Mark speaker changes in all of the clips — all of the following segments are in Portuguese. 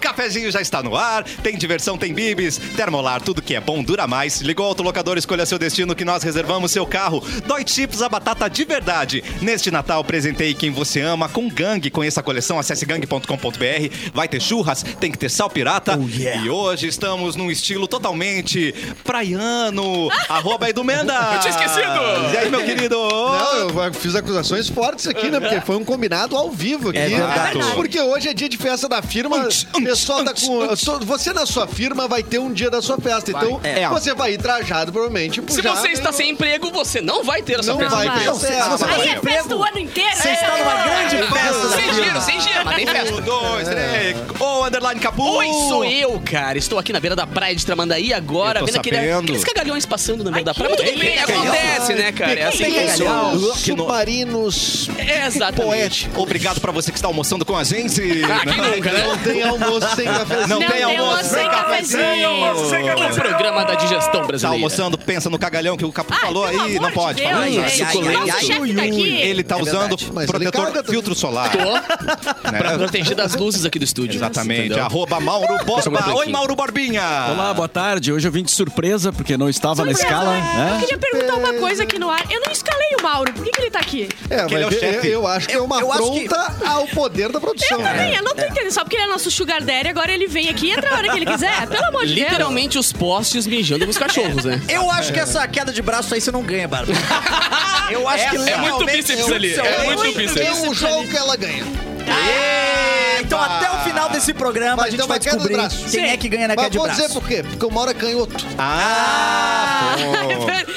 Speaker 1: cafezinho já está no ar, tem diversão, tem bibis, termolar, tudo que é bom dura mais. Ligou o autolocador, escolha seu destino que nós reservamos seu carro. Dói Chips, a batata de verdade. Neste Natal, presentei quem você ama com Gang. Conheça a coleção, acesse gang.com.br. Vai ter churras, tem que ter sal pirata.
Speaker 2: Oh, yeah.
Speaker 1: E hoje estamos num estilo totalmente praiano. arroba Edu Menda. Eu
Speaker 3: tinha esquecido.
Speaker 1: E aí, meu querido?
Speaker 4: Não, eu fiz acusações fortes aqui, né? Porque foi um combinado ao vivo aqui.
Speaker 2: É verdade.
Speaker 4: Porque hoje é dia de festa da firma. O pessoal tá com. todo- Você na sua firma vai ter um dia da sua festa. Então,
Speaker 2: É.
Speaker 4: você vai ir trajado, provavelmente. pro-
Speaker 3: Se
Speaker 4: já-
Speaker 3: você está sem emprego, você não vai ter essa
Speaker 4: Não
Speaker 3: festa.
Speaker 4: vai ter
Speaker 2: Não, se você
Speaker 4: festa.
Speaker 2: tá
Speaker 5: Aí é
Speaker 2: sem
Speaker 5: festa o
Speaker 2: emprego,
Speaker 5: ano inteiro. é,
Speaker 2: você está numa grande festa da
Speaker 3: Sem
Speaker 2: firma.
Speaker 3: giro, sem giro, mas tem festa.
Speaker 1: Um, dois, três. Ô, Underline Capu.
Speaker 3: Oi, sou eu, cara. Estou aqui na beira da praia de Tramandaí agora,
Speaker 1: Eu tô
Speaker 3: vendo aquele-
Speaker 1: sabendo.
Speaker 3: aqueles cagalhões passando na beira da
Speaker 5: que
Speaker 3: praia. Mas tudo bem,
Speaker 5: delícia.
Speaker 3: acontece, né, cara? É assim que
Speaker 4: Tem
Speaker 3: funciona.
Speaker 4: os
Speaker 1: Que no-
Speaker 4: submarinos
Speaker 3: É, Exatamente.
Speaker 4: poéticos.
Speaker 1: Obrigado pra você que está almoçando com a gente.
Speaker 3: Aqui nunca, né?
Speaker 4: Não tem almoço sem cafezinho.
Speaker 1: Não,
Speaker 5: Não
Speaker 1: tem
Speaker 5: tem
Speaker 1: almoço
Speaker 5: almoço
Speaker 1: sem
Speaker 5: sem
Speaker 1: cafezinho.
Speaker 5: cafezinho.
Speaker 3: é O programa da digestão
Speaker 1: Tá
Speaker 3: brasileira.
Speaker 1: almoçando, pensa no cagalhão que o Capu falou
Speaker 5: pelo
Speaker 1: aí.
Speaker 5: amor
Speaker 1: Não
Speaker 5: de
Speaker 1: pode.
Speaker 5: Deus,
Speaker 1: fala aí.
Speaker 3: gente.
Speaker 5: gente.
Speaker 3: Suculento.
Speaker 5: Nosso chefe tá aqui.
Speaker 1: Ele tá
Speaker 4: É
Speaker 1: usando
Speaker 4: verdade, mas ele
Speaker 1: protetor
Speaker 4: caga também.
Speaker 1: filtro solar.
Speaker 3: Tô
Speaker 1: né?
Speaker 3: pra proteger das Tá luzes aqui do estúdio. né?
Speaker 1: Exatamente.
Speaker 3: Entendeu?
Speaker 1: Arroba Mauro
Speaker 3: Pessoal, muito
Speaker 1: Borba. Oi,
Speaker 3: bonitinho.
Speaker 1: Mauro Borbinha.
Speaker 6: Olá, boa tarde. Hoje eu vim de surpresa, porque não estava na escala.
Speaker 5: Eu
Speaker 6: Né?
Speaker 5: queria perguntar uma coisa aqui no ar. Eu não escalei o Mauro. Por que, que ele tá aqui?
Speaker 4: É,
Speaker 1: Aquele é o
Speaker 4: mas eu-
Speaker 1: chefe.
Speaker 4: eu acho que é uma
Speaker 2: eu acho que-
Speaker 4: afronta ao poder da produção. né?
Speaker 5: Eu também, eu não tô entendendo. Só porque ele é nosso sugar daddy, agora ele vem aqui e entra a hora que ele quiser. Pelo amor de Deus.
Speaker 3: Literalmente os postes mijando nos cachorros, né?
Speaker 2: Eu acho que essa queda de braço aí você não ganha, Bárbara. Eu acho que
Speaker 3: É muito
Speaker 2: legalmente-
Speaker 3: bíceps ali. É muito bíceps.
Speaker 4: É um jogo que ela ganha.
Speaker 2: É, Então até o final desse programa
Speaker 4: Vai
Speaker 2: a
Speaker 4: ter
Speaker 2: gente
Speaker 4: uma
Speaker 2: vai
Speaker 4: queda de
Speaker 2: descobrir
Speaker 4: braço.
Speaker 2: quem
Speaker 5: Sim.
Speaker 2: é que ganha na queda
Speaker 4: Mas
Speaker 2: de
Speaker 4: vou dizer
Speaker 2: braço.
Speaker 4: por quê? Porque o Mauro é canhoto.
Speaker 1: Ah,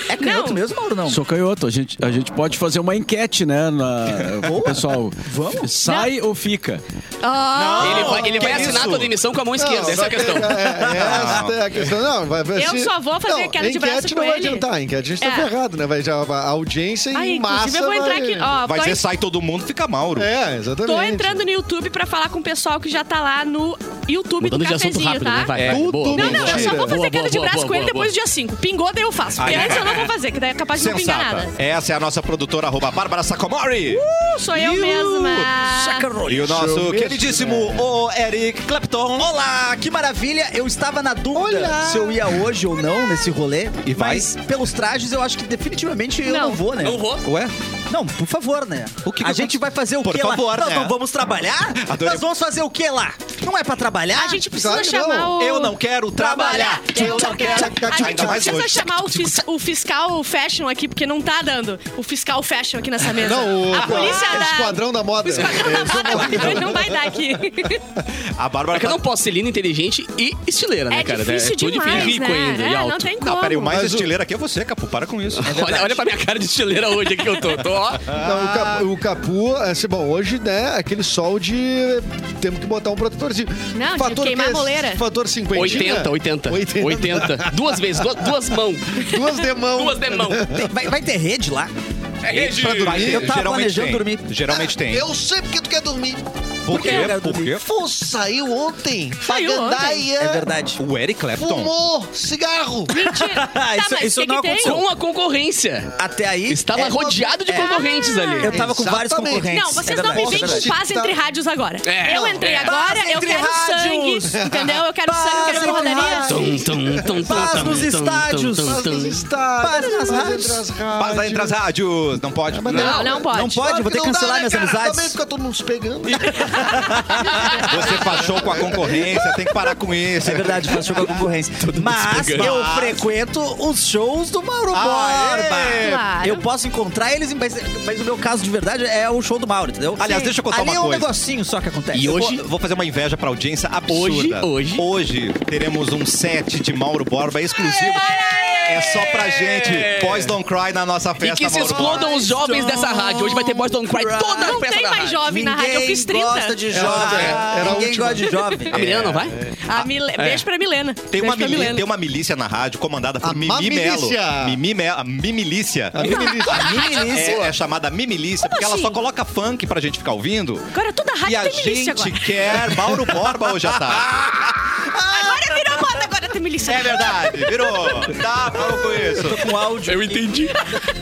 Speaker 2: É canhoto
Speaker 5: Não.
Speaker 2: mesmo, Mauro, não?
Speaker 6: Sou canhoto. A gente, a gente pode fazer uma enquete, né? Na, pessoal, sai ou fica?
Speaker 3: Ele vai, ele vai
Speaker 1: que
Speaker 3: assinar a
Speaker 1: isso?
Speaker 3: tua demissão com a mão esquerda, essa é a questão.
Speaker 4: É, é, essa é a questão. Não, vai ver
Speaker 5: Eu
Speaker 4: se-
Speaker 5: só vou fazer
Speaker 4: não,
Speaker 5: a queda de braço
Speaker 4: enquete
Speaker 5: com
Speaker 4: não vai
Speaker 5: ele.
Speaker 4: adiantar. A enquete a gente tá
Speaker 5: É.
Speaker 4: ferrado, né? Vai já a audiência
Speaker 5: Ai,
Speaker 4: em massa.
Speaker 5: inclusive, eu vou entrar
Speaker 4: vai-
Speaker 5: aqui. Ó,
Speaker 1: Vai
Speaker 5: tô,
Speaker 1: ser sai todo mundo, fica Mauro.
Speaker 4: É, exatamente.
Speaker 5: tô entrando no YouTube pra falar com o pessoal que já tá lá no YouTube
Speaker 3: Mudando
Speaker 5: do
Speaker 3: de assunto
Speaker 5: cafezinho,
Speaker 3: rápido,
Speaker 5: tá?
Speaker 3: né? Vai,
Speaker 4: É,
Speaker 3: vai.
Speaker 4: tudo
Speaker 3: Boa,
Speaker 5: Não,
Speaker 3: boa,
Speaker 5: não, eu só
Speaker 4: Mentira.
Speaker 5: vou fazer
Speaker 3: boa,
Speaker 5: queda de
Speaker 3: boa,
Speaker 5: braço
Speaker 3: boa,
Speaker 5: com ele
Speaker 3: boa,
Speaker 5: depois do
Speaker 3: boa.
Speaker 5: dia 5. Pingou, daí eu faço. Porque
Speaker 1: Ah, é.
Speaker 5: antes eu não vou fazer, que daí é capaz de não pingar
Speaker 1: Sensata.
Speaker 5: nada.
Speaker 1: Essa é a nossa produtora, arroba Bárbara Sacomori.
Speaker 5: Uh, Sou eu
Speaker 2: Ah.
Speaker 5: mesma.
Speaker 1: E o nosso
Speaker 4: Isso mesmo,
Speaker 1: queridíssimo
Speaker 7: é.
Speaker 1: o Eric Clapton.
Speaker 2: Olá, que maravilha! Eu estava na dúvida se eu ia hoje ou não nesse rolê.
Speaker 1: E vai?
Speaker 2: Mas pelos trajes eu acho que definitivamente eu
Speaker 5: Não.
Speaker 2: não vou, né?
Speaker 3: Não vou.
Speaker 1: Ué?
Speaker 2: Não, por favor, né?
Speaker 1: O que
Speaker 2: a
Speaker 1: que
Speaker 2: gente
Speaker 1: aconteceu?
Speaker 2: vai fazer o
Speaker 1: Por
Speaker 2: que
Speaker 1: favor,
Speaker 2: lá?
Speaker 1: né?
Speaker 2: Nós não vamos trabalhar?
Speaker 1: Adorei.
Speaker 2: Nós vamos fazer o que lá? Não é pra trabalhar?
Speaker 5: A gente precisa
Speaker 4: Claro que
Speaker 5: chamar
Speaker 4: não.
Speaker 5: o.
Speaker 1: Eu não quero trabalhar.
Speaker 5: Eu não quero. A gente
Speaker 1: Ainda mais
Speaker 5: precisa
Speaker 1: hoje.
Speaker 5: chamar o, fis- o fiscal fashion aqui, porque não tá dando. O fiscal fashion aqui nessa mesa.
Speaker 4: Não, o,
Speaker 5: a polícia
Speaker 4: o
Speaker 5: da.
Speaker 4: Esquadrão da Moda.
Speaker 5: o esquadrão da moda não vai dar aqui.
Speaker 1: A Bárbara.
Speaker 3: É que eu
Speaker 1: tá-
Speaker 3: não posso ser linda, inteligente e estileira, né,
Speaker 5: É
Speaker 3: cara?
Speaker 5: difícil
Speaker 3: é tudo
Speaker 5: demais,
Speaker 3: difícil. rico
Speaker 5: né?
Speaker 3: ainda
Speaker 5: É,
Speaker 3: e
Speaker 5: Não
Speaker 3: alto.
Speaker 5: tem como.
Speaker 1: Não, peraí, o mais
Speaker 4: Mas o-
Speaker 1: estileiro aqui é você, Capu. Para com isso.
Speaker 3: olha, olha pra minha cara de estileira hoje aqui que eu tô. tô ó.
Speaker 4: Não, o, Capu, o Capu, assim, bom, hoje, né, aquele sol de. Temos que botar um protetorzinho.
Speaker 5: Não, de
Speaker 4: fator
Speaker 5: queimar
Speaker 4: que é-
Speaker 5: a moleira.
Speaker 4: Fator 50.
Speaker 3: 80, 80, 80. 80. Duas vezes, duas, duas mãos.
Speaker 4: Duas de mão.
Speaker 3: Duas de mão.
Speaker 2: Tem- vai, vai ter rede lá?
Speaker 3: É rede.
Speaker 1: Pra dormir,
Speaker 2: Eu tava
Speaker 1: geralmente
Speaker 2: planejando
Speaker 1: tem.
Speaker 2: dormir.
Speaker 1: Geralmente tem.
Speaker 4: Eu sei porque tu quer dormir.
Speaker 1: Por quê?
Speaker 2: eu quero
Speaker 1: Por quê?
Speaker 4: Fô saiu ontem.
Speaker 5: Saiu ontem.
Speaker 4: Pagandaia
Speaker 2: É verdade.
Speaker 1: O Eric Clapton.
Speaker 4: Fumou cigarro.
Speaker 5: Mentira. Tá,
Speaker 2: isso-
Speaker 5: mas
Speaker 2: isso
Speaker 5: que
Speaker 2: não
Speaker 5: que tem?
Speaker 2: aconteceu.
Speaker 3: Com a concorrência.
Speaker 2: Até aí.
Speaker 3: Estava
Speaker 2: é-
Speaker 3: rodeado de concorrentes ali.
Speaker 2: Eu tava com vários
Speaker 4: Exatamente.
Speaker 2: concorrentes.
Speaker 5: Não, vocês
Speaker 2: É
Speaker 5: não me
Speaker 2: verdade.
Speaker 5: veem com paz entre rádios agora.
Speaker 3: É.
Speaker 5: eu entrei
Speaker 3: É.
Speaker 5: agora,
Speaker 2: Paz
Speaker 5: eu
Speaker 2: entre
Speaker 5: quero
Speaker 2: rádios.
Speaker 5: sangue, entendeu? Eu quero
Speaker 2: Paz
Speaker 5: sangue, eu quero
Speaker 2: entre
Speaker 5: porradaria.
Speaker 2: rádios.
Speaker 3: Tum, tum, tum, tum,
Speaker 2: Paz
Speaker 3: tum,
Speaker 2: nos
Speaker 3: tum,
Speaker 2: estádios,
Speaker 3: tum,
Speaker 4: Paz
Speaker 3: tum,
Speaker 4: nas
Speaker 3: tum.
Speaker 4: estádios,
Speaker 2: Paz nas
Speaker 4: paz
Speaker 2: rádios.
Speaker 4: entre as
Speaker 1: Paz aí entre as
Speaker 4: rádios.
Speaker 1: rádios. Não pode.
Speaker 5: Não, não pode.
Speaker 2: Não pode, vou ter que
Speaker 4: Não dá,
Speaker 2: cancelar
Speaker 4: né,
Speaker 2: minhas
Speaker 4: cara? Também
Speaker 2: amizades.
Speaker 4: fica todo mundo se pegando.
Speaker 1: Você fachou com a concorrência, tem que parar com isso.
Speaker 2: É verdade, faz jogo com a concorrência. Mas
Speaker 3: pegando.
Speaker 2: eu
Speaker 3: Mas-
Speaker 2: frequento os shows do Mauro
Speaker 1: Ah,
Speaker 2: Borba.
Speaker 1: é?
Speaker 5: Claro.
Speaker 2: Eu posso encontrar eles, mas, mas o meu caso de verdade é o show do Mauro, entendeu?
Speaker 1: Aliás, deixa eu contar
Speaker 2: Ali
Speaker 1: uma
Speaker 2: é um
Speaker 1: coisa.
Speaker 2: negocinho só que acontece.
Speaker 3: E
Speaker 1: Eu
Speaker 3: hoje-
Speaker 1: vou, vou fazer uma inveja pra audiência absurda.
Speaker 3: Hoje, hoje-
Speaker 1: Hoje teremos um set de Mauro Borba exclusivo. É só pra gente. Boys Don't Cry na nossa
Speaker 3: E
Speaker 1: festa.
Speaker 3: que se
Speaker 1: Mauro Borba.
Speaker 3: explodam os jovens dessa rádio. Hoje vai ter Boys Don't Cry toda a
Speaker 5: Não
Speaker 3: festa
Speaker 5: tem
Speaker 3: da
Speaker 5: mais
Speaker 3: rádio.
Speaker 5: jovem na rádio, eu fiz 30.
Speaker 2: gosta de jovem.
Speaker 4: era- era a
Speaker 2: Ninguém
Speaker 4: última.
Speaker 2: gosta de jovem.
Speaker 3: A Milena não vai?
Speaker 5: A Mile- Beijo pra Milena.
Speaker 1: Tem
Speaker 5: Beijo
Speaker 1: uma,
Speaker 5: pra
Speaker 1: mili-
Speaker 5: Milena.
Speaker 1: tem um uma milícia na rádio comandada por
Speaker 4: A
Speaker 1: Mimi Melo.
Speaker 4: Mamilícia.
Speaker 1: Mimi Melo. A Mimilícia.
Speaker 2: Milícia.
Speaker 1: É, é chamada Mimilícia, porque ela só coloca funk pra gente ficar ouvindo.
Speaker 5: Agora toda a
Speaker 1: E
Speaker 5: rádio
Speaker 1: a
Speaker 5: assim? tem milícia
Speaker 1: gente
Speaker 5: agora.
Speaker 1: quer Mauro Borba hoje à tarde.
Speaker 5: Agora virou moda, agora tem milícia.
Speaker 1: É verdade, virou. Tá, parou com isso.
Speaker 2: Com áudio.
Speaker 3: Eu entendi.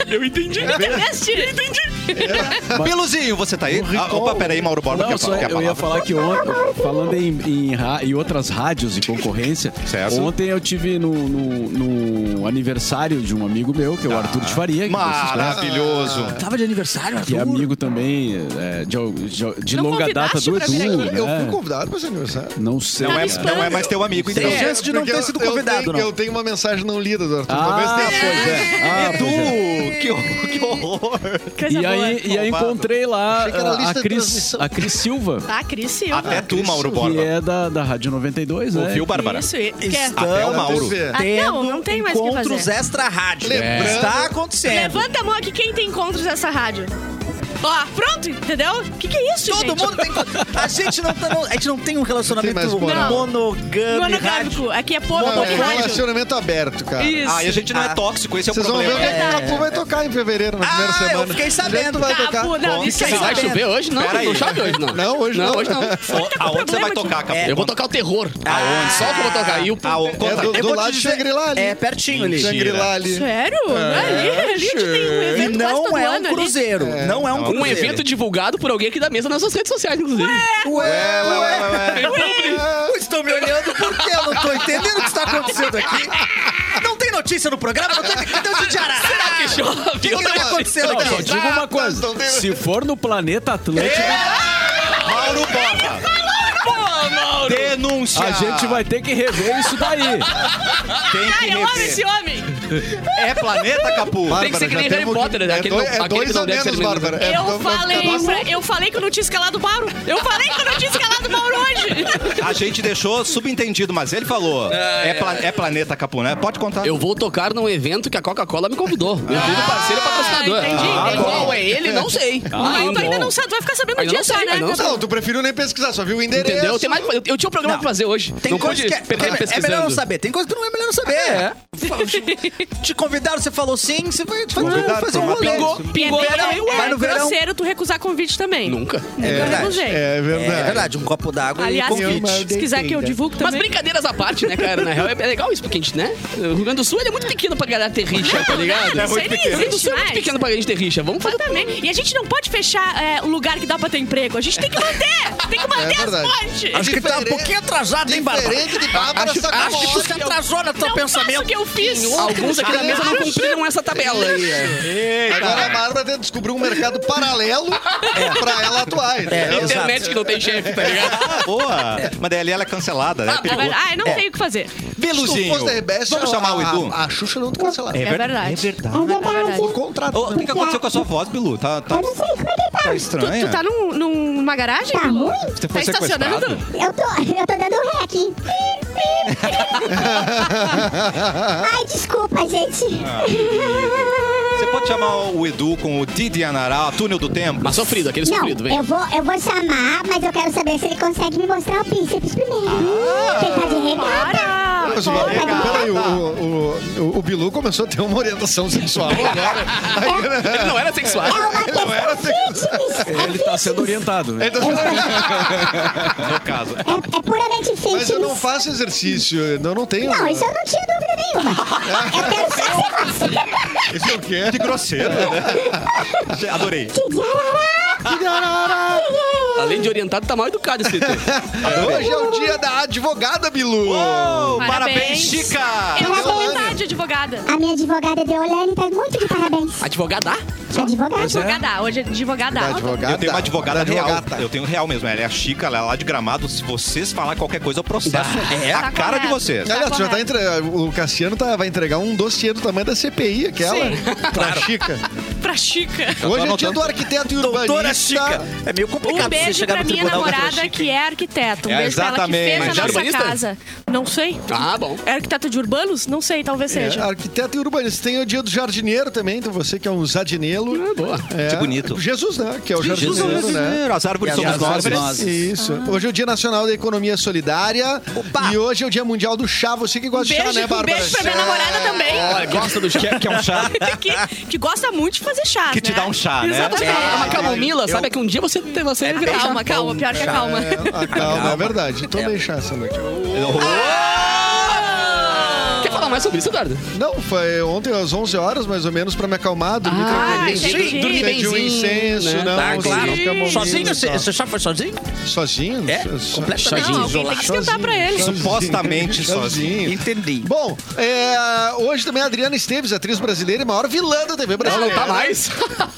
Speaker 3: Eu entendi.
Speaker 5: Entendi.
Speaker 1: Beluzinho, você tá aí?
Speaker 6: Um recall.
Speaker 1: Ah, opa, peraí, Mauro Borba,
Speaker 6: Não,
Speaker 1: quer
Speaker 6: só
Speaker 1: falar? Quer
Speaker 6: eu ia
Speaker 1: é palavra?
Speaker 6: falar que ontem, falando em, em, ra- em outras rádios e concorrência,
Speaker 1: Certo.
Speaker 6: ontem eu tive no, no- no aniversário de um amigo meu, que é o Arthur de Faria, que vocês conhecem,
Speaker 1: Maravilhoso.
Speaker 2: Tava de aniversário,
Speaker 6: que é
Speaker 2: Arthur.
Speaker 6: amigo também é, de, de- de
Speaker 5: Não
Speaker 6: longa
Speaker 5: convidaste
Speaker 6: data do
Speaker 5: pra vir
Speaker 6: Edu.
Speaker 5: aqui?
Speaker 4: Eu fui
Speaker 6: né?
Speaker 4: convidado pra esse aniversário.
Speaker 6: Não sei.
Speaker 1: Não é,
Speaker 5: Tá me
Speaker 1: não é mais teu amigo, então.
Speaker 2: Tem chance de não
Speaker 4: Porque
Speaker 2: ter
Speaker 4: eu-
Speaker 2: sido
Speaker 4: eu
Speaker 2: convidado,
Speaker 4: tenho-
Speaker 2: não.
Speaker 4: Eu tenho uma mensagem não lida do
Speaker 5: Tá
Speaker 4: Arthur. Talvez
Speaker 6: Ah,
Speaker 4: tenha. né?
Speaker 6: pois é. Ah,
Speaker 1: Edu,
Speaker 6: pois é.
Speaker 1: que, hor- que horror.
Speaker 5: Coisa
Speaker 6: E
Speaker 5: boa. é
Speaker 6: aí, e aí
Speaker 1: Roubado.
Speaker 6: encontrei lá
Speaker 4: Achei que era
Speaker 6: a, a
Speaker 4: lista de
Speaker 6: Cris,
Speaker 4: transmissão.
Speaker 6: a Cris Silva,
Speaker 5: Tá, Cris Silva.
Speaker 1: Até tu, Mauro
Speaker 6: que
Speaker 1: Borba.
Speaker 6: é da, da Rádio 92, né?
Speaker 1: Ouviu, Bárbara?
Speaker 5: Isso, e- quer.
Speaker 2: Estamos
Speaker 7: É
Speaker 1: Até o Mauro.
Speaker 5: Ah, não, não tem mais o que fazer.
Speaker 2: encontros extra rádio.
Speaker 4: Lembrando-
Speaker 2: Está acontecendo.
Speaker 5: Levanta a mão aqui quem tem encontros nessa rádio. Ó, pronto, entendeu? O que, que é isso,
Speaker 2: Todo
Speaker 5: gente?
Speaker 2: mundo tem. encont- A gente não, tá- não- a gente não tem um relacionamento
Speaker 4: Tem mais moral.
Speaker 2: monogâmico.
Speaker 5: Monogâmico. Aqui é povo
Speaker 4: Não, é
Speaker 5: de
Speaker 4: um
Speaker 5: rádio.
Speaker 4: relacionamento aberto, cara.
Speaker 5: Isso.
Speaker 1: Ah, e a gente não é
Speaker 2: Ah.
Speaker 1: tóxico, esse é o
Speaker 4: Vocês vão ver
Speaker 1: problema.
Speaker 4: o que a Capu vai tocar em fevereiro, na primeira
Speaker 2: Ah, eu
Speaker 4: semana.
Speaker 2: fiquei
Speaker 7: tá
Speaker 2: sabendo.
Speaker 4: Já tu vai
Speaker 5: Capu,
Speaker 4: tocar.
Speaker 5: Tá, não,
Speaker 4: Bom,
Speaker 5: isso aí. é
Speaker 3: Vai chover hoje? Não,
Speaker 1: Pera aí.
Speaker 3: não chove hoje, não.
Speaker 4: Não, hoje não.
Speaker 3: hoje não.
Speaker 1: Aonde você vai
Speaker 5: problema, É.
Speaker 1: tocar, Capu?
Speaker 3: Eu vou tocar o terror.
Speaker 2: Aonde?
Speaker 3: Só que eu vou tocar. E o...
Speaker 1: Ah, o-
Speaker 4: É
Speaker 1: conta
Speaker 4: do,
Speaker 1: aí.
Speaker 4: do lado de Shangri-La ali.
Speaker 2: É pertinho ali.
Speaker 1: Mentira.
Speaker 4: Shangri-La ali.
Speaker 5: um Sério? é ali, ali que tem um
Speaker 2: E
Speaker 5: evento quase todo
Speaker 2: não é um
Speaker 5: ano ali.
Speaker 2: cruzeiro. Não é um
Speaker 1: Não,
Speaker 2: cruzeiro.
Speaker 3: Um evento divulgado por alguém aqui da mesa nas suas redes sociais, inclusive.
Speaker 5: É.
Speaker 2: Ué, ué, ué.
Speaker 4: É.
Speaker 2: Vocês estão me olhando porque eu não tô entendendo o que está acontecendo aqui. Não tem notícia no programa, não tem Então, cadê o Didi Arara? Será
Speaker 3: que chove?
Speaker 2: O que, que tá acontecendo
Speaker 6: Não,
Speaker 2: aqui?
Speaker 6: só digo uma coisa,
Speaker 4: não tem-
Speaker 6: se for no planeta Atlântico,
Speaker 1: Mauro Borba,
Speaker 3: Pô, Mauro!
Speaker 1: denúncia.
Speaker 6: a gente vai ter que rever isso daí.
Speaker 1: Tem
Speaker 5: Ah,
Speaker 1: que
Speaker 5: eu amo
Speaker 1: rever.
Speaker 5: esse homem.
Speaker 1: É planeta, Capu?
Speaker 4: Bárbara,
Speaker 3: Tem que ser que
Speaker 4: já
Speaker 3: nem Harry
Speaker 4: temos-
Speaker 3: Potter, né?
Speaker 4: É
Speaker 3: Aquele
Speaker 4: dois,
Speaker 3: não-
Speaker 4: é
Speaker 3: aquele
Speaker 4: dois
Speaker 3: não
Speaker 4: a
Speaker 3: deve ser
Speaker 4: menos,
Speaker 3: eliminado.
Speaker 4: Bárbara. É,
Speaker 5: Eu
Speaker 4: vamos ficar-
Speaker 5: falei, pra- eu falei que eu não tinha escalado o Mauro. Eu falei que eu não tinha escalado o Mauro hoje.
Speaker 1: A gente deixou subentendido, mas ele falou. É, pla- é planeta, Capu, né? Pode contar.
Speaker 3: Eu vou tocar num evento que a Coca-Cola me
Speaker 2: Ah,
Speaker 3: convidou. Meu querido parceiro e patrocinador.
Speaker 5: entendi, entendi.
Speaker 3: Qual é ele? Não sei.
Speaker 5: Ah,
Speaker 6: Ah,
Speaker 5: tu ainda
Speaker 6: bom.
Speaker 5: não sabe, tu vai ficar sabendo no
Speaker 3: Ainda
Speaker 5: dia
Speaker 3: não
Speaker 5: só,
Speaker 3: sei,
Speaker 5: né?
Speaker 3: ainda não sei.
Speaker 4: Não, tu prefiro nem pesquisar, só viu o endereço.
Speaker 3: Entendeu? Tem mais, eu, eu tinha um programa pra fazer hoje.
Speaker 2: Tem
Speaker 3: não
Speaker 2: coisa
Speaker 3: pude
Speaker 2: que é,
Speaker 3: ficar
Speaker 2: é
Speaker 3: pesquisando.
Speaker 2: melhor não saber, tem coisa que não é melhor não saber. Te convidaram, você falou sim, você vai, tu vai
Speaker 1: Convidaram
Speaker 2: fazer um
Speaker 1: pra uma
Speaker 2: rolê.
Speaker 1: pingou.
Speaker 5: E é
Speaker 3: Pingou,
Speaker 5: bem-
Speaker 7: né?
Speaker 3: verão,
Speaker 5: é,
Speaker 2: vai no verão.
Speaker 5: grosseiro tu recusar convite também.
Speaker 3: Nunca.
Speaker 5: Nunca
Speaker 2: verdade.
Speaker 5: recusei.
Speaker 4: É verdade.
Speaker 2: É verdade, um copo d'água e
Speaker 5: Aliás,
Speaker 2: convite.
Speaker 5: se se quiser que eu divulgue
Speaker 3: Mas
Speaker 5: também.
Speaker 3: brincadeiras à parte, né, cara? Na real, é legal isso, porque a gente, né? O Rio Grande do Sul ele é muito pequeno pra galera ter rixa, tá ligado?
Speaker 5: Não, isso aí
Speaker 3: O Rio
Speaker 5: nem
Speaker 3: Grande do
Speaker 5: existe
Speaker 3: Sul é muito
Speaker 5: mais.
Speaker 3: pequeno pra gente ter rixa. Vamos fazer
Speaker 5: Exatamente. E a gente não pode fechar é, um lugar que dá pra ter emprego. A gente tem que manter. tem que manter as
Speaker 4: É verdade.
Speaker 5: pontes.
Speaker 2: Acho que tá um
Speaker 4: Diferente-
Speaker 2: pouqueo atrasado, hein, Bárbara?
Speaker 4: Diferente de Bárbara,
Speaker 2: Acho, acho que você atrasou
Speaker 7: tá
Speaker 2: no teu
Speaker 5: tá Não faço o
Speaker 2: pensamento.
Speaker 5: que eu fiz.
Speaker 3: Alguns aqui da mesa não cumpriram essa tabela aí. é.
Speaker 4: Agora a Bárbara tenta descobrir um mercado paralelo pra ela atuar. entendeu?
Speaker 2: É, exato.
Speaker 3: Internet que não tem chefe, tá ligado?
Speaker 1: Ah, boa. Mas daí ali ela é cancelada, né? Perigo-
Speaker 5: Agora, ah, eu não sei o que fazer.
Speaker 4: Se
Speaker 1: Beluzinho.
Speaker 4: fosse da Rebeste,
Speaker 1: Vamos
Speaker 4: a-
Speaker 1: chamar o Edu?
Speaker 4: A, a Xuxa não tá te cancelava.
Speaker 5: É verdade.
Speaker 1: É verdade.
Speaker 5: É verdade.
Speaker 4: O contrato.
Speaker 1: Ô, o que, que aconteceu com a sua voz, Bilu? Tá, tá, tá
Speaker 5: Tu,
Speaker 1: estranha?
Speaker 5: tu tá num- numa garagem?
Speaker 8: Tá ruim?
Speaker 1: Você
Speaker 5: Tá
Speaker 1: foi
Speaker 5: estacionando?
Speaker 1: sequestrado?
Speaker 8: Eu tô, eu tô dando um hack. hein? Ai, desculpa, gente.
Speaker 1: Você pode chamar o Edu com o Didi Anará, Túnel do Tempo?
Speaker 3: Mas sofrido, aquele
Speaker 8: Não,
Speaker 3: sofrido, vem.
Speaker 8: eu vou, eu vou chamar, mas eu quero saber se ele consegue me mostrar o príncipes primeiro. Que ele tá de regata.
Speaker 5: Para!
Speaker 4: Mas, Bárbara, Peraí, o, o, o, o Bilu começou a ter uma orientação sexual
Speaker 1: É
Speaker 4: agora. né,
Speaker 3: Ele não era sexual.
Speaker 8: É uma questão fitness. É
Speaker 6: Ele tá
Speaker 8: fitness.
Speaker 6: sendo orientado. né?
Speaker 1: No caso.
Speaker 8: É, é puramente fitness.
Speaker 4: Mas eu não faço exercício, eu não tenho.
Speaker 8: Não, isso eu não tinha dúvida nenhuma. Eu quero só se você
Speaker 1: é
Speaker 4: Isso é eu quero.
Speaker 1: Que grosseiro, né? Adorei.
Speaker 3: Além de orientado, tá mal educado esse TT.
Speaker 4: Hoje é o dia da advogada, Bilu.
Speaker 1: Oh, parabéns,
Speaker 5: Parabéns.
Speaker 1: Chica!
Speaker 5: Eu sou
Speaker 4: Deolane.
Speaker 5: metade advogada.
Speaker 8: A minha advogada Deolane tá muito de parabéns.
Speaker 3: Advogada?
Speaker 5: É.
Speaker 8: Advogada.
Speaker 5: Advogada, hoje é advogada.
Speaker 4: Advogada.
Speaker 1: Eu tenho uma advogada real.
Speaker 4: Advogata.
Speaker 1: Eu tenho real mesmo. Ela é a Chica, ela é lá de gramado. Se vocês falar qualquer coisa, eu processo. É a
Speaker 5: Tá
Speaker 1: cara de
Speaker 5: correto.
Speaker 1: vocês.
Speaker 5: Tá
Speaker 4: Aliás, tu já tá
Speaker 5: correto.
Speaker 4: entre... O Cassiano tá- vai entregar um dossiê do tamanho da CPI, aquela. Pra Chica.
Speaker 5: Pra Chica.
Speaker 4: Hoje é dia
Speaker 1: anotando.
Speaker 4: do arquiteto e urbanista.
Speaker 2: Doutora Chica. É meio complicado
Speaker 5: Um
Speaker 2: você
Speaker 5: beijo
Speaker 2: chegar
Speaker 5: pra
Speaker 2: no
Speaker 5: minha
Speaker 2: tribunal com a doutora
Speaker 5: namorada
Speaker 2: Chica.
Speaker 5: que é arquiteta. Um
Speaker 1: É,
Speaker 5: beijo pra ela que
Speaker 1: exatamente.
Speaker 5: fez
Speaker 1: Mas
Speaker 5: a nossa
Speaker 3: urbanista?
Speaker 5: casa. Não sei.
Speaker 3: Ah, bom.
Speaker 5: É arquiteta de urbanos? Não sei, talvez
Speaker 4: É,
Speaker 5: seja.
Speaker 4: arquiteto e urbanista. Tem o dia do jardineiro também, então você que é um jardinelo.
Speaker 3: Boa.
Speaker 4: É,
Speaker 1: Que bonito.
Speaker 4: Jesus, né? Que é o
Speaker 1: Ah, Jesus é o
Speaker 4: jardineiro, né?
Speaker 1: brasileiro, as árvores
Speaker 2: E
Speaker 1: somos
Speaker 2: as
Speaker 1: nós.
Speaker 2: árvores.
Speaker 1: né?
Speaker 4: Isso. Hoje é o Dia Nacional da Economia Solidária.
Speaker 2: Opa!
Speaker 4: E hoje é o Dia Mundial do Chá. Você que gosta de chá,
Speaker 5: Beijo,
Speaker 4: né,
Speaker 5: um
Speaker 4: Bárbara? É.
Speaker 5: beijo pra minha namorada também.
Speaker 3: Olha, gosta do chá.
Speaker 1: Quer, quer um chá?
Speaker 5: que, que gosta muito de fazer chá.
Speaker 1: Que te dá um chá, né?
Speaker 5: Exatamente.
Speaker 3: É uma
Speaker 5: Calma,
Speaker 3: camomila, sabe? É que um dia você tem você é
Speaker 5: calma, calma, pior que a calma.
Speaker 4: Ah, calma, é verdade. Então deixa essa noite.
Speaker 1: Oh,
Speaker 3: Quer falar mais sobre isso, Eduardo?
Speaker 4: Não, foi ontem às 11 horas, mais ou menos, pra me acalmar, dormir
Speaker 3: Ah,
Speaker 4: tranquilo.
Speaker 5: entendi.
Speaker 4: Acendi
Speaker 5: Dormir
Speaker 4: um
Speaker 3: benzinho,
Speaker 4: incenso,
Speaker 3: né?
Speaker 4: não.
Speaker 3: Tá,
Speaker 4: assim,
Speaker 3: claro.
Speaker 4: ficar movido
Speaker 7: Sozinho?
Speaker 4: e
Speaker 7: Você
Speaker 4: tal.
Speaker 7: você só foi sozinho?
Speaker 4: Sozinho?
Speaker 7: É?
Speaker 4: So-
Speaker 7: Completamente
Speaker 5: Não, alguém tem que
Speaker 7: isolado.
Speaker 5: esquentar pra ele.
Speaker 1: Supostamente sozinho.
Speaker 4: Sozinho.
Speaker 7: Entendi.
Speaker 4: Bom, é, hoje também a Adriana Esteves, atriz brasileira e maior vilã da TV brasileira.
Speaker 3: mais.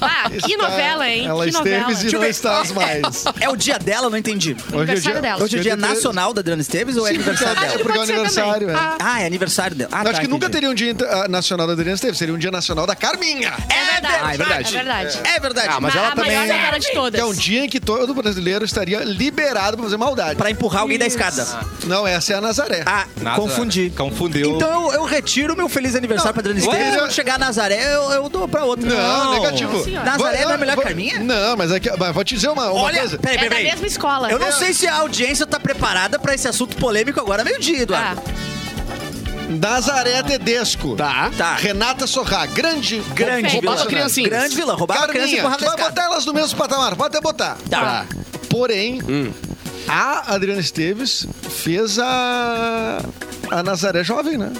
Speaker 5: Ah, que
Speaker 4: Está-
Speaker 5: novela, hein?
Speaker 4: Ela
Speaker 5: que novela.
Speaker 4: Esteves e não estás mais.
Speaker 7: É o dia dela, não entendi.
Speaker 5: Aniversário dela.
Speaker 7: Hoje é o dia
Speaker 4: 53.
Speaker 7: nacional da Adriana Esteves ou é aniversário
Speaker 4: É
Speaker 7: dela?
Speaker 4: porque é o
Speaker 5: Pode ser
Speaker 4: aniversário,
Speaker 5: também.
Speaker 4: é.
Speaker 5: Ah,
Speaker 7: Ah, é aniversário dela. Ah,
Speaker 4: Acho
Speaker 7: tá,
Speaker 4: que nunca
Speaker 7: entendi.
Speaker 4: teria um dia inter- ah, nacional da Adriana Esteves, seria um dia nacional da Carminha.
Speaker 5: é verdade.
Speaker 7: Ah, é verdade.
Speaker 5: É verdade.
Speaker 7: É verdade.
Speaker 1: Ah, mas
Speaker 5: Ma-
Speaker 1: ela
Speaker 5: a maior
Speaker 1: também-
Speaker 5: novela de todas.
Speaker 4: Que é um dia em que todo brasileiro estaria liberado pra fazer maldade.
Speaker 7: Pra empurrar alguém da escada.
Speaker 4: Não, essa é a Nazaré.
Speaker 7: Ah,
Speaker 1: Nada.
Speaker 7: confundi.
Speaker 1: Confundiu.
Speaker 7: Então eu, eu retiro meu feliz aniversário pra Adriana Esteves.
Speaker 4: Ué?
Speaker 7: Quando chegar a Nazaré, eu, eu dou pra outra.
Speaker 4: Não, negativo.
Speaker 5: senhora.
Speaker 7: Nazaré
Speaker 4: Vou-
Speaker 7: não é melhor
Speaker 4: vou-
Speaker 7: que a minha?
Speaker 4: Não, mas, é que, mas vou te dizer uma, uma
Speaker 7: Olha,
Speaker 4: coisa.
Speaker 7: peraí,
Speaker 5: É
Speaker 7: peraí,
Speaker 5: da
Speaker 7: peraí.
Speaker 5: mesma escola.
Speaker 7: Eu não sei se a audiência tá preparada pra esse assunto polêmico agora meio-dia,
Speaker 5: Ah,
Speaker 7: Eduardo.
Speaker 4: Nazaré Tedesco.
Speaker 3: Tá.
Speaker 7: Tá.
Speaker 4: Renata Sorrá, grande.
Speaker 7: Grande
Speaker 5: Perfeito.
Speaker 7: vilã.
Speaker 3: Roubava criancinhas.
Speaker 7: Grande vilã. Roubava criança e
Speaker 4: Carminha,
Speaker 7: empurrava
Speaker 4: tu
Speaker 7: da
Speaker 4: vai
Speaker 7: escada.
Speaker 4: botar elas no mesmo patamar, pode até botar.
Speaker 7: Tá.
Speaker 4: Porém, a Adriana Esteves fez a. A Nazaré Jovem, né?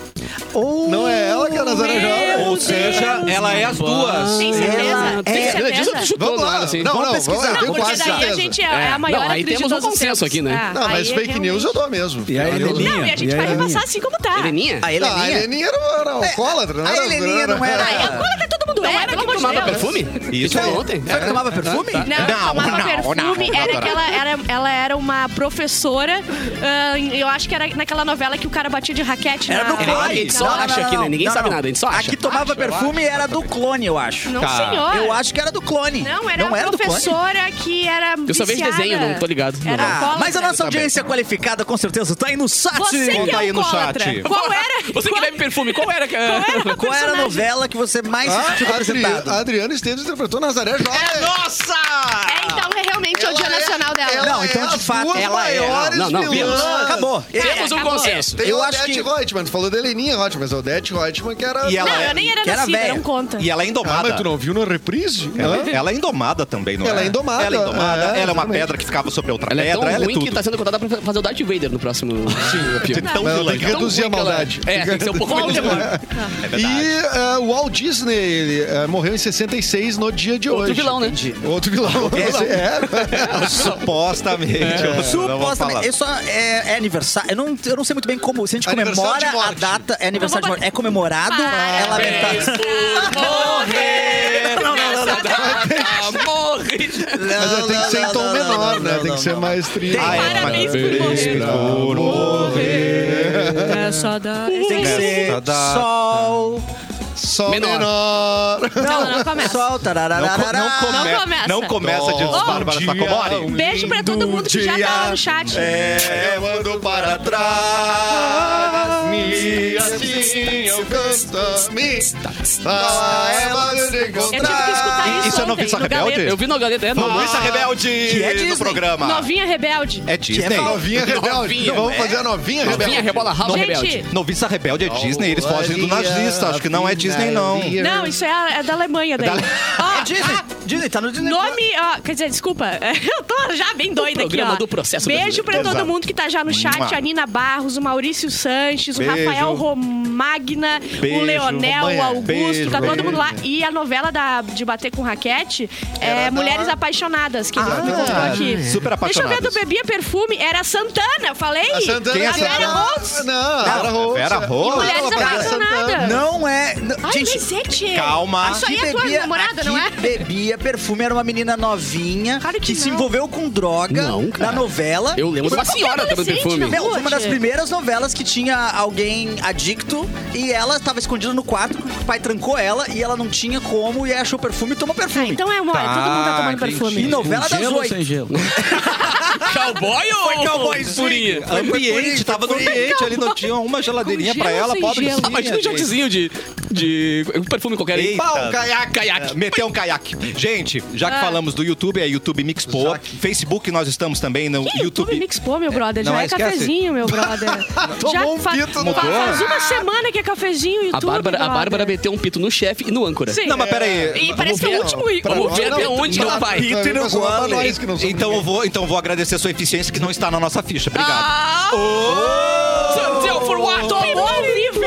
Speaker 7: Ou-
Speaker 4: Não é ela
Speaker 7: Oh.
Speaker 4: que é a Nazaré Jovem.
Speaker 1: Ou seja, ela é as duas.
Speaker 5: tem certeza?
Speaker 7: Ela
Speaker 5: Tem
Speaker 7: é-
Speaker 3: Diz
Speaker 5: certeza?
Speaker 3: eu chutou
Speaker 4: Vamos
Speaker 3: do
Speaker 4: lá.
Speaker 3: nada, assim.
Speaker 4: Não,
Speaker 3: Vamos
Speaker 4: não,
Speaker 3: pesquisar.
Speaker 4: vamos lá.
Speaker 5: Não,
Speaker 4: Eu
Speaker 5: porque
Speaker 4: quase
Speaker 5: daí a
Speaker 4: certeza.
Speaker 5: gente é, é a maior
Speaker 3: Não, aí
Speaker 5: atriz
Speaker 3: temos
Speaker 5: de
Speaker 3: um
Speaker 5: todos os
Speaker 3: consenso
Speaker 5: tempos.
Speaker 3: aqui, né?
Speaker 5: Ah,
Speaker 4: Não, mas
Speaker 5: aí
Speaker 4: fake news eu
Speaker 5: realmente-
Speaker 4: dou mesmo.
Speaker 6: E a
Speaker 4: Eu dou.
Speaker 6: Heleninha?
Speaker 5: Não, e a gente
Speaker 6: E a
Speaker 5: vai
Speaker 6: Heleninha?
Speaker 5: repassar assim como tá.
Speaker 3: Heleninha?
Speaker 7: A
Speaker 4: Não, a
Speaker 7: Ah, Heleninha?
Speaker 4: Ah,
Speaker 7: É,
Speaker 4: Heleninha era, era alcoólatra, não
Speaker 7: a
Speaker 4: era-
Speaker 7: Heleninha não
Speaker 5: Ah, é
Speaker 7: era...
Speaker 5: agora que todo mundo era, pelo amor de
Speaker 3: Tomava
Speaker 5: Deus.
Speaker 3: perfume? Isso
Speaker 4: é.
Speaker 3: falou ontem?
Speaker 7: Foi que tomava perfume?
Speaker 5: Não,
Speaker 1: Não,
Speaker 5: tomava
Speaker 1: não,
Speaker 5: perfume.
Speaker 1: não,
Speaker 5: era
Speaker 1: não,
Speaker 5: que ela era, ela era uma professora. ahn, eu acho que era naquela novela que o cara batia de raquete.
Speaker 7: Era
Speaker 5: na-
Speaker 7: do clone.
Speaker 3: A
Speaker 5: na-
Speaker 3: gente só acha aqui, né? Ninguém sabe nada, a gente só acha.
Speaker 7: Aqui tomava perfume e era do clone, eu acho.
Speaker 5: Não,
Speaker 1: Tá.
Speaker 5: senhor.
Speaker 7: Eu acho que era do clone.
Speaker 5: Não, era
Speaker 7: não
Speaker 5: uma
Speaker 7: era do clone.
Speaker 5: professora que era
Speaker 3: Eu só vejo
Speaker 5: viciada.
Speaker 3: desenho, não tô ligado.
Speaker 5: Era
Speaker 3: Não.
Speaker 7: Ah,
Speaker 5: alcoólatra.
Speaker 7: mas a nossa audiência qualificada com certeza tá aí no chat.
Speaker 5: Você que
Speaker 1: Conta
Speaker 5: é
Speaker 1: aí no
Speaker 5: alcoólatra.
Speaker 1: chat.
Speaker 5: Qual era? É,
Speaker 3: Você que
Speaker 5: qual,
Speaker 3: bebe perfume, qual era? que- é?
Speaker 5: qual era a
Speaker 7: Qual era a
Speaker 5: é personagem?
Speaker 7: novela que você mais
Speaker 4: Ah,
Speaker 7: se É sentiu
Speaker 4: a Adri-
Speaker 7: representado?
Speaker 4: a Adriana Esteves interpretou Nazaré Jovem.
Speaker 1: Nossa!
Speaker 5: É, então, é realmente o dia
Speaker 4: Ela é-
Speaker 5: nacional dela.
Speaker 4: ela
Speaker 7: Não, então,
Speaker 4: é
Speaker 7: de
Speaker 4: as
Speaker 7: fato,
Speaker 4: duas
Speaker 7: ela é.
Speaker 4: maiores
Speaker 3: Não, não, não,
Speaker 4: vilãs.
Speaker 3: Bianca.
Speaker 7: Acabou.
Speaker 5: É,
Speaker 3: Temos um
Speaker 5: acabou.
Speaker 3: consenso.
Speaker 4: Tem
Speaker 7: Eu
Speaker 4: eu a
Speaker 7: acho
Speaker 4: Odete
Speaker 7: que-
Speaker 4: Reutemann, tu falou da Heleninha Reutemann, mas a Odete Reutemann que era...
Speaker 1: E ela
Speaker 5: Não,
Speaker 1: é-
Speaker 5: eu nem era
Speaker 7: que era
Speaker 5: nascida,
Speaker 7: velha.
Speaker 5: não conta.
Speaker 1: E ela é
Speaker 4: Ah,
Speaker 1: indomada.
Speaker 4: mas tu não viu na reprise?
Speaker 1: Ela,
Speaker 4: Né?
Speaker 1: ela é indomada também, não é?
Speaker 4: Ela é indomada.
Speaker 1: Ela é indomada.
Speaker 4: É,
Speaker 1: ela é uma
Speaker 4: exatamente.
Speaker 1: pedra que ficava sobre outra
Speaker 3: Ela é tão
Speaker 1: pedra. Ela é
Speaker 3: ruim que
Speaker 1: tudo.
Speaker 3: tá sendo contada pra fazer o Darth Vader no próximo
Speaker 1: De
Speaker 3: filme.
Speaker 1: tão
Speaker 4: Mas ela
Speaker 1: vilã
Speaker 4: tem
Speaker 1: que
Speaker 4: que
Speaker 1: ela
Speaker 4: reduzir a
Speaker 3: Ruim que ela
Speaker 4: maldade.
Speaker 3: É, tem que ser um pouco menos ruim.
Speaker 1: é. É
Speaker 4: E
Speaker 1: verdade.
Speaker 4: eh, o Walt Disney ele, eh, morreu em 66 no dia de
Speaker 3: Outro
Speaker 4: hoje.
Speaker 3: vilão, né?
Speaker 4: Outro vilão. É.
Speaker 1: Supostamente. eu não vou falar.
Speaker 7: Supostamente. Eu só, é, é aniversário. Eu não, eu não sei muito bem como. Se a gente
Speaker 4: Aniversário
Speaker 7: comemora
Speaker 4: de morte.
Speaker 7: a data. É aniversário de
Speaker 5: Então vamos
Speaker 7: morte. É comemorado.
Speaker 5: Ah,
Speaker 7: é lamentável.
Speaker 1: É,
Speaker 3: Morrer! Não, não, não, não, não. Ah, Morre!
Speaker 4: Mas eh, tem que ser em tom menor, né? Tem que ser mais triste.
Speaker 1: Ah, é,
Speaker 5: Parabéns por
Speaker 1: mas-
Speaker 5: morrer.
Speaker 1: por morrer.
Speaker 5: É só da...
Speaker 7: Tem que
Speaker 1: Essa
Speaker 7: ser
Speaker 1: data.
Speaker 7: sol.
Speaker 4: Sol
Speaker 3: Menor.
Speaker 4: menor.
Speaker 5: Não, não começa.
Speaker 7: Sol,
Speaker 1: Não, co-
Speaker 7: tararararará.
Speaker 1: não, come-
Speaker 5: Não começa.
Speaker 1: não começa de
Speaker 5: Bom
Speaker 1: Bárbara
Speaker 4: dia,
Speaker 1: Sacomori.
Speaker 5: Beijo pra todo mundo que já tá lá no chat.
Speaker 1: É, eu ando para trás.
Speaker 4: E assim eu canto me Ah, é válido de
Speaker 5: Eu tive tipo que escutar
Speaker 1: E-
Speaker 3: é
Speaker 5: isso
Speaker 1: isso eu não vi
Speaker 5: ontem,
Speaker 1: só
Speaker 5: no
Speaker 1: Rebelde?
Speaker 5: Gaveta.
Speaker 3: Eu vi na galeta, é normal.
Speaker 1: Noviça Rebelde
Speaker 7: é
Speaker 1: no
Speaker 7: Disney.
Speaker 1: programa.
Speaker 5: Novinha Rebelde.
Speaker 1: É Disney. né?
Speaker 4: Novinha rebelde.
Speaker 3: Novinha,
Speaker 4: Vamos
Speaker 3: é.
Speaker 4: fazer a novinha
Speaker 3: Novinha,
Speaker 4: rebelde.
Speaker 3: rebola rabo,
Speaker 5: Gente,
Speaker 3: tipo rebelde.
Speaker 1: Noviça Rebelde é Disney, eles fogem do
Speaker 4: Olha,
Speaker 1: nazista. Acho que não é Disney, não.
Speaker 4: olha.
Speaker 5: Não, isso é, a- é da Alemanha daí. Ó,
Speaker 7: É Disney. Disney, tá no Disney.
Speaker 5: Nome, ó, quer dizer, desculpa, eu tô já bem doida aqui,
Speaker 3: programa
Speaker 5: ó.
Speaker 3: do processo
Speaker 5: Beijo pra
Speaker 1: brasileiro.
Speaker 5: todo mundo que tá já no chat,
Speaker 1: Mua.
Speaker 5: a Nina Barros, o Maurício Sanches,
Speaker 1: Beijo.
Speaker 5: o Rafael Romagna,
Speaker 1: Beijo,
Speaker 5: o Leonel,
Speaker 1: Romanha.
Speaker 5: o Augusto,
Speaker 1: Beijo,
Speaker 5: tá todo
Speaker 1: Romanha.
Speaker 5: mundo lá. E a novela da, de bater com raquete é
Speaker 4: Era da-
Speaker 5: Mulheres Apaixonadas, que ele me contou aqui.
Speaker 1: é. Super
Speaker 5: Deixa eu ver, do
Speaker 1: apaixonadas.
Speaker 5: Bebia Perfume, era a Santana, eu falei?
Speaker 4: A Santana
Speaker 1: Quem é
Speaker 5: a Vera
Speaker 4: Santana?
Speaker 5: Holtz.
Speaker 4: Não, a Vera Holtz.
Speaker 1: Vera Holtz.
Speaker 5: Mulheres
Speaker 4: Ela fazia
Speaker 5: Apaixonadas.
Speaker 4: Santana.
Speaker 7: Não é. não-
Speaker 5: Ai,
Speaker 7: gente,
Speaker 5: mas é, tchê.
Speaker 1: Calma.
Speaker 5: Isso aí
Speaker 7: que
Speaker 5: é tua
Speaker 7: bebia-
Speaker 5: namorada,
Speaker 7: a
Speaker 5: não é?
Speaker 7: que bebia perfume, era uma menina novinha
Speaker 5: Claro que
Speaker 7: se
Speaker 5: não.
Speaker 7: envolveu com droga
Speaker 3: Não, cara.
Speaker 7: na novela.
Speaker 3: Eu lembro de uma
Speaker 5: Mas qualquer
Speaker 3: senhora tomando
Speaker 5: adolescente,
Speaker 3: perfume.
Speaker 5: né?
Speaker 7: Meu, foi uma das
Speaker 5: Poxa.
Speaker 7: primeiras novelas que tinha alguém adicto e ela estava escondida no quarto, porque o pai trancou ela e ela não tinha como e aí achou perfume e tomou perfume.
Speaker 5: Então é uma, todo mundo
Speaker 3: Ah,
Speaker 5: tá tomando perfume.
Speaker 7: E novela
Speaker 6: Com
Speaker 7: das
Speaker 6: gelo ou sem
Speaker 7: oito.
Speaker 6: gelo?
Speaker 3: Cowboy ou
Speaker 7: Foi cowboyzinho.
Speaker 3: furinha?
Speaker 1: Ambiente, tava no ambiente ali, não tinha uma geladeirinha
Speaker 5: Com
Speaker 1: pra
Speaker 5: gelo
Speaker 1: ela,
Speaker 5: sem
Speaker 1: pobre.
Speaker 5: gelo.
Speaker 3: Ah, Imagina um joguezinho de, de. Um perfume qualquer aí.
Speaker 1: Eita.
Speaker 3: Pau, caiaque.
Speaker 1: É,
Speaker 3: Caiaque.
Speaker 1: Meteu um caiaque. Gente, já que
Speaker 5: Ah.
Speaker 1: falamos do YouTube, é YouTube Mixpô. Facebook, nós estamos também no
Speaker 5: Ih, YouTube,
Speaker 1: YouTube.
Speaker 5: Mix Pô, meu brother. Já
Speaker 1: não,
Speaker 5: é
Speaker 1: esquece.
Speaker 5: cafezinho, meu brother.
Speaker 4: Tomou
Speaker 5: Já
Speaker 4: um pito no
Speaker 5: Faz uma semana que é cafezinho YouTube,
Speaker 3: A Bárbara, a
Speaker 5: brother.
Speaker 3: Bárbara meteu um pit no chefe e no âncora.
Speaker 5: Sim.
Speaker 1: Não, mas peraí.
Speaker 5: E parece que é o último
Speaker 3: Pra
Speaker 5: ícone.
Speaker 3: nós, Vamos ver até onde que vai.
Speaker 4: Pito e no
Speaker 7: gole.
Speaker 1: Então eu vou, então eu vou agradecer a sua eficiência que não está Ah. na nossa ficha. Obrigado.
Speaker 3: Ah! Seu- seu furwado!
Speaker 5: Tomou ao vivo.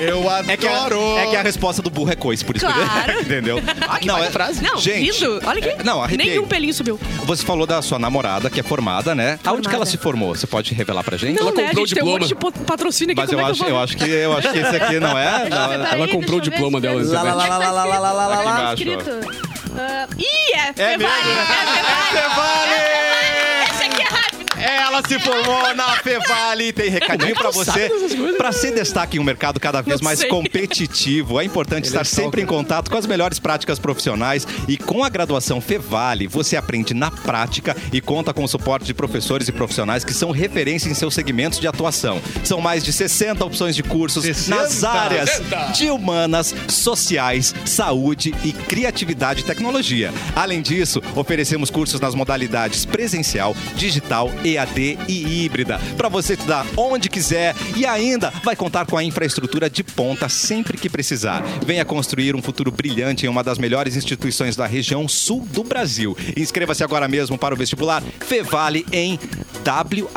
Speaker 4: Eu adoro.
Speaker 1: um É que, a, é que a resposta do burro é coisa, por isso que
Speaker 5: Claro.
Speaker 1: eu- entendeu? não, é frase.
Speaker 5: Não,
Speaker 1: gente,
Speaker 5: lindo. Olha aqui.
Speaker 1: é- não, arrepiei.
Speaker 5: Nenhum pelinho subiu.
Speaker 1: Você falou da sua namorada, que é formada, né? Aonde que ela
Speaker 5: Formada.
Speaker 1: se formou? Você pode revelar pra gente?
Speaker 5: Não,
Speaker 3: Ela
Speaker 5: né? A
Speaker 3: comprou o
Speaker 5: gente tem um
Speaker 3: diploma.
Speaker 5: monte de po- patrocínio aqui.
Speaker 1: Mas eu
Speaker 5: como é
Speaker 1: acho,
Speaker 5: que eu
Speaker 1: eu
Speaker 5: vou-
Speaker 1: acho que eu acho que esse aqui não é.
Speaker 5: Deixa eu ver,
Speaker 1: não,
Speaker 5: peraí,
Speaker 3: Ela
Speaker 5: deixa
Speaker 3: comprou o
Speaker 5: eu ver
Speaker 3: diploma
Speaker 5: se-
Speaker 3: dela na
Speaker 5: Como é que
Speaker 7: internet.
Speaker 5: tá escrito?
Speaker 7: Lá, lá, lá, lá, lá, lá, lá,
Speaker 1: lá.
Speaker 5: Tá escrito. Ah, Ih, é
Speaker 1: É
Speaker 5: Fevale. É Fevale.
Speaker 1: Fevale!
Speaker 5: Esse aqui é rápido.
Speaker 1: Ela se formou na Fevale. Tem recadinho
Speaker 5: é
Speaker 1: pra você. Pra ser destaque em um mercado cada vez
Speaker 5: Não
Speaker 1: mais
Speaker 5: sei.
Speaker 1: competitivo, é importante estar sempre em
Speaker 5: né?
Speaker 1: contato com as melhores práticas profissionais. E com a graduação Fevale, você aprende na prática e conta com o suporte de professores e profissionais que são referência em seus segmentos de atuação. São mais de 60 opções de cursos nas
Speaker 4: 60?
Speaker 1: áreas de humanas, sociais, saúde e criatividade e tecnologia. Além disso, oferecemos cursos nas modalidades presencial, digital, EAD e híbrida, para você estudar onde quiser e ainda vai contar com a infraestrutura de ponta sempre que precisar. Venha construir um futuro brilhante em uma das melhores instituições da região sul do Brasil. Inscreva-se agora mesmo para o vestibular Fevale em WAY,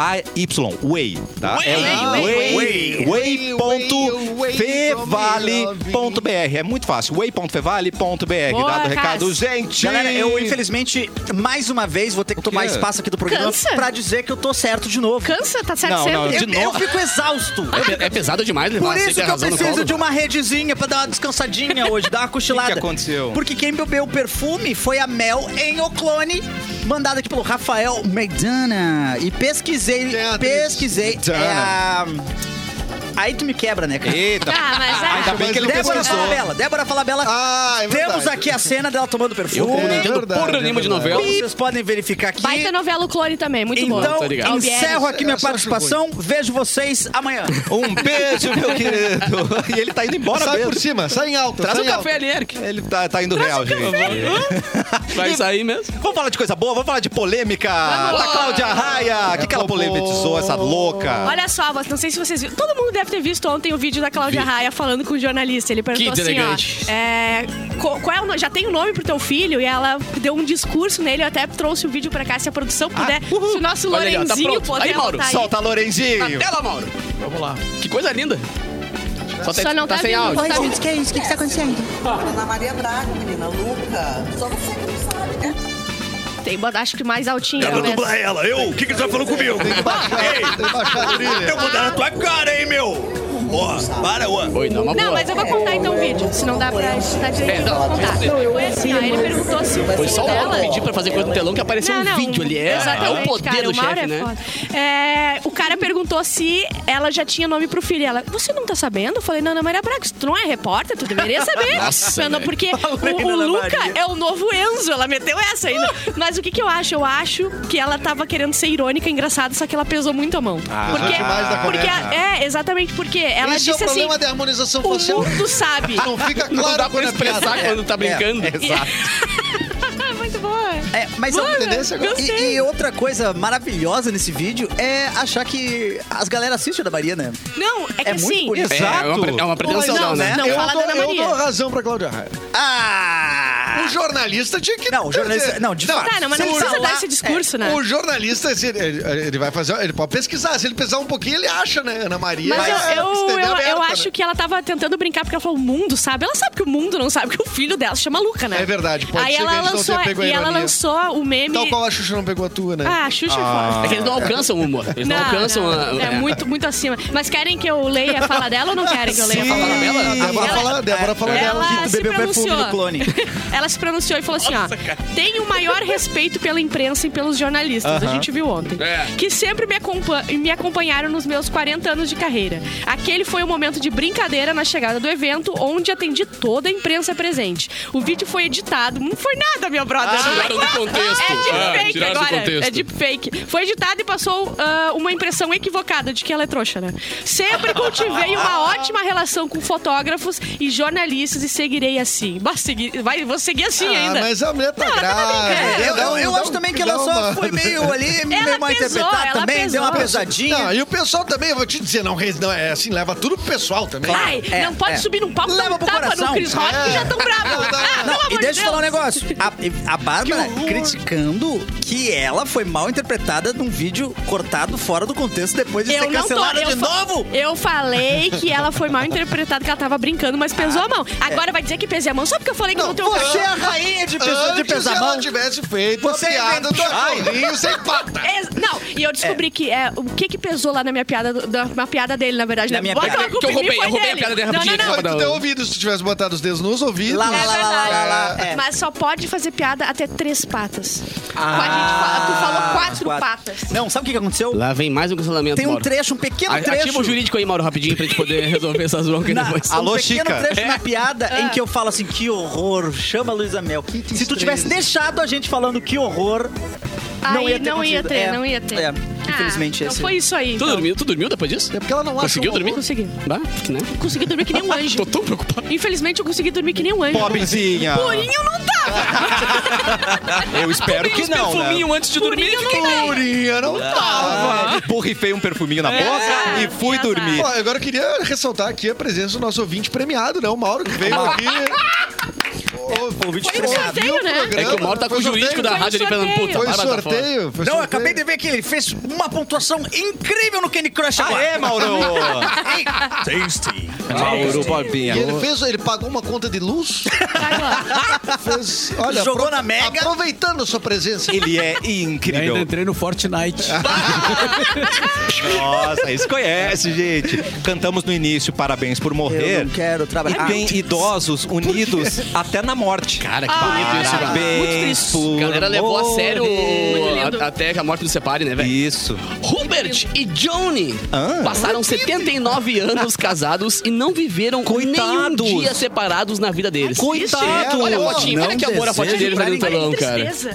Speaker 1: Way, tá? É
Speaker 5: Way,
Speaker 1: Way,
Speaker 5: way,
Speaker 1: way, way.fevale.br. É muito fácil. way.fevale.br.
Speaker 5: Boa,
Speaker 1: Dado o
Speaker 5: Cássio.
Speaker 1: recado, gente.
Speaker 7: Galera, eu infelizmente, mais uma vez, vou ter que tomar
Speaker 1: quê?
Speaker 7: espaço aqui do programa
Speaker 5: Cansa?
Speaker 7: pra dizer que eu tô certo de novo.
Speaker 5: Cansa, tá certo
Speaker 1: Não,
Speaker 5: sempre.
Speaker 1: não, de
Speaker 7: Eu, eu
Speaker 1: novo.
Speaker 7: fico exausto.
Speaker 3: É, pe- é pesado demais levar
Speaker 7: Por isso
Speaker 3: sempre
Speaker 7: que
Speaker 3: a
Speaker 7: eu
Speaker 3: razão no colo,
Speaker 7: preciso de
Speaker 3: velho.
Speaker 7: uma redezinha pra dar uma descansadinha hoje, dar uma cochilada.
Speaker 1: que aconteceu?
Speaker 7: Porque quem bebeu o perfume foi a Mel em Oclone, mandada aqui pelo Rafael Medana. E pesquisei,
Speaker 4: Quem é a atriz?
Speaker 7: pesquisei.
Speaker 1: Maidana.
Speaker 7: É a... Aí tu me quebra, né, cara?
Speaker 1: Eita.
Speaker 5: Ah, mas é.
Speaker 1: Ainda bem que ele
Speaker 7: Débora
Speaker 1: pesquisou.
Speaker 7: Falabella, Débora Falabella.
Speaker 4: Ah, é verdade.
Speaker 7: Temos aqui a cena dela tomando perfume.
Speaker 3: Eu, como não
Speaker 4: É
Speaker 3: entendo
Speaker 4: verdade,
Speaker 3: porra
Speaker 4: é
Speaker 3: nenhuma de
Speaker 4: verdade.
Speaker 3: novela,
Speaker 7: Vocês podem verificar aqui.
Speaker 5: Baita novela o clone também, muito bom.
Speaker 7: Então,
Speaker 3: Tá ligado.
Speaker 7: encerro aqui minha
Speaker 4: Eu só acho
Speaker 7: participação. Vejo vocês amanhã.
Speaker 1: Um beijo, meu querido. E ele tá indo embora
Speaker 4: Sai
Speaker 1: mesmo.
Speaker 4: por cima, sai em alta.
Speaker 3: traz
Speaker 4: sai
Speaker 3: um
Speaker 4: em
Speaker 3: café
Speaker 4: alta.
Speaker 3: ali, Eric.
Speaker 1: Ele tá, tá indo
Speaker 5: um
Speaker 1: real, gente.
Speaker 3: Vai sair mesmo.
Speaker 1: Vamos falar de coisa boa, vamos falar de polêmica.
Speaker 5: Vamos
Speaker 1: Da
Speaker 5: lá.
Speaker 1: Cláudia Raia. O que, que ela polemizou, essa louca?
Speaker 5: Olha só, você- não sei se vocês viram. Todo mundo deve ter visto ontem o vídeo da Cláudia Raia falando com o jornalista. Ele perguntou
Speaker 3: Que
Speaker 5: assim,
Speaker 3: deselegante.
Speaker 5: ó. é, co- qual é o no- já tem o nome pro teu filho? E ela deu um discurso nele, eu até trouxe o vídeo pra cá, se a produção puder. se o nosso
Speaker 3: Ah, Olha aí, ó, tá
Speaker 5: Lorenzinho
Speaker 3: pronto.
Speaker 5: puder
Speaker 3: Aí, Mauro,
Speaker 5: botar aí.
Speaker 1: Solta, Lorenzinho.
Speaker 3: Tela, Mauro. Vamos lá. Que coisa linda. Só,
Speaker 5: Só não tá
Speaker 3: sem
Speaker 5: vindo.
Speaker 3: áudio.
Speaker 5: Tá
Speaker 8: Oi,
Speaker 5: bom.
Speaker 8: gente, que é isso? O que, que tá acontecendo?
Speaker 9: Ana Maria Braga, menina Luca. Só você que não sabe, né?
Speaker 5: Tem, bota- acho que mais altinho. né? talvez.
Speaker 10: ela, eu? O que, que você tá falando comigo?
Speaker 1: Um
Speaker 4: Tem que baixar a trilha.
Speaker 10: Eu vou dar na tua cara, hein, meu? Ó, para, ó.
Speaker 3: Oi, não, uma
Speaker 5: Não,
Speaker 3: boa.
Speaker 5: mas eu vou contar então o vídeo, se não dá pra estar direito,
Speaker 3: É,
Speaker 5: eu vou contar. Foi assim, ó, ele perguntou se o
Speaker 3: Foi
Speaker 5: filho
Speaker 3: só o Mauro
Speaker 5: dela...
Speaker 3: pedir pra fazer coisa no telão que apareceu um vídeo ali. É, é
Speaker 5: Exatamente,
Speaker 3: o poder
Speaker 5: cara,
Speaker 3: do
Speaker 5: o Mauro
Speaker 3: chefe,
Speaker 5: é
Speaker 3: né?
Speaker 5: foda. É, o cara perguntou se ela já tinha nome pro filho. Ela, você não tá sabendo? Eu falei, não, Ana Maria Braga, se tu não é repórter, tu deveria saber.
Speaker 3: Nossa,
Speaker 5: Eu não-
Speaker 3: velho.
Speaker 5: porque
Speaker 7: Falei
Speaker 5: o,
Speaker 7: da
Speaker 5: o
Speaker 7: Ana
Speaker 5: Luca
Speaker 7: Maria.
Speaker 5: é o novo Enzo, ela meteu essa ainda. Mas o que que eu acho? Eu acho que ela tava querendo ser irônica, engraçada, só que ela pesou muito a mão. porque,
Speaker 4: demais da
Speaker 5: porque
Speaker 4: comédia.
Speaker 5: É, exatamente, porque ela
Speaker 4: Esse é o
Speaker 5: disse assim,
Speaker 4: problema da harmonização
Speaker 5: o
Speaker 4: facial.
Speaker 5: mundo sabe.
Speaker 4: Não fica
Speaker 3: Não
Speaker 4: claro
Speaker 3: dá pra
Speaker 4: quando é
Speaker 3: expressar
Speaker 4: piada.
Speaker 3: quando tá brincando.
Speaker 5: Muito boa.
Speaker 7: É, mas
Speaker 5: Mano,
Speaker 7: eu-
Speaker 4: tendência agora.
Speaker 7: E, e outra coisa maravilhosa nesse vídeo é achar que as galera assistem a da Maria, né?
Speaker 5: Não, é que
Speaker 7: É muito
Speaker 5: assim...
Speaker 7: bonito.
Speaker 3: É, é uma, pre- é uma pretensão,
Speaker 5: Não,
Speaker 3: né?
Speaker 5: não,
Speaker 4: eu,
Speaker 5: fala
Speaker 4: dou,
Speaker 5: da Ana
Speaker 4: eu
Speaker 5: Maria.
Speaker 4: dou razão pra Cláudia Raia.
Speaker 7: Ah!
Speaker 4: O jornalista tinha que.
Speaker 7: Não, o jornalista-
Speaker 4: dizer-
Speaker 7: não, de fato.
Speaker 5: Um Tá, não, mas não
Speaker 7: Se
Speaker 5: precisa
Speaker 7: falar-
Speaker 5: dar esse discurso, né?
Speaker 4: O jornalista, assim, ele, ele vai fazer. Ele pode pesquisar. Se ele pesquisar um pouquinho, ele acha, né, Ana Maria?
Speaker 5: Mas
Speaker 4: É,
Speaker 5: eu, eu,
Speaker 4: estender
Speaker 5: eu,
Speaker 4: aberta,
Speaker 5: eu
Speaker 4: né?
Speaker 5: acho que ela tava tentando brincar, porque ela falou, o mundo sabe. Ela sabe que o mundo não sabe que o filho dela se chama Luca, né?
Speaker 4: É verdade, pode
Speaker 5: Aí
Speaker 4: ser que
Speaker 5: ela
Speaker 4: eles não
Speaker 5: lançou,
Speaker 4: tenham pego a
Speaker 5: E ela
Speaker 4: ironia.
Speaker 5: lançou o meme...
Speaker 4: Tal Então, qual a Xuxa não pegou a tua, né?
Speaker 5: Ah, a Xuxa é foda.
Speaker 3: É que eles não alcançam o humor. Eles não, alcançam
Speaker 5: não,
Speaker 3: a-
Speaker 5: não. É muito, muito acima. Mas querem que eu leia a fala dela ou não querem que
Speaker 7: É.
Speaker 5: eu leia a fala
Speaker 3: Fala
Speaker 5: dela?
Speaker 3: dela.
Speaker 4: A Débora
Speaker 5: né? ela-
Speaker 4: fala, a Débora fala dela.
Speaker 5: Ela
Speaker 7: que tu
Speaker 5: se
Speaker 7: bebeu perfume
Speaker 5: pronunciou.
Speaker 7: do clone.
Speaker 5: ela se pronunciou e falou assim, ó. Tenho o maior respeito pela imprensa e pelos jornalistas. A gente viu ontem.
Speaker 3: É.
Speaker 5: Que sempre me, acompa- me acompanharam nos meus 40 anos de carreira. Aquele foi o momento de brincadeira na chegada do evento, onde atendi toda a imprensa presente. O vídeo foi editado. Não foi nada, meu brother.
Speaker 7: Ah,
Speaker 5: Não foi
Speaker 3: tiraram do contexto.
Speaker 5: é
Speaker 3: Ah,
Speaker 5: deepfake
Speaker 3: tiraram do
Speaker 5: agora.
Speaker 3: contexto.
Speaker 5: É deepfake. Foi editado e passou ah, uma impressão equivocada de que ela é trouxa, né? Sempre cultivei uma ótima relação com fotógrafos e jornalistas e seguirei assim. Bah, segui- vai, vou seguir assim
Speaker 4: Ah,
Speaker 5: ainda.
Speaker 4: mas a mulher tá grávida.
Speaker 7: Eu,
Speaker 4: dá
Speaker 7: eu-
Speaker 4: um-
Speaker 7: eu
Speaker 4: dá
Speaker 7: acho
Speaker 4: um-
Speaker 7: também que
Speaker 4: dá
Speaker 7: ela só
Speaker 4: uma-
Speaker 7: foi meio ali,
Speaker 5: É.
Speaker 7: meio
Speaker 5: Ela
Speaker 7: mal
Speaker 5: pesou,
Speaker 7: interpretada
Speaker 5: ela
Speaker 7: também, deu uma
Speaker 5: pesou.
Speaker 7: pesadinha.
Speaker 4: Não, e o pessoal também, eu vou te dizer, não, re- não é assim, leva tudo pro pessoal também.
Speaker 5: Ai,
Speaker 7: É,
Speaker 5: não pode
Speaker 7: é.
Speaker 5: subir num palco
Speaker 7: Leva
Speaker 5: dar um
Speaker 7: pro
Speaker 5: tapa
Speaker 7: coração. É.
Speaker 5: no Chris Rock que já tão bravo. Ah, pelo
Speaker 7: Não,
Speaker 5: amor
Speaker 7: e
Speaker 5: de
Speaker 7: deixa eu falar um
Speaker 5: Deus.
Speaker 7: negócio. A, a Bárbara criticando que ela foi mal interpretada num vídeo cortado fora do contexto depois de
Speaker 5: Eu
Speaker 7: ser
Speaker 5: não tô.
Speaker 7: cancelada
Speaker 5: eu
Speaker 7: de
Speaker 5: fa-
Speaker 7: novo.
Speaker 5: Eu falei que ela foi mal interpretada, que ela tava brincando, mas pesou a mão. Agora vai dizer que pesei a mão só porque eu falei que não, não tem um
Speaker 7: É. Você é a rainha de, pessoa, de
Speaker 4: Antes
Speaker 7: pesar
Speaker 4: ela
Speaker 7: mal.
Speaker 4: tivesse feito a
Speaker 7: Você
Speaker 4: piada do
Speaker 7: inventou.
Speaker 4: cachorrinho sem pata.
Speaker 5: Ex- Não, e eu descobri que é, o que que pesou lá na minha piada, do- da, na piada dele, na verdade.
Speaker 7: Na
Speaker 5: né?
Speaker 7: minha
Speaker 5: Bota
Speaker 7: piada
Speaker 5: a culpa
Speaker 3: que eu
Speaker 5: em mim,
Speaker 3: roubei,
Speaker 5: foi
Speaker 3: eu roubei a
Speaker 5: dele.
Speaker 3: piada dele rapidinho,
Speaker 5: Não, não,
Speaker 3: que
Speaker 5: não.
Speaker 3: eu
Speaker 4: Foi
Speaker 3: Não.
Speaker 4: tu ter ouvido se tivesse botado os dedos nos ouvidos.
Speaker 7: Lá,
Speaker 5: É
Speaker 7: lá, lá, lá, lá, lá, lá.
Speaker 5: verdade.
Speaker 7: É.
Speaker 5: Mas só pode fazer piada até três patas.
Speaker 7: Ah,
Speaker 5: a gente fala, tu falou quatro,
Speaker 7: quatro.
Speaker 5: patas.
Speaker 7: Não, sabe o que que aconteceu?
Speaker 3: Lá vem mais um cancelamento,
Speaker 7: Tem um
Speaker 3: Mauro.
Speaker 7: trecho, um pequeno
Speaker 3: A- Ativa o
Speaker 7: trecho.
Speaker 3: jurídico aí, Mauro, rapidinho, pra gente poder resolver essas broncas
Speaker 7: Na,
Speaker 3: depois.
Speaker 1: Alô,
Speaker 7: um pequeno
Speaker 1: Chica.
Speaker 7: trecho na piada
Speaker 5: Ah.
Speaker 7: em que eu falo assim, que horror, chama a Luísa Mel. Se tu tivesse deixado a gente falando que horror, não
Speaker 5: Aí
Speaker 7: ia ter
Speaker 5: não ia
Speaker 7: acontecido.
Speaker 5: ter,
Speaker 7: É,
Speaker 5: não ia ter.
Speaker 7: é.
Speaker 5: Ah,
Speaker 7: Infelizmente,
Speaker 5: Então
Speaker 7: esse-
Speaker 5: foi isso aí.
Speaker 3: Tu
Speaker 5: então.
Speaker 3: dormiu? Tu dormiu depois disso?
Speaker 4: É porque ela não acha
Speaker 3: Conseguiu
Speaker 4: um
Speaker 3: dormir?
Speaker 5: Consegui.
Speaker 3: Bah, né?
Speaker 5: Consegui dormir que nem um anjo.
Speaker 3: Tô tão preocupado.
Speaker 5: Infelizmente, eu consegui dormir que nem um anjo.
Speaker 1: Pobrezinha.
Speaker 5: Purinho não tá,
Speaker 7: Ah,
Speaker 5: tava.
Speaker 1: Eu espero que não, né? Tá,
Speaker 3: perfuminho antes de dormir.
Speaker 5: Purinho
Speaker 7: um
Speaker 3: fiquei-
Speaker 5: não tá. tava.
Speaker 4: Purinha, não tá. tava.
Speaker 1: Borrifei um perfuminho na
Speaker 5: É,
Speaker 1: boca e fui
Speaker 5: que
Speaker 1: dormir.
Speaker 4: Ó, agora eu queria ressaltar aqui a presença do nosso ouvinte premiado, né? O Mauro que veio aqui. O ouvinte
Speaker 5: Foi um sorteio, né?
Speaker 3: É que o Mauro tá com o jurídico da
Speaker 5: Foi
Speaker 3: rádio ali pensando,
Speaker 5: sorteio.
Speaker 3: puta,
Speaker 4: Foi
Speaker 3: vai lá, tá fora.
Speaker 4: sorteio. Foi
Speaker 7: Não, é eu
Speaker 4: sorteio.
Speaker 7: acabei de ver que ele fez uma pontuação incrível no Candy Crush agora.
Speaker 1: Aê, Mauro!
Speaker 10: Tasty.
Speaker 1: Mauro Bobinha.
Speaker 4: E ele fez, ele pagou uma conta de luz, fez, olha,
Speaker 7: Jogou na Mega.
Speaker 4: aproveitando a sua presença.
Speaker 1: Ele é
Speaker 6: E ainda
Speaker 1: incrível.
Speaker 6: entrei no Fortnite.
Speaker 1: Nossa, isso conhece, gente. Cantamos no início Parabéns por Morrer.
Speaker 7: Eu não quero
Speaker 1: E
Speaker 7: trabalhar.
Speaker 1: tem idosos unidos até na morte.
Speaker 3: Cara, que bonito isso, cara.
Speaker 1: Parabéns por
Speaker 3: A galera levou a sério
Speaker 1: morrer.
Speaker 3: a- até que a morte nos separe, né, velho?
Speaker 1: Isso.
Speaker 3: Robert e Johnny
Speaker 1: Ah.
Speaker 3: passaram 79 anos casados e não viveram
Speaker 1: Coitados.
Speaker 3: nenhum dia separados na vida deles.
Speaker 7: Ah, é
Speaker 1: Coitados.
Speaker 3: Olha a fotinha,
Speaker 1: Não
Speaker 3: olha que amor a fotinha
Speaker 1: desejo
Speaker 3: deles ali no
Speaker 1: pra
Speaker 3: telão, cara.
Speaker 5: Tristeza.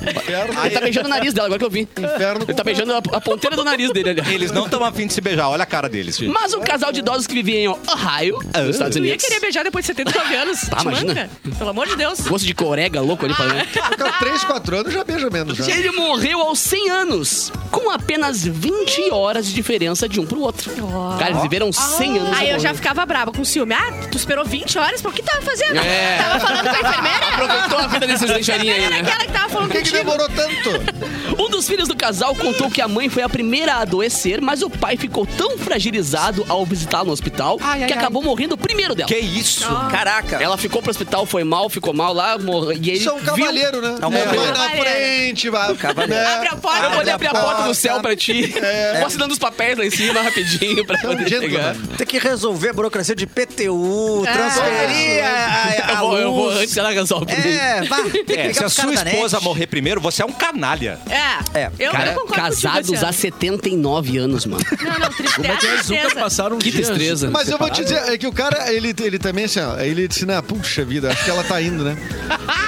Speaker 3: Ele tá beijando o nariz dela, agora que eu vi.
Speaker 4: Inferno
Speaker 3: Ele tá beijando a, a ponteira do nariz dele ali.
Speaker 1: tá- Eles não estão afim de se beijar, olha a cara deles. gente.
Speaker 3: Mas um casal de idosos que vivia em Ohio, nos Estados
Speaker 5: Eu ia
Speaker 3: Unidos.
Speaker 5: querer beijar depois de 79 anos.
Speaker 3: Ah,
Speaker 5: Te
Speaker 3: imagina.
Speaker 5: manca? Pelo amor de Deus.
Speaker 3: Gosto de corega louco ali pra dentro.
Speaker 4: Fica 3, 4 anos já beija menos. né? Já.
Speaker 3: Ele morreu aos 100 anos, com apenas 20 horas de diferença de um pro outro. Cara, eles viveram 100 anos.
Speaker 5: Aí eu já
Speaker 3: morreram.
Speaker 5: ficava brava com ciúme. Ah, tu esperou 20 horas? Pô, o que tava fazendo?
Speaker 3: É.
Speaker 5: Tava falando com a enfermeira?
Speaker 3: Aproveitou a vida desses deixarinhos aí,
Speaker 5: Era
Speaker 3: né?
Speaker 5: aquela que tava falando
Speaker 4: Por que, que
Speaker 5: contigo.
Speaker 4: demorou tanto?
Speaker 3: Um dos filhos do casal contou que a mãe foi a primeira a adoecer, mas o pai ficou tão fragilizado ao visitá-lo no hospital que acabou morrendo primeiro dela.
Speaker 1: Que isso?
Speaker 7: Caraca.
Speaker 3: Ela ficou pro hospital, foi mal, ficou mal lá, morreu. E ele
Speaker 4: Isso é um
Speaker 3: viu-
Speaker 4: cavalheiro, né?
Speaker 7: um
Speaker 4: É, vai
Speaker 7: cavaleiro.
Speaker 4: na frente, vai. Né?
Speaker 5: Abre a porta.
Speaker 3: Eu vou abrir a porta do
Speaker 4: porta.
Speaker 3: céu pra ti. Posso ir dando os papéis lá em cima rapidinho pra
Speaker 4: É. um
Speaker 3: poder
Speaker 4: gentleman.
Speaker 3: chegar.
Speaker 7: Tem que resolver a burocracia de PTU,
Speaker 5: Ah.
Speaker 7: transferir a, a,
Speaker 3: Eu
Speaker 7: a
Speaker 3: vou, eu vou
Speaker 7: luz.
Speaker 3: antes, ela resolve.
Speaker 7: É, vá. Tem que
Speaker 1: É,
Speaker 7: ligar
Speaker 1: se a
Speaker 7: pros
Speaker 1: sua
Speaker 7: caras da
Speaker 1: esposa
Speaker 7: net.
Speaker 1: morrer primeiro, você é um canalha.
Speaker 5: É.
Speaker 7: É.
Speaker 5: Eu
Speaker 3: Cara,
Speaker 5: não concordo
Speaker 3: casados
Speaker 5: contigo,
Speaker 3: há 79 anos, mano.
Speaker 5: Luciano. Não, não, tristeza.
Speaker 6: Como é que eles nunca
Speaker 5: tristeza.
Speaker 6: passaram um
Speaker 3: Que
Speaker 6: dia
Speaker 3: tristeza.
Speaker 4: Mas eu vou te dizer, é que o cara, ele, ele também, assim, ó, ele disse, né, puxa vida, acho que ela tá indo, né?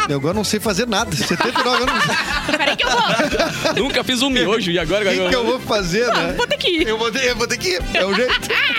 Speaker 4: Eu agora não sei fazer nada, 79 anos,
Speaker 5: Peraí que eu vou.
Speaker 3: Nunca fiz um miojo e agora...
Speaker 4: o que, que eu vou fazer, né?
Speaker 5: Vou ter que ir.
Speaker 4: Eu vou ter, eu vou ter que ir, é o jeito.
Speaker 1: Ai,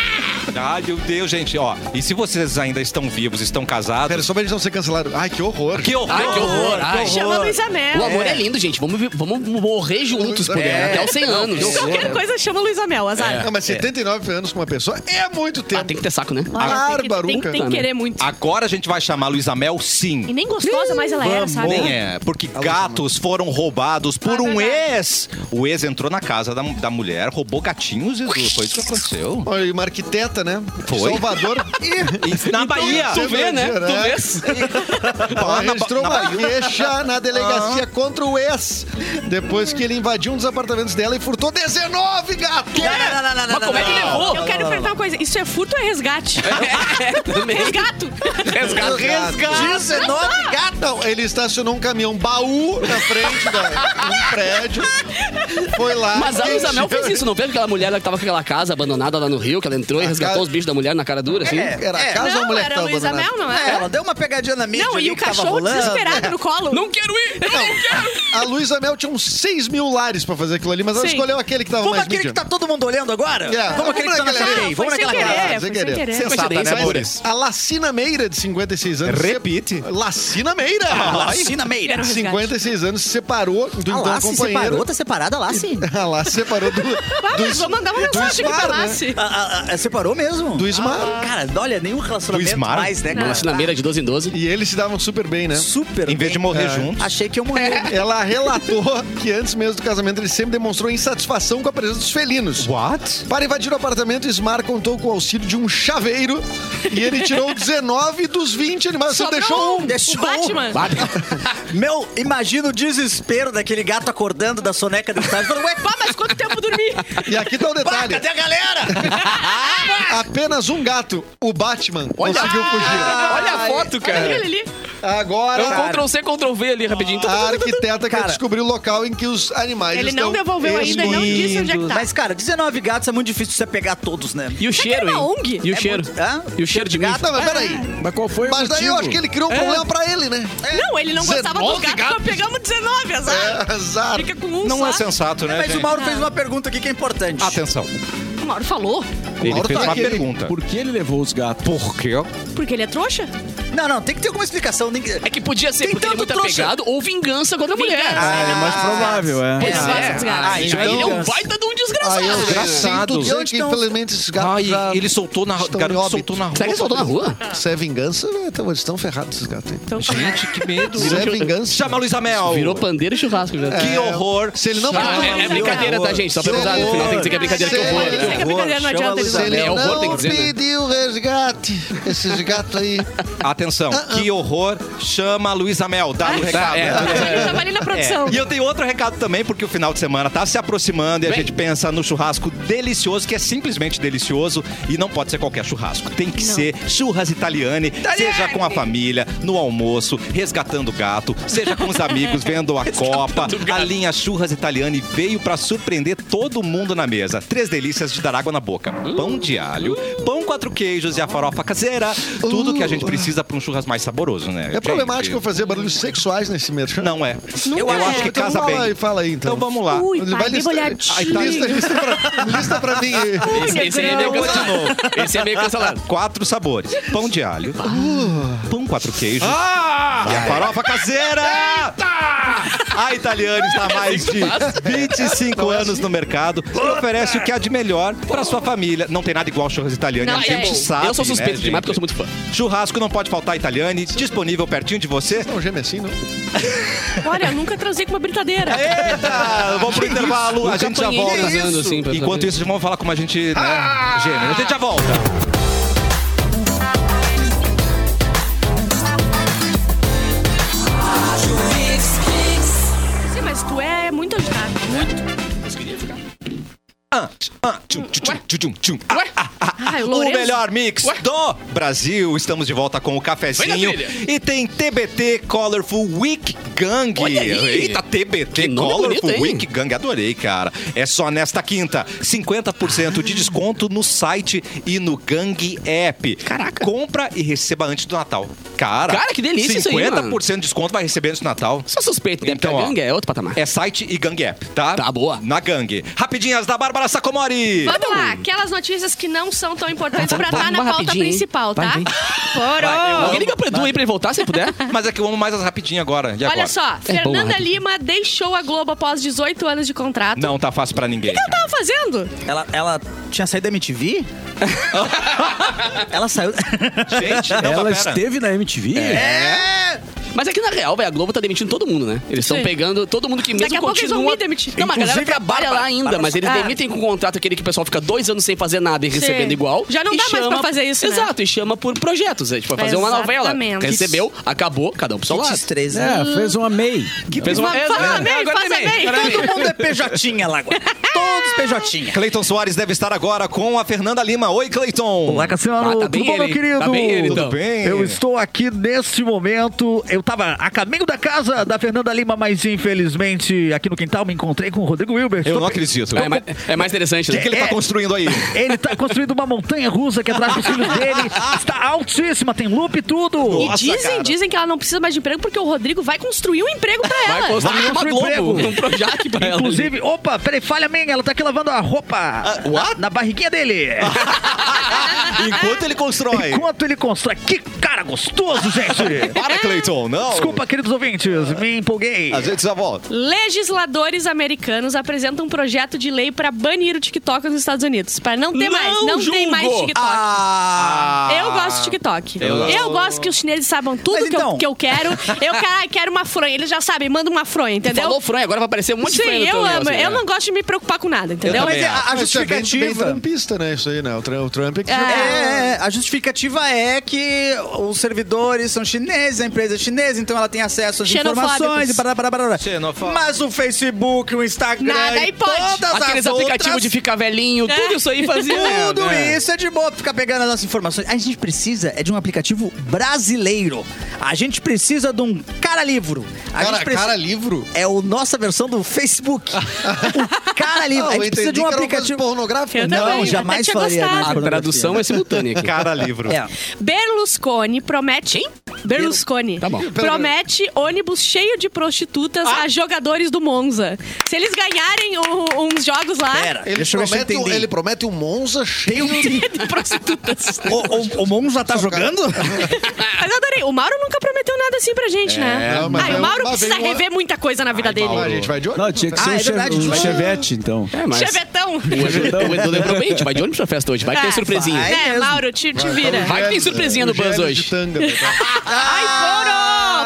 Speaker 1: Ah, meu Deus, gente, ó. E se vocês ainda estão vivos, estão
Speaker 4: Pera,
Speaker 1: casados...
Speaker 4: só pra eles não ser cancelados. Ai, que horror.
Speaker 1: Que horror!
Speaker 3: Ai, que horror, ai.
Speaker 5: Chama a Luísa Mel.
Speaker 3: O amor é. lindo, gente. Vamos, vi- vamos morrer juntos,
Speaker 4: É.
Speaker 3: por dentro, até os 100 anos.
Speaker 5: Qualquer coisa chama a Luísa Mel, azar.
Speaker 4: Não, mas 79 anos com uma pessoa é muito tempo.
Speaker 3: Ah, tem que ter saco, né?
Speaker 5: Tem que-
Speaker 4: Barbaruca.
Speaker 5: Tem, tem, que querer muito.
Speaker 1: Agora a gente vai chamar a Luísa Mel, sim.
Speaker 5: E nem gostosa mais ela era, sabe?
Speaker 1: Nem é, porque gatos foram roubados por
Speaker 5: Ah,
Speaker 1: um
Speaker 5: verdade.
Speaker 1: ex. O ex entrou na casa da, da mulher, roubou gatinhos, Jesus. Foi isso que aconteceu.
Speaker 4: Olha, e uma arquiteta, né?
Speaker 1: Foi.
Speaker 4: Salvador.
Speaker 1: E na Bahia.
Speaker 3: então, Tu vê, né? Tu vês?
Speaker 4: Ela registrou
Speaker 1: na
Speaker 4: uma queixa na delegacia contra o ex. Depois que ele invadiu um dos apartamentos dela e furtou 19 gatos.
Speaker 7: Não, não, não, não, não,
Speaker 3: Mas como é que
Speaker 7: não, não.
Speaker 3: levou?
Speaker 5: Eu quero perguntar uma coisa. Isso é furto ou é resgate?
Speaker 3: É, também.
Speaker 5: Resgato.
Speaker 1: Tá
Speaker 3: Resgate.
Speaker 4: Resgate.
Speaker 7: 19 gatos.
Speaker 4: Não, ele estacionou um caminhão baú na frente da- de um prédio. Foi lá.
Speaker 3: Mas a Luísa Mel
Speaker 4: encheu-
Speaker 3: fez isso, não fez aquela mulher lá que tava com aquela casa abandonada lá no Rio, que ela entrou e
Speaker 4: A
Speaker 3: resgatou
Speaker 4: casa-
Speaker 3: os bichos da mulher na cara dura, assim?
Speaker 4: Era a
Speaker 7: É,
Speaker 4: casa ou a
Speaker 5: Não,
Speaker 4: mulher que
Speaker 5: era a
Speaker 4: tava
Speaker 5: Luísa
Speaker 4: abandonada?
Speaker 5: Mel, não
Speaker 7: É,
Speaker 5: é?
Speaker 7: ela deu uma pegadinha na mídia
Speaker 5: Não,
Speaker 7: ali
Speaker 5: e o
Speaker 7: que tava
Speaker 5: cachorro
Speaker 7: rolando.
Speaker 5: desesperado no colo.
Speaker 3: Não quero ir!
Speaker 4: A Luísa Mel tinha uns 6 mil lares pra fazer aquilo ali, mas ela
Speaker 5: Sim.
Speaker 4: escolheu aquele que tava
Speaker 7: Vamos
Speaker 4: mais
Speaker 7: aquele que
Speaker 4: mídia.
Speaker 7: tá todo mundo olhando agora?
Speaker 4: É,
Speaker 7: Vamos aquele que tá na
Speaker 4: vamos naquele
Speaker 7: frente.
Speaker 4: ali.
Speaker 5: foi
Speaker 7: Vamos
Speaker 5: sem
Speaker 7: naquela
Speaker 5: querer,
Speaker 7: casa.
Speaker 5: foi
Speaker 4: Ah, sem
Speaker 5: sem
Speaker 4: querer.
Speaker 5: querer.
Speaker 1: Sensata, né,
Speaker 3: Coincidência.
Speaker 1: amores?
Speaker 4: A Lacina Meira, de 56 anos...
Speaker 1: Repite.
Speaker 4: Lacina Meira!
Speaker 7: Ah, Lacina Meira.
Speaker 5: Quero resgate.
Speaker 4: 56 anos, se separou do
Speaker 7: A
Speaker 4: então
Speaker 7: Lassi Ah, separou,
Speaker 4: companheiro.
Speaker 7: tá separada a Lassi.
Speaker 4: A Lá se separou do.
Speaker 5: Ah, mas vou mandar uma mensagem aqui pra
Speaker 4: Squar, né?
Speaker 5: Lassi.
Speaker 7: A- a- a- ah, Separou Parou mesmo. Ah,
Speaker 4: Do Ismar.
Speaker 7: Cara, olha, nenhum relacionamento
Speaker 1: Ismar?
Speaker 7: mais, né, cara?
Speaker 3: Relacionameira de 12 em 12.
Speaker 4: E eles se davam super bem, né?
Speaker 7: Super
Speaker 1: Em vez de
Speaker 7: bem.
Speaker 1: morrer
Speaker 4: É.
Speaker 1: juntos.
Speaker 7: Achei que eu morri.
Speaker 4: Ela relatou que antes mesmo do casamento ele sempre demonstrou insatisfação com a presença dos felinos.
Speaker 1: What?
Speaker 4: Para invadir o apartamento, Smar contou com o auxílio de um chaveiro e ele tirou 19 dos 20 animais. Só
Speaker 5: Sobrou
Speaker 4: deixou um.
Speaker 7: Deixou
Speaker 5: O Batman.
Speaker 7: Meu, imagina o desespero daquele gato acordando da soneca do estádio falando, ué,
Speaker 5: Pá, Ah, mas quanto tempo eu dormi?
Speaker 4: E aqui tá o
Speaker 7: pá,
Speaker 4: detalhe:
Speaker 7: cadê a galera?
Speaker 4: apenas um gato, o Batman, conseguiu fugir.
Speaker 3: Olha a foto,
Speaker 5: Olha
Speaker 3: cara.
Speaker 5: ele ali.
Speaker 4: Agora.
Speaker 3: É um Ctrl C, Ctrl V ali rapidinho.
Speaker 4: A arquiteta que
Speaker 7: Cara.
Speaker 4: descobriu o local em que os animais
Speaker 5: Ele
Speaker 4: estão
Speaker 5: não devolveu ainda, ele não disse onde é que tá.
Speaker 7: Mas, cara, 19 gatos é muito difícil você pegar todos, né?
Speaker 3: E o cheiro,
Speaker 5: que é
Speaker 3: hein?
Speaker 5: uma ONG?
Speaker 3: E o
Speaker 7: É
Speaker 3: cheiro.
Speaker 7: muito- Hã?
Speaker 3: E o cheiro de mim.
Speaker 4: Ah, não, mas peraí.
Speaker 6: Mas qual foi
Speaker 4: Mas
Speaker 6: o motivo?
Speaker 4: daí eu acho que ele criou um
Speaker 6: É.
Speaker 4: problema pra ele, né?
Speaker 5: Não, ele não gostava do
Speaker 4: 19
Speaker 5: gato, nós pegamos 19, azar.
Speaker 4: É, azar.
Speaker 5: Fica com um
Speaker 1: Não
Speaker 5: só.
Speaker 1: é sensato, né,
Speaker 7: Mas o
Speaker 1: gente?
Speaker 7: Mauro fez uma pergunta aqui que é importante.
Speaker 4: Ah, tá.
Speaker 1: Atenção.
Speaker 5: O Mauro falou,
Speaker 1: Ele
Speaker 4: Mauro
Speaker 1: fez
Speaker 4: tá
Speaker 1: uma
Speaker 4: aqui, ele-
Speaker 1: pergunta.
Speaker 6: Por que ele levou os gatos?
Speaker 1: Por quê?
Speaker 5: porque ele é trouxa.
Speaker 7: Não, não, tem que ter alguma explicação. Nem...
Speaker 3: É que podia ser
Speaker 7: Tem
Speaker 3: porque ele é
Speaker 7: tanto
Speaker 3: muito
Speaker 7: trouxa.
Speaker 3: apegado ou vingança contra a mulher.
Speaker 5: Vingança.
Speaker 6: É mais provável, é.
Speaker 5: Pois
Speaker 3: é.
Speaker 5: é, desgraça.
Speaker 7: Ah,
Speaker 3: Tipo, ele é um
Speaker 7: vingança.
Speaker 3: baita de um desgraçado.
Speaker 4: Aí eu
Speaker 6: Engraçado.
Speaker 4: sinto dizer
Speaker 7: Onde
Speaker 4: que,
Speaker 7: estão os-
Speaker 4: infelizmente, esses gatos
Speaker 1: Ai,
Speaker 4: já
Speaker 1: ele soltou na
Speaker 4: estão em
Speaker 1: garoto
Speaker 4: óbito.
Speaker 1: soltou na rua.
Speaker 3: Será que ele soltou na rua?
Speaker 4: Se é vingança, né? então eles estão ferrados, esses gatos aí.
Speaker 5: Então,
Speaker 1: Gente, que medo.
Speaker 4: Se é vingança...
Speaker 1: Chama a Luísa Mel.
Speaker 3: Virou pandeiro e churrasco. Já.
Speaker 1: Que
Speaker 4: É.
Speaker 1: horror.
Speaker 4: Se ele não...
Speaker 3: Ah, é, é brincadeira, tá, gente? Só pra avisar no final tem que dizer que é brincadeira, que horror.
Speaker 5: Não sei que é brincadeira, não adianta.
Speaker 4: Se ele
Speaker 3: É horror, tem
Speaker 4: não
Speaker 3: que dizer, né?
Speaker 4: pediu resgate, esses gatos aí... É
Speaker 1: Atenção. Que horror. Chama a Luísa Mel. Dá o recado.
Speaker 5: é. Ele tava ali na produção.
Speaker 1: É. E eu tenho outro recado também, porque o final de semana tá se aproximando e a
Speaker 3: Bem.
Speaker 1: gente pensa no churrasco delicioso, que é simplesmente delicioso e não pode ser qualquer churrasco. Tem que ser churras italiane, seja com a família, no almoço, resgatando o gato, seja com os amigos, vendo a Copa. A linha churras italiane veio pra surpreender todo mundo na mesa. Três delícias de dar água na boca. Pão de alho, pão quatro queijos e a farofa caseira. Tudo que a gente precisa pra um churras mais saboroso, né?
Speaker 4: Uh. É
Speaker 1: Gente,
Speaker 4: problemático eu fazer barulhos sexuais nesse merchan.
Speaker 1: Não é. Eu
Speaker 4: é.
Speaker 1: acho que
Speaker 4: Então
Speaker 1: casa
Speaker 4: fala aí,
Speaker 1: bem.
Speaker 4: fala aí, então.
Speaker 1: Então vamos lá.
Speaker 5: Ui,
Speaker 4: Ele
Speaker 5: pai, bem
Speaker 4: Aí tá, lista, lista, pra, lista pra mim. aí.
Speaker 3: Esse, esse aí é meio cancelado. Esse é meio cancelado.
Speaker 1: Quatro sabores. Pão de alho.
Speaker 5: Ah.
Speaker 1: Pão quatro queijos. E a farofa caseira! A Italiana está há mais de 25 anos no mercado e oferece o que há de melhor para sua família. Não tem nada igual churras italiana,
Speaker 5: Não é.
Speaker 1: a
Speaker 5: tem.
Speaker 1: gente sabe.
Speaker 3: É, Eu sou suspeito
Speaker 1: né,
Speaker 3: demais
Speaker 1: gente?
Speaker 3: porque eu sou muito fã.
Speaker 1: Churrasco não pode faltar italiane, disponível pertinho de você.
Speaker 4: Não geme assim, não.
Speaker 3: É.
Speaker 5: Olha, eu nunca transei com uma brincadeira.
Speaker 1: Eita! Vamos pro intervalo, a gente já
Speaker 3: apanhei
Speaker 1: volta.
Speaker 3: casando, assim, pra-
Speaker 1: Enquanto isso, vamos falar como a gente, né,
Speaker 5: Ah!
Speaker 1: gêmea. A gente já volta.
Speaker 5: Sim, mas tu é muito agitado. Muito.
Speaker 1: Ah, ah, tchum, tchum, tchum, tchum, tchum. Ah, ah, ah, ah.
Speaker 5: Ai, o
Speaker 1: O
Speaker 5: Lourenço.
Speaker 1: melhor mix
Speaker 3: Ué?
Speaker 1: do Brasil. Estamos de volta com o
Speaker 3: Vem
Speaker 1: cafezinho.
Speaker 3: na trilha.
Speaker 1: E tem TBT Colorful Week Gang.
Speaker 3: Olha aí.
Speaker 1: Eita, TBT
Speaker 3: Que nome
Speaker 1: Colorful
Speaker 3: bonito, hein?
Speaker 1: Week Gang. Adorei, cara. É só nesta quinta. 50% de desconto no site e no Gang App.
Speaker 3: Caraca.
Speaker 1: Compra e receba antes do Natal. Cara,
Speaker 3: Cara, que delícia isso aí, mano.
Speaker 1: 50% de desconto vai receber antes do Natal.
Speaker 3: Sou suspeito, né? Porque
Speaker 1: Então,
Speaker 3: a
Speaker 1: ó,
Speaker 3: ganga é outro patamar.
Speaker 1: É site e Gang App, tá?
Speaker 3: Tá boa.
Speaker 1: Na Gang. Rapidinhas da Bárbara Sacomori.
Speaker 5: Vamos lá, aquelas notícias que não são tão importantes pra estar
Speaker 3: Vamos
Speaker 5: na pauta
Speaker 3: rapidinho, hein?
Speaker 5: principal, tá?
Speaker 3: Vai, vem.
Speaker 5: Porou!
Speaker 3: Alguém liga pro Edu aí pra ele voltar, se puder.
Speaker 1: Mas é que eu amo mais as rapidinhas agora. E agora?
Speaker 5: Olha só,
Speaker 3: É boa,
Speaker 5: Fernanda
Speaker 3: rapidinho.
Speaker 5: Lima deixou a Globo após 18 anos de contrato.
Speaker 1: Não tá fácil pra ninguém.
Speaker 5: O que ela tava fazendo?
Speaker 7: Ela, ela tinha saído da MTV? ela saiu.
Speaker 1: Gente, não,
Speaker 6: Ela
Speaker 1: mas pera.
Speaker 6: esteve na MTV?
Speaker 3: Mas aqui na real, velho, a Globo tá demitindo todo mundo, né? Eles estão
Speaker 5: Sim.
Speaker 3: pegando todo mundo que mesmo
Speaker 5: Daqui a pouco eles vão
Speaker 3: continua...
Speaker 5: me demitir.
Speaker 3: Não, mas a galera
Speaker 7: Inclusive a
Speaker 3: trabalha
Speaker 7: Bárbara-
Speaker 3: lá ainda, mas eles
Speaker 5: Bárbara-
Speaker 3: demitem com o contrato aquele que o pessoal fica dois anos sem fazer nada e recebendo igual.
Speaker 5: Já não
Speaker 3: e
Speaker 5: dá mais pra fazer isso, né?
Speaker 3: Exato, e chama por projetos. É, tipo, fazer uma novela.
Speaker 5: Exatamente.
Speaker 3: Recebeu, acabou, cada um pro seu lado.
Speaker 7: Kids né? 13.
Speaker 6: É, fez uma MEI.
Speaker 3: Fez uma...
Speaker 5: Fala, fala
Speaker 3: é,
Speaker 5: bem,
Speaker 3: agora
Speaker 5: faça
Speaker 3: tem
Speaker 5: bem.
Speaker 3: agora tem
Speaker 7: Todo mundo é PJ lá agora. Todos PJ.
Speaker 1: Cleiton Soares deve estar agora com a Fernanda Lima. Oi, Cleiton.
Speaker 11: Olá,
Speaker 7: Assim,
Speaker 11: Cassiano.
Speaker 3: Ah, tá bem
Speaker 11: Tudo bom,
Speaker 3: ele,
Speaker 11: meu
Speaker 3: hein?
Speaker 11: querido?
Speaker 3: Tá bem ele,
Speaker 1: Tudo
Speaker 3: então.
Speaker 1: bem?
Speaker 11: Eu estou aqui neste momento. Eu estava a caminho da casa da Fernanda Lima, mas infelizmente aqui no quintal me encontrei com o Rodrigo Wilbert.
Speaker 1: Eu não acredito.
Speaker 3: É, mais, é mais interessante,
Speaker 1: O que,
Speaker 3: né?
Speaker 1: que ele tá
Speaker 11: É.
Speaker 1: construindo aí?
Speaker 11: Ele está construindo uma montanha russa que atrás dos filhos dele. Está altíssima, tem loop e tudo.
Speaker 5: E dizem, dizem que ela não precisa mais de emprego porque o Rodrigo vai construir um emprego pra
Speaker 3: Vai
Speaker 5: ela.
Speaker 3: construir
Speaker 11: Vai
Speaker 3: uma
Speaker 11: construir
Speaker 3: Globo,
Speaker 11: emprego.
Speaker 3: um Projac pra ela.
Speaker 11: Inclusive, opa, peraí, falha minha, ela tá Hulk lavando a roupa na, na barriguinha dele.
Speaker 1: Enquanto ele constrói.
Speaker 11: Enquanto ele constrói. Que cara gostoso, gente!
Speaker 1: Para, Cleiton, não.
Speaker 11: Desculpa, queridos ouvintes, me empolguei.
Speaker 1: A gente já volta.
Speaker 5: Legisladores americanos apresentam um projeto de lei para banir o TikTok nos Estados Unidos. Para não ter mais, não tem mais TikTok.
Speaker 1: Ah!
Speaker 3: Ah.
Speaker 5: Eu gosto de TikTok.
Speaker 7: Eu
Speaker 5: Eu,
Speaker 7: gosto.
Speaker 5: gosto que os chineses saibam tudo
Speaker 7: Mas
Speaker 5: que, eu,
Speaker 7: então.
Speaker 5: que eu quero. Eu ca- quero uma fronha. Eles já sabem, manda uma fronha, entendeu?
Speaker 3: Falou fronha, agora vai aparecer um monte de
Speaker 5: Sim,
Speaker 3: fronha no
Speaker 5: eu
Speaker 3: teu
Speaker 5: amo.
Speaker 3: negócio, né?
Speaker 5: Eu
Speaker 3: cara.
Speaker 5: não gosto de me preocupar com nada, entendeu?
Speaker 7: também acho.
Speaker 5: a-
Speaker 7: A
Speaker 4: Isso é bem- bem
Speaker 7: justificativa-
Speaker 4: trumpista, né? Isso aí, né? O Trump, o Trump é que
Speaker 5: É.
Speaker 7: É, a justificativa é que os servidores são chineses, a empresa é chinesa, então ela tem acesso às
Speaker 5: Xenofóbicos.
Speaker 7: informações e bará, bará, bará.
Speaker 1: Xenofóbico.
Speaker 7: Mas o Facebook, o Instagram,
Speaker 5: Nada, aí
Speaker 7: e
Speaker 5: pode.
Speaker 7: todas
Speaker 3: Aqueles
Speaker 7: as
Speaker 3: aplicativos
Speaker 7: outras,
Speaker 3: de ficar velhinho,
Speaker 5: É.
Speaker 3: tudo isso aí fazia. né?
Speaker 7: Tudo
Speaker 1: É.
Speaker 7: isso é de boa, ficar pegando as nossas informações. A gente precisa é de um aplicativo brasileiro. A gente precisa de um cara-livro. A
Speaker 4: Cara,
Speaker 7: gente precisa-
Speaker 4: cara livro.
Speaker 7: É a nossa versão do Facebook. o cara-livro.
Speaker 4: Ah,
Speaker 7: a
Speaker 4: eu
Speaker 7: gente precisa
Speaker 4: entendi
Speaker 7: de um
Speaker 4: que era uma coisa
Speaker 7: aplicativo...
Speaker 4: pornográfica.
Speaker 5: Eu
Speaker 7: Não,
Speaker 5: também,
Speaker 7: jamais
Speaker 5: até tinha
Speaker 7: faria né?
Speaker 5: gostado.
Speaker 7: nada.
Speaker 3: A tradução é simultânea aqui.
Speaker 1: Cara livro.
Speaker 7: É.
Speaker 5: Berlusconi promete. Hein? Berlusconi
Speaker 3: Tá bom.
Speaker 5: promete ônibus cheio de prostitutas a jogadores do Monza. Se eles ganharem o- uns jogos lá.
Speaker 7: Pera,
Speaker 4: Ele,
Speaker 7: deixa eu ver se eu
Speaker 4: promete, um-
Speaker 7: entendi.
Speaker 4: ele promete um Monza cheio
Speaker 5: de prostitutas.
Speaker 11: O, o, o Monza tá jogando?
Speaker 5: Mas eu adorei. O Mauro nunca prometeu nada assim pra gente, né?
Speaker 4: não, mas
Speaker 5: Ai,
Speaker 4: é
Speaker 5: o Mauro
Speaker 4: uma-
Speaker 5: precisa
Speaker 4: vem uma-
Speaker 5: rever muita coisa na vida dele.
Speaker 4: Ah, a gente vai de olho.
Speaker 6: Não, tinha que ser
Speaker 7: Ah,
Speaker 6: um,
Speaker 7: é
Speaker 6: che-
Speaker 7: verdade,
Speaker 6: um
Speaker 7: de-
Speaker 6: Chevette, então.
Speaker 3: É, mas...
Speaker 5: Chevetão.
Speaker 3: O Edu, o Edu lembrou bem, a gente vai de ônibus pra festa hoje, vai que
Speaker 5: Ah,
Speaker 3: tem surpresinha.
Speaker 7: vai.
Speaker 5: É,
Speaker 7: mesmo.
Speaker 5: Mauro, te, te vira.
Speaker 3: Vai que tem surpresinha no
Speaker 4: O Gélis
Speaker 3: Buzz
Speaker 4: De
Speaker 3: hoje.
Speaker 4: tanga,
Speaker 5: É.
Speaker 4: tá?
Speaker 5: Ai, Mauro!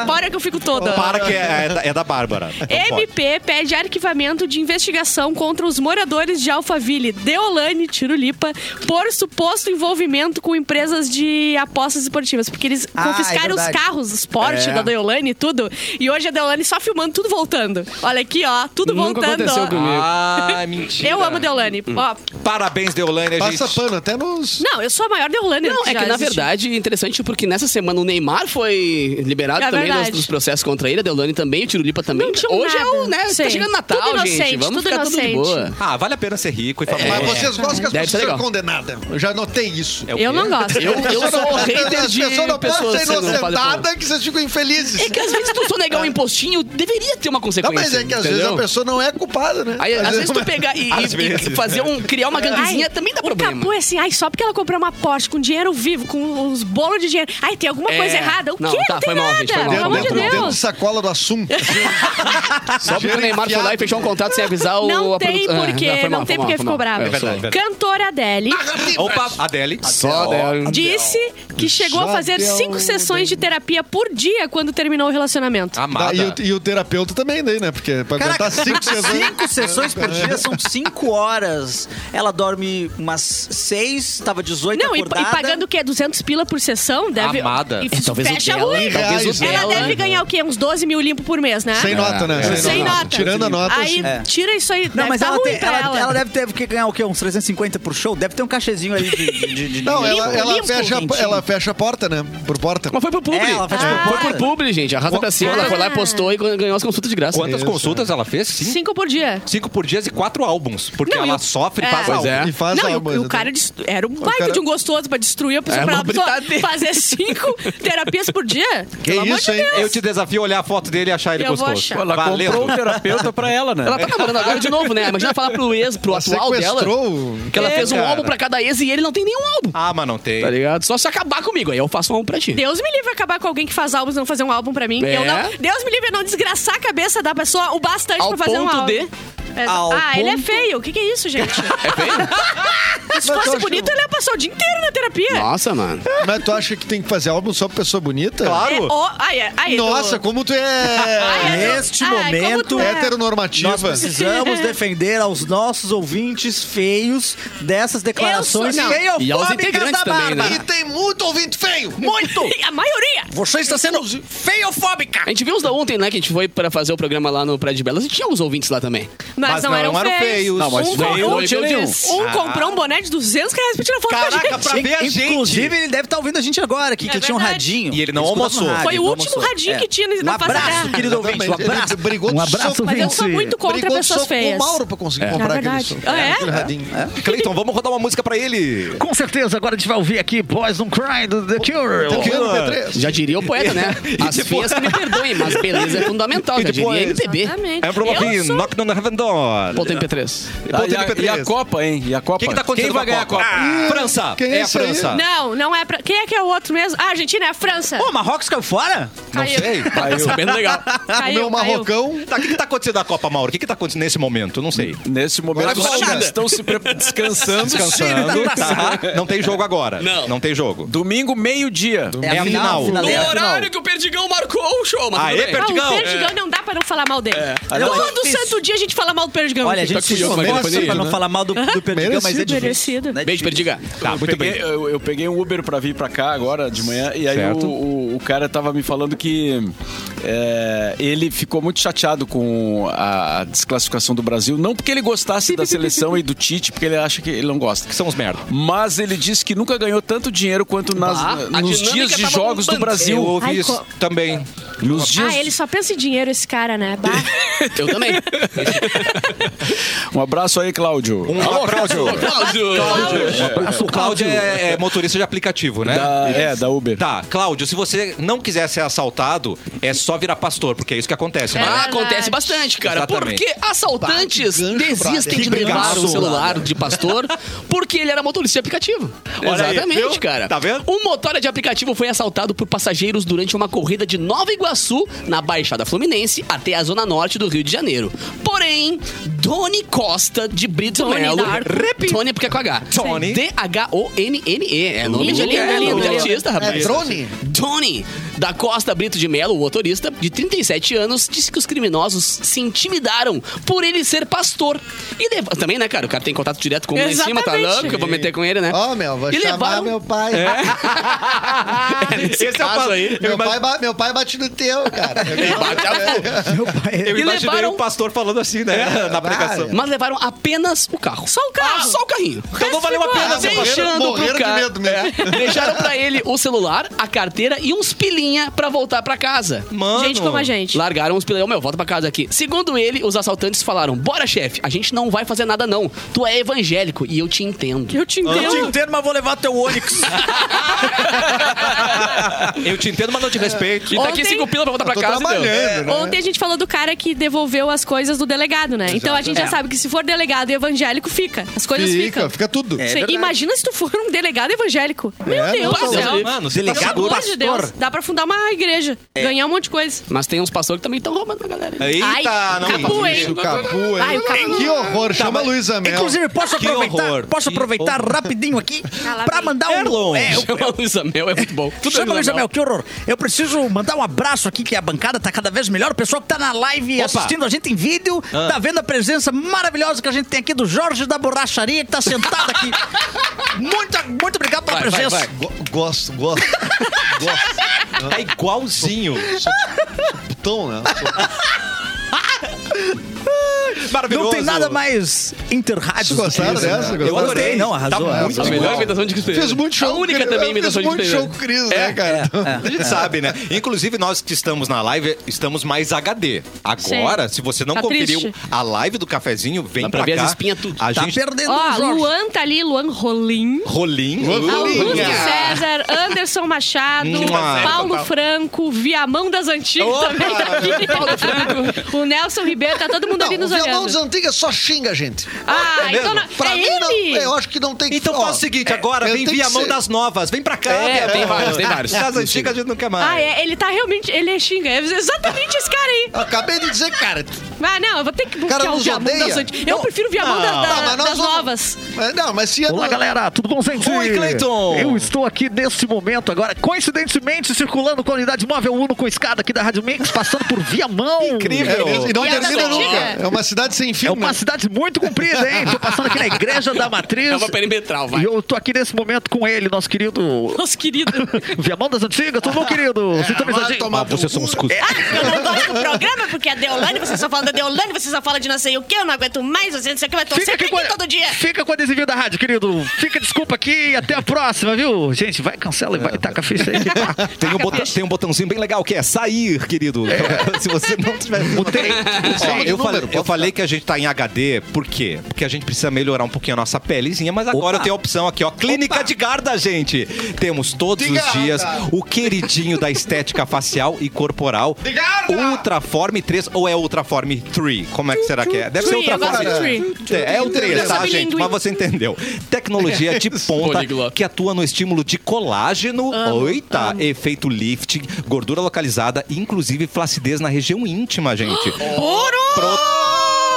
Speaker 5: Para que eu fico toda.
Speaker 1: Para que é, é da- é da Bárbara. Não
Speaker 7: Então
Speaker 1: pode.
Speaker 5: MP pede arquivamento de investigação contra os moradores de Alphaville, Deolane e Tirulipa, por suposto envolvimento com empresas de apostas esportivas. Porque eles
Speaker 7: Ah, é
Speaker 5: confiscaram os
Speaker 7: verdade.
Speaker 5: carros, esporte
Speaker 7: É.
Speaker 5: da Deolane e tudo. E hoje a Deolane só filmando tudo voltando. Olha aqui, ó, tudo
Speaker 3: Nunca
Speaker 5: voltando.
Speaker 3: aconteceu
Speaker 5: ó.
Speaker 3: comigo. Hum.
Speaker 1: Ah, mentira.
Speaker 5: Eu amo Deolane. Ó,
Speaker 1: Parabéns, Deolane. A gente
Speaker 4: Passa pano até nos.
Speaker 5: não, eu sou a maior Deolane.
Speaker 3: Não, é
Speaker 5: já
Speaker 3: que na
Speaker 5: existe.
Speaker 3: verdade é interessante porque nessa semana o Neymar foi liberado
Speaker 5: É
Speaker 3: também dos,
Speaker 5: verdade.
Speaker 3: dos processos contra ele, a Deolane também, o Tirulipa também.
Speaker 5: Não tinha
Speaker 3: Hoje
Speaker 5: nada.
Speaker 3: é o, né? Tá
Speaker 5: Sim.
Speaker 3: chegando Natal,
Speaker 5: Tudo
Speaker 3: gente.
Speaker 5: inocente,
Speaker 3: Vamos
Speaker 5: tudo
Speaker 3: ficar tudo de
Speaker 5: inocente.
Speaker 3: boa.
Speaker 1: Ah, vale a pena ser rico e famoso.
Speaker 4: Mas vocês gostam que
Speaker 3: Deve
Speaker 4: as
Speaker 3: ser
Speaker 4: pessoas sejam
Speaker 3: legal.
Speaker 4: condenadas. Eu já anotei isso.
Speaker 5: Eu não gosto.
Speaker 3: é Eu, eu sou o hater
Speaker 4: As
Speaker 3: de
Speaker 4: pessoas não podem
Speaker 3: pessoas
Speaker 4: ser
Speaker 3: que não fazem nada.
Speaker 4: inocentadas que vocês ficam infelizes.
Speaker 3: É que às vezes tu só negar um impostinho, deveria ter uma
Speaker 4: Não,
Speaker 3: consequência.
Speaker 4: mas é que às
Speaker 3: entendeu?
Speaker 4: vezes a pessoa não é culpada, né?
Speaker 3: Aí, às vezes tu
Speaker 4: uma-
Speaker 3: pegar e,
Speaker 1: Às
Speaker 3: e-
Speaker 1: vezes,
Speaker 3: e fazer um, criar uma ganguezinha também dá
Speaker 5: O
Speaker 3: problema.
Speaker 5: Capu é assim, ai, só porque ela comprou uma Porsche com dinheiro vivo, com os bolos de dinheiro. Ai, tem alguma
Speaker 3: É.
Speaker 5: coisa errada. O
Speaker 3: Não,
Speaker 5: quê?
Speaker 3: tá,
Speaker 5: não tem
Speaker 3: foi mal,
Speaker 5: nada.
Speaker 3: gente, foi mal,
Speaker 5: Pelo
Speaker 4: dentro,
Speaker 5: amor de
Speaker 4: dentro, dentro
Speaker 5: Deus.
Speaker 4: de sacola do assunto.
Speaker 3: Só porque o Neymar foi lá e fechou um contrato sem avisar o...
Speaker 5: Não
Speaker 3: a produ-
Speaker 5: tem
Speaker 3: Ah,
Speaker 5: porquê,
Speaker 3: foi mal,
Speaker 5: não tem
Speaker 3: foi mal, foi mal.
Speaker 5: porque ficou bravo.
Speaker 3: É verdade, verdade.
Speaker 5: Cantora Adele
Speaker 1: Opa, Adele.
Speaker 3: Só um- dela.
Speaker 5: disse que chegou a fazer
Speaker 4: Isabel
Speaker 5: cinco sessões de terapia por dia quando terminou o relacionamento.
Speaker 4: Da-
Speaker 1: Amada.
Speaker 4: e, o, e o terapeuta também, daí, né? Porque pra
Speaker 7: Caraca,
Speaker 4: aguentar cinco sessões.
Speaker 7: cinco sessões por dia são cinco horas. Ela dorme umas seis, tava 18
Speaker 5: Não, e, e
Speaker 7: acordada.
Speaker 5: pagando o quê? 200 pila por sessão? Deve,
Speaker 1: Amada.
Speaker 5: E
Speaker 3: É, talvez o
Speaker 5: fecha
Speaker 3: dela,
Speaker 5: ruim.
Speaker 3: talvez o
Speaker 4: Reais,
Speaker 5: Ela
Speaker 3: dela. né?
Speaker 5: deve ganhar o quê? Uns 12 mil limpo por mês, né?
Speaker 4: Sem nota, né?
Speaker 5: Sem nota.
Speaker 4: Tirando a nota.
Speaker 5: Aí
Speaker 4: assim.
Speaker 5: tira isso aí.
Speaker 7: Não,
Speaker 5: deve
Speaker 7: mas
Speaker 5: tá
Speaker 7: ela,
Speaker 5: ruim
Speaker 7: tem-
Speaker 5: pra
Speaker 7: ela-
Speaker 5: ela.
Speaker 7: ela deve ter que ganhar o quê? Uns 350 por show? Deve ter um cachezinho ali de, de, de- de
Speaker 4: Não, ela,
Speaker 5: Limpo,
Speaker 4: ela
Speaker 5: limpo,
Speaker 4: fecha,
Speaker 5: quentinho.
Speaker 4: ela fecha a porta, né? Por porta.
Speaker 3: Mas foi pro publi.
Speaker 7: É, ela faz
Speaker 5: Ah.
Speaker 7: pro
Speaker 3: tipo, foi
Speaker 7: publi.
Speaker 3: pro publi, gente. Arrasta pra cima, ela foi lá, postou e ganhou as consultas de graça.
Speaker 1: Quantas
Speaker 4: Isso,
Speaker 1: consultas ela fez? Cinco.
Speaker 5: Cinco por dia.
Speaker 1: Cinco por dia e quatro álbuns. Porque
Speaker 5: Não,
Speaker 1: ela
Speaker 5: eu-
Speaker 1: sofre e
Speaker 5: é.
Speaker 1: faz
Speaker 5: Pois
Speaker 1: álbum.
Speaker 4: E faz
Speaker 5: não, e
Speaker 4: alma,
Speaker 5: o,
Speaker 4: né?
Speaker 5: o cara dist- era um baita
Speaker 4: cara-
Speaker 5: de um gostoso pra destruir a pessoa,
Speaker 3: Era
Speaker 5: pra
Speaker 3: uma
Speaker 5: pessoa
Speaker 3: britadeira.
Speaker 5: fazer cinco terapias por dia.
Speaker 4: Que isso, hein?
Speaker 1: Eu te desafio a olhar a foto dele e achar ele
Speaker 5: Eu vou
Speaker 1: gostoso.
Speaker 5: achar.
Speaker 6: Pô, Ela
Speaker 1: Valendo.
Speaker 6: comprou um terapeuta pra ela, né?
Speaker 3: Ela tá namorando agora de novo, né? Imagina falar pro ex, pro
Speaker 4: Ela
Speaker 3: atual dela.
Speaker 4: sequestrou.
Speaker 3: Que ela
Speaker 1: É,
Speaker 3: fez um
Speaker 1: cara.
Speaker 3: álbum pra cada ex e ele não tem nenhum álbum.
Speaker 1: Ah, mas não tem.
Speaker 3: Tá ligado? Só se acabar comigo, aí eu faço um álbum pra ti.
Speaker 5: Deus me livre acabar com alguém que faz álbuns e não fazer um álbum pra mim.
Speaker 3: É?
Speaker 5: Eu não- Deus me livre não desgraçar a cabeça da pessoa o bastante
Speaker 3: Ao
Speaker 5: pra fazer um
Speaker 3: ponto
Speaker 5: álbum.
Speaker 3: de-
Speaker 5: É,
Speaker 7: Ao
Speaker 5: ah, ele é
Speaker 7: ponto-
Speaker 5: feio. O que, que é isso, gente?
Speaker 3: É feio?
Speaker 5: Se fosse
Speaker 4: acho-
Speaker 5: bonito, ele ia passar o dia inteiro na terapia.
Speaker 3: Nossa, mano.
Speaker 4: Mas tu acha que tem que fazer álbum só pra pessoa bonita?
Speaker 5: É,
Speaker 1: Claro.
Speaker 5: ó, ai, ai, ai,
Speaker 4: Nossa, como tu é
Speaker 5: Ai, Edu,
Speaker 7: Neste
Speaker 5: ai, como
Speaker 7: momento,
Speaker 5: tu é.
Speaker 4: heteronormativa.
Speaker 7: Nós precisamos defender aos nossos ouvintes feios dessas declarações
Speaker 5: Eu sou- não.
Speaker 3: E aos
Speaker 7: feiofóbicas
Speaker 3: integrantes
Speaker 7: da
Speaker 3: também,
Speaker 7: Bárbara.
Speaker 3: né?
Speaker 4: E tem muito ouvinte feio.
Speaker 5: Um
Speaker 7: Muito!
Speaker 5: a maioria.
Speaker 7: Você está sendo feiofóbica!
Speaker 3: A gente viu os da ontem, né? Que a gente foi pra fazer o programa lá no Prédio de Belas e tinha uns ouvintes lá também.
Speaker 5: Mas, não, eram, feios.
Speaker 1: Não, mas
Speaker 5: um,
Speaker 1: feio
Speaker 5: comprou-
Speaker 3: não tinha nenhum.
Speaker 5: um comprou um boné de 200 reais pra tirar foto com a gente.
Speaker 1: Caraca, pra ver a gente.
Speaker 7: Inclusive, ele deve estar ouvindo a gente agora aqui, que
Speaker 5: É
Speaker 7: ele tinha um
Speaker 5: verdade.
Speaker 7: radinho.
Speaker 1: E ele não
Speaker 7: escutava
Speaker 1: almoçou.
Speaker 7: no rádio,
Speaker 5: Foi o
Speaker 7: não
Speaker 5: último
Speaker 7: almoçou.
Speaker 5: radinho que tinha
Speaker 7: Um
Speaker 5: na face da
Speaker 7: abraço,
Speaker 5: terra.
Speaker 7: querido ouvinte, um
Speaker 4: Exatamente. Ele
Speaker 7: abraço.
Speaker 4: brigou de
Speaker 11: Um abraço,
Speaker 4: soco.
Speaker 5: Mas eu sou muito contra
Speaker 4: brigou de
Speaker 5: pessoas
Speaker 4: soco com
Speaker 5: feias.
Speaker 4: o Mauro pra conseguir comprar
Speaker 5: É
Speaker 4: aquele
Speaker 5: verdade.
Speaker 4: soco.
Speaker 5: Ah, é?
Speaker 4: Aquele radinho.
Speaker 1: Cleiton, vamos rodar uma música pra ele.
Speaker 11: Com certeza, agora a gente vai ouvir aqui Boys Don't Cry do The Cure.
Speaker 4: Tá querendo
Speaker 1: Boa.
Speaker 4: P3?
Speaker 3: Já diria o poeta, né? As
Speaker 1: depois-
Speaker 3: feias que me perdoem, mas beleza é fundamental.
Speaker 1: E
Speaker 3: Já diria
Speaker 1: depois-
Speaker 3: MPB.
Speaker 5: Exatamente.
Speaker 1: É pro
Speaker 5: Eu
Speaker 1: Lopin,
Speaker 5: sou-
Speaker 1: Knock on Heaven Door. Olha.
Speaker 3: Ponto MP3.
Speaker 6: Tá,
Speaker 1: Ponto
Speaker 6: e, a,
Speaker 1: MP3.
Speaker 6: e a Copa, hein? E a Copa?
Speaker 1: Quem que tá acontecendo
Speaker 6: Quem vai
Speaker 1: com
Speaker 6: ganhar a Copa?
Speaker 1: Ah, França.
Speaker 6: Quem é
Speaker 1: é a
Speaker 6: esse aí?
Speaker 1: França.
Speaker 5: Não, não é pra... Quem é que é o outro mesmo? Ah, Argentina, é a França.
Speaker 7: Ô, Marrocos caiu fora?
Speaker 1: Não
Speaker 5: Caiu.
Speaker 1: sei.
Speaker 6: Caiu.
Speaker 1: Bem legal.
Speaker 5: Caiu,
Speaker 4: Meu marrocão.
Speaker 1: Tá, o que, que tá acontecendo na Copa, Mauro? O que, que tá acontecendo nesse momento? Eu Não sei.
Speaker 6: Nesse momento,
Speaker 1: Agora
Speaker 6: os times
Speaker 1: nada.
Speaker 6: estão se pre- descansando.
Speaker 1: Descansando. Tá. Não tem jogo agora.
Speaker 3: Não.
Speaker 1: Não tem jogo.
Speaker 6: Domingo, meio-dia.
Speaker 1: É a final.
Speaker 3: No
Speaker 7: finaleira.
Speaker 3: horário que o Perdigão marcou o show, mano.
Speaker 1: Aê,
Speaker 3: tudo bem.
Speaker 1: Perdigão.
Speaker 5: Ah, o Perdigão não dá pra não falar mal dele.
Speaker 6: Aliás,
Speaker 5: Todo santo dia a gente fala mal do Perdigão.
Speaker 1: Tá
Speaker 7: Olha, a gente
Speaker 6: que
Speaker 7: se
Speaker 6: fui eu que paguei
Speaker 7: esforça
Speaker 6: pra fazer
Speaker 7: pra
Speaker 6: isso,
Speaker 7: não
Speaker 6: né?
Speaker 7: falar mal do, do Perdigão, mas é
Speaker 4: Merecido.
Speaker 7: difícil.
Speaker 5: Merecido.
Speaker 7: né?
Speaker 3: Beijo, Perdiga.
Speaker 1: Tá,
Speaker 6: eu
Speaker 1: muito
Speaker 6: peguei,
Speaker 1: bem.
Speaker 6: Eu, eu peguei um Uber pra vir pra cá agora de manhã e aí o,
Speaker 1: Certo.
Speaker 6: o- o cara tava me falando que é, ele ficou muito chateado com a, a desclassificação do Brasil, não porque ele gostasse da seleção e do Tite, porque ele acha que ele não gosta.
Speaker 1: Que são os merda.
Speaker 6: Mas ele disse que nunca ganhou tanto dinheiro quanto nas-
Speaker 3: Bah, a
Speaker 6: nos
Speaker 3: dinâmica
Speaker 6: dias de
Speaker 3: tava
Speaker 6: jogos
Speaker 3: bombando.
Speaker 6: do
Speaker 1: Eu
Speaker 6: Brasil.
Speaker 1: ouvi
Speaker 5: Ai,
Speaker 1: isso
Speaker 5: co-
Speaker 1: também.
Speaker 6: Nos dias...
Speaker 5: Ah, ele só pensa em dinheiro, esse cara, né? Bah.
Speaker 3: Eu também.
Speaker 6: Um abraço aí, Cláudio.
Speaker 1: Um aplauso.
Speaker 3: Cláudio.
Speaker 1: O Cláudio é, é motorista de aplicativo, né?
Speaker 6: Da- é, da Uber.
Speaker 1: Tá, Cláudio, se você não quiser ser assaltado, é só virar pastor, porque é isso que acontece, né?
Speaker 3: Ah,
Speaker 5: verdade.
Speaker 3: acontece bastante, cara.
Speaker 1: Exatamente.
Speaker 3: Porque assaltantes desistem de levar o celular de pastor porque ele era motorista de aplicativo.
Speaker 1: Olha aí,
Speaker 3: Exatamente,
Speaker 1: viu?
Speaker 3: cara.
Speaker 1: Tá vendo?
Speaker 3: Um motora de aplicativo foi assaltado por passageiros durante uma corrida de Nova Iguaçu, na Baixada Fluminense, até a zona norte do Rio de Janeiro. Porém, Doni Costa, de Brito
Speaker 5: Tony
Speaker 3: Melo...
Speaker 5: Darko.
Speaker 3: Tony, porque é com H.
Speaker 1: Tony.
Speaker 3: D-H-O-N-N-E. É nome de,
Speaker 5: Lindo,
Speaker 3: é
Speaker 5: lindo,
Speaker 3: nome de
Speaker 5: lindo.
Speaker 3: artista, rapaz.
Speaker 2: É drone?
Speaker 3: Tony da Costa Brito de Melo, o motorista, de 37 anos, disse que os criminosos se intimidaram por ele ser pastor. E lev- também, né, cara? O cara tem contato direto com ele lá em cima, tá
Speaker 5: Exatamente.
Speaker 3: louco? Eu vou meter com ele, né?
Speaker 4: Ó, meu, vou
Speaker 3: e um- É,
Speaker 4: chamar
Speaker 3: levaram...
Speaker 4: meu pai.
Speaker 1: Esse é
Speaker 3: caso
Speaker 1: pa-
Speaker 3: aí,
Speaker 1: Eu,
Speaker 4: Meu,
Speaker 1: ima-
Speaker 4: pai ba- meu pai bate no teu, cara.
Speaker 3: Bate a fu-
Speaker 1: eu
Speaker 3: E
Speaker 1: imaginei
Speaker 3: levaram-
Speaker 5: um-
Speaker 1: o pastor falando assim, né? na pregação.
Speaker 3: Mas levaram apenas o carro. Só o carro? só o carrinho.
Speaker 1: Então não valeu a pena, seu
Speaker 3: Deixando
Speaker 4: morreram
Speaker 3: pro
Speaker 4: tá de
Speaker 3: cara.
Speaker 4: medo
Speaker 11: É.
Speaker 4: mesmo.
Speaker 3: Deixaram pra ele o celular, a carteira e uns pilinha pra voltar pra casa.
Speaker 1: Mano.
Speaker 5: Gente como a gente.
Speaker 3: Largaram os pilanhas. Meu, volta pra casa aqui. Segundo ele, os assaltantes falaram: Bora, chefe, a gente não vai fazer nada, não. Tu é evangélico e eu te entendo.
Speaker 5: Eu te entendo.
Speaker 7: Eu te entendo, mas vou levar teu Onix.
Speaker 1: Eu te entendo, mas não te respeito.
Speaker 3: E daqui
Speaker 5: Ontem-
Speaker 3: cinco pila pra voltar pra
Speaker 4: tô
Speaker 3: casa. entendeu?
Speaker 4: trabalhando, né?
Speaker 5: Ontem a gente falou do cara que devolveu as coisas do delegado, né? Então a gente já sabe que se for delegado evangélico, fica. As coisas
Speaker 4: É. Fica,
Speaker 5: ficam.
Speaker 4: fica tudo.
Speaker 3: É.
Speaker 5: Sim, imagina se tu for um delegado evangélico. Meu
Speaker 4: É,
Speaker 5: Deus
Speaker 4: não,
Speaker 5: do céu.
Speaker 1: Mano, você tá
Speaker 5: Pelo
Speaker 1: seguro.
Speaker 5: amor de Deus. Dá pra fundar uma igreja.
Speaker 4: É.
Speaker 5: Ganhar um monte de coisa.
Speaker 3: Mas tem uns pastores que também estão roubando a galera.
Speaker 1: Eita,
Speaker 5: Ai,
Speaker 1: não
Speaker 5: acabou,
Speaker 1: não-
Speaker 5: hein?
Speaker 4: O Capu,
Speaker 5: Ai,
Speaker 4: hein?
Speaker 5: o Capu.
Speaker 4: Que
Speaker 3: Tá,
Speaker 4: horror. Chama a Luísa Mel.
Speaker 7: Inclusive, posso
Speaker 1: Que
Speaker 7: aproveitar,
Speaker 1: horror.
Speaker 7: posso
Speaker 1: Que
Speaker 7: aproveitar rapidinho aqui
Speaker 5: Ah, lá
Speaker 7: pra
Speaker 5: vem.
Speaker 7: mandar um...
Speaker 1: Erlon.
Speaker 7: É, eu-
Speaker 3: Chama a Luísa Mel, é muito bom. Tudo é
Speaker 7: Chama, Luiz Amel, que horror. Eu preciso mandar um abraço aqui, que a bancada tá cada vez melhor. O pessoal que tá na live
Speaker 1: Opa.
Speaker 7: assistindo a gente em vídeo,
Speaker 4: Ah.
Speaker 7: tá vendo a presença maravilhosa que a gente tem aqui do Jorge da Borracharia, que tá sentado aqui. muito, muito obrigado pela
Speaker 3: Vai, vai,
Speaker 7: presença.
Speaker 3: vai.
Speaker 4: Go- Gosto, gosto. gosto.
Speaker 1: Tá igualzinho.
Speaker 4: Putão, né?
Speaker 1: Maravilhoso.
Speaker 7: Não tem nada mais interrádio.
Speaker 4: Vocês gostaram dessa?
Speaker 1: Eu
Speaker 4: Gostaram?
Speaker 1: adorei.
Speaker 7: Não, arrasou,
Speaker 1: Tá muito
Speaker 7: arrasou.
Speaker 3: A melhor imitação de Cris Pereira.
Speaker 4: Fez muito show.
Speaker 3: A única
Speaker 4: com-
Speaker 3: também
Speaker 4: Fez
Speaker 3: imitação de É,
Speaker 4: muito
Speaker 3: Cris
Speaker 4: show
Speaker 3: Pereira.
Speaker 4: com Cris, né, cara?
Speaker 1: A gente sabe, né? Inclusive, nós que estamos na live, estamos mais HD. Agora,
Speaker 5: Sim.
Speaker 1: se você não
Speaker 5: Tá
Speaker 1: conferiu
Speaker 5: triste.
Speaker 1: a live do cafezinho, vem
Speaker 3: Dá pra ver
Speaker 1: cá.
Speaker 3: as espinhas tudo.
Speaker 1: A
Speaker 7: Tá
Speaker 1: gente...
Speaker 4: É
Speaker 7: perdendo o
Speaker 5: Ó,
Speaker 7: Jorge.
Speaker 5: Luan tá ali, Luan Rolim.
Speaker 1: Rolim.
Speaker 5: Augusto
Speaker 1: Rolinha.
Speaker 5: César, Anderson Machado,
Speaker 1: Mua.
Speaker 5: Paulo Franco, Viamão das Antigas também tá aqui. o Nelson Ribeiro, tá todo mundo ali
Speaker 4: Não, o
Speaker 5: nos
Speaker 4: violão
Speaker 5: olhando.
Speaker 4: dos antigas só xinga a gente.
Speaker 5: Ah,
Speaker 1: mesmo?
Speaker 5: então não,
Speaker 4: Pra
Speaker 5: é
Speaker 4: mim,
Speaker 5: ele!
Speaker 4: não. Eu acho que não tem que
Speaker 1: Então
Speaker 4: ó,
Speaker 1: faz o seguinte,
Speaker 11: é,
Speaker 1: agora
Speaker 4: eu
Speaker 1: vem
Speaker 4: tenho
Speaker 1: via
Speaker 4: que
Speaker 1: mão
Speaker 4: ser-
Speaker 1: das novas. Vem pra cá.
Speaker 3: É,
Speaker 1: Bia.
Speaker 3: tem vários, tem vários.
Speaker 1: Das antigas a gente não quer mais.
Speaker 5: Ah, é, ele tá realmente. Ele é xinga. É exatamente esse cara aí.
Speaker 4: eu Acabei de dizer, cara.
Speaker 5: Ah, não, eu vou ter que
Speaker 4: Cara,
Speaker 5: bloquear o
Speaker 4: nos
Speaker 5: Viamão
Speaker 4: odeia.
Speaker 5: das Antigas. Eu prefiro o Viamão da-
Speaker 4: Não,
Speaker 5: da-
Speaker 4: mas nós
Speaker 5: Tá, das
Speaker 4: vamos-
Speaker 5: Novas.
Speaker 4: Mas Não, mas se é
Speaker 11: Olá,
Speaker 4: do-
Speaker 11: galera, tudo bom, gente?
Speaker 1: Oi, Cleiton.
Speaker 11: Eu estou aqui nesse momento agora, coincidentemente, circulando com a unidade móvel Um Uno com escada aqui da Rádio Mix, passando por Viamão.
Speaker 1: Incrível.
Speaker 4: É, e não
Speaker 5: E a
Speaker 4: termina
Speaker 5: da
Speaker 4: nunca.
Speaker 5: antiga?
Speaker 4: É uma cidade sem fim,
Speaker 11: É uma
Speaker 4: né?
Speaker 11: cidade muito comprida, hein? Tô passando aqui na Igreja da Matriz.
Speaker 3: É uma perimetral, vai.
Speaker 11: E eu tô aqui nesse momento com ele, nosso querido
Speaker 5: Nosso querido.
Speaker 11: Viamão das Antigas. Tudo bom,
Speaker 4: É,
Speaker 11: querido? Sintonizadinho.
Speaker 1: vocês são os cus...
Speaker 5: Eu não gosto do programa porque a Deolane, você só fala da Deolane, você só fala de não sei o que, eu não aguento mais, você não sei o que, vai
Speaker 11: Fica
Speaker 5: torcer
Speaker 11: aqui com a- Fica com o adesivinho da rádio, querido. Fica desculpa aqui e até a próxima, viu? Gente, vai, cancela e vai, taca a ficha aí. que tá.
Speaker 1: Tem um, botão, tem um botãozinho bem legal que é sair, querido. Se você não tiver.
Speaker 11: Mutei.
Speaker 1: Ó, eu, falei, eu falei falei que a gente tá em HD, por quê? Porque a gente precisa melhorar um pouquinho a nossa pelezinha, mas agora eu tenho a opção aqui, ó. Clínica de Garda, gente. Temos todos os dias o queridinho da estética facial e corporal. Ultraform 3 ou é Ultraform 3? Como é que será que é? Deve ser
Speaker 5: Three, eu
Speaker 1: Ultraform.
Speaker 5: gosto de three.
Speaker 1: É, é o 3,
Speaker 5: Eu sou
Speaker 1: tá, gente?
Speaker 5: bilíngue.
Speaker 1: Mas você entendeu. Tecnologia de ponta que atua no estímulo de colágeno.
Speaker 5: Amo,
Speaker 1: Oita! Efeito lifting, gordura localizada, inclusive flacidez na região íntima, gente.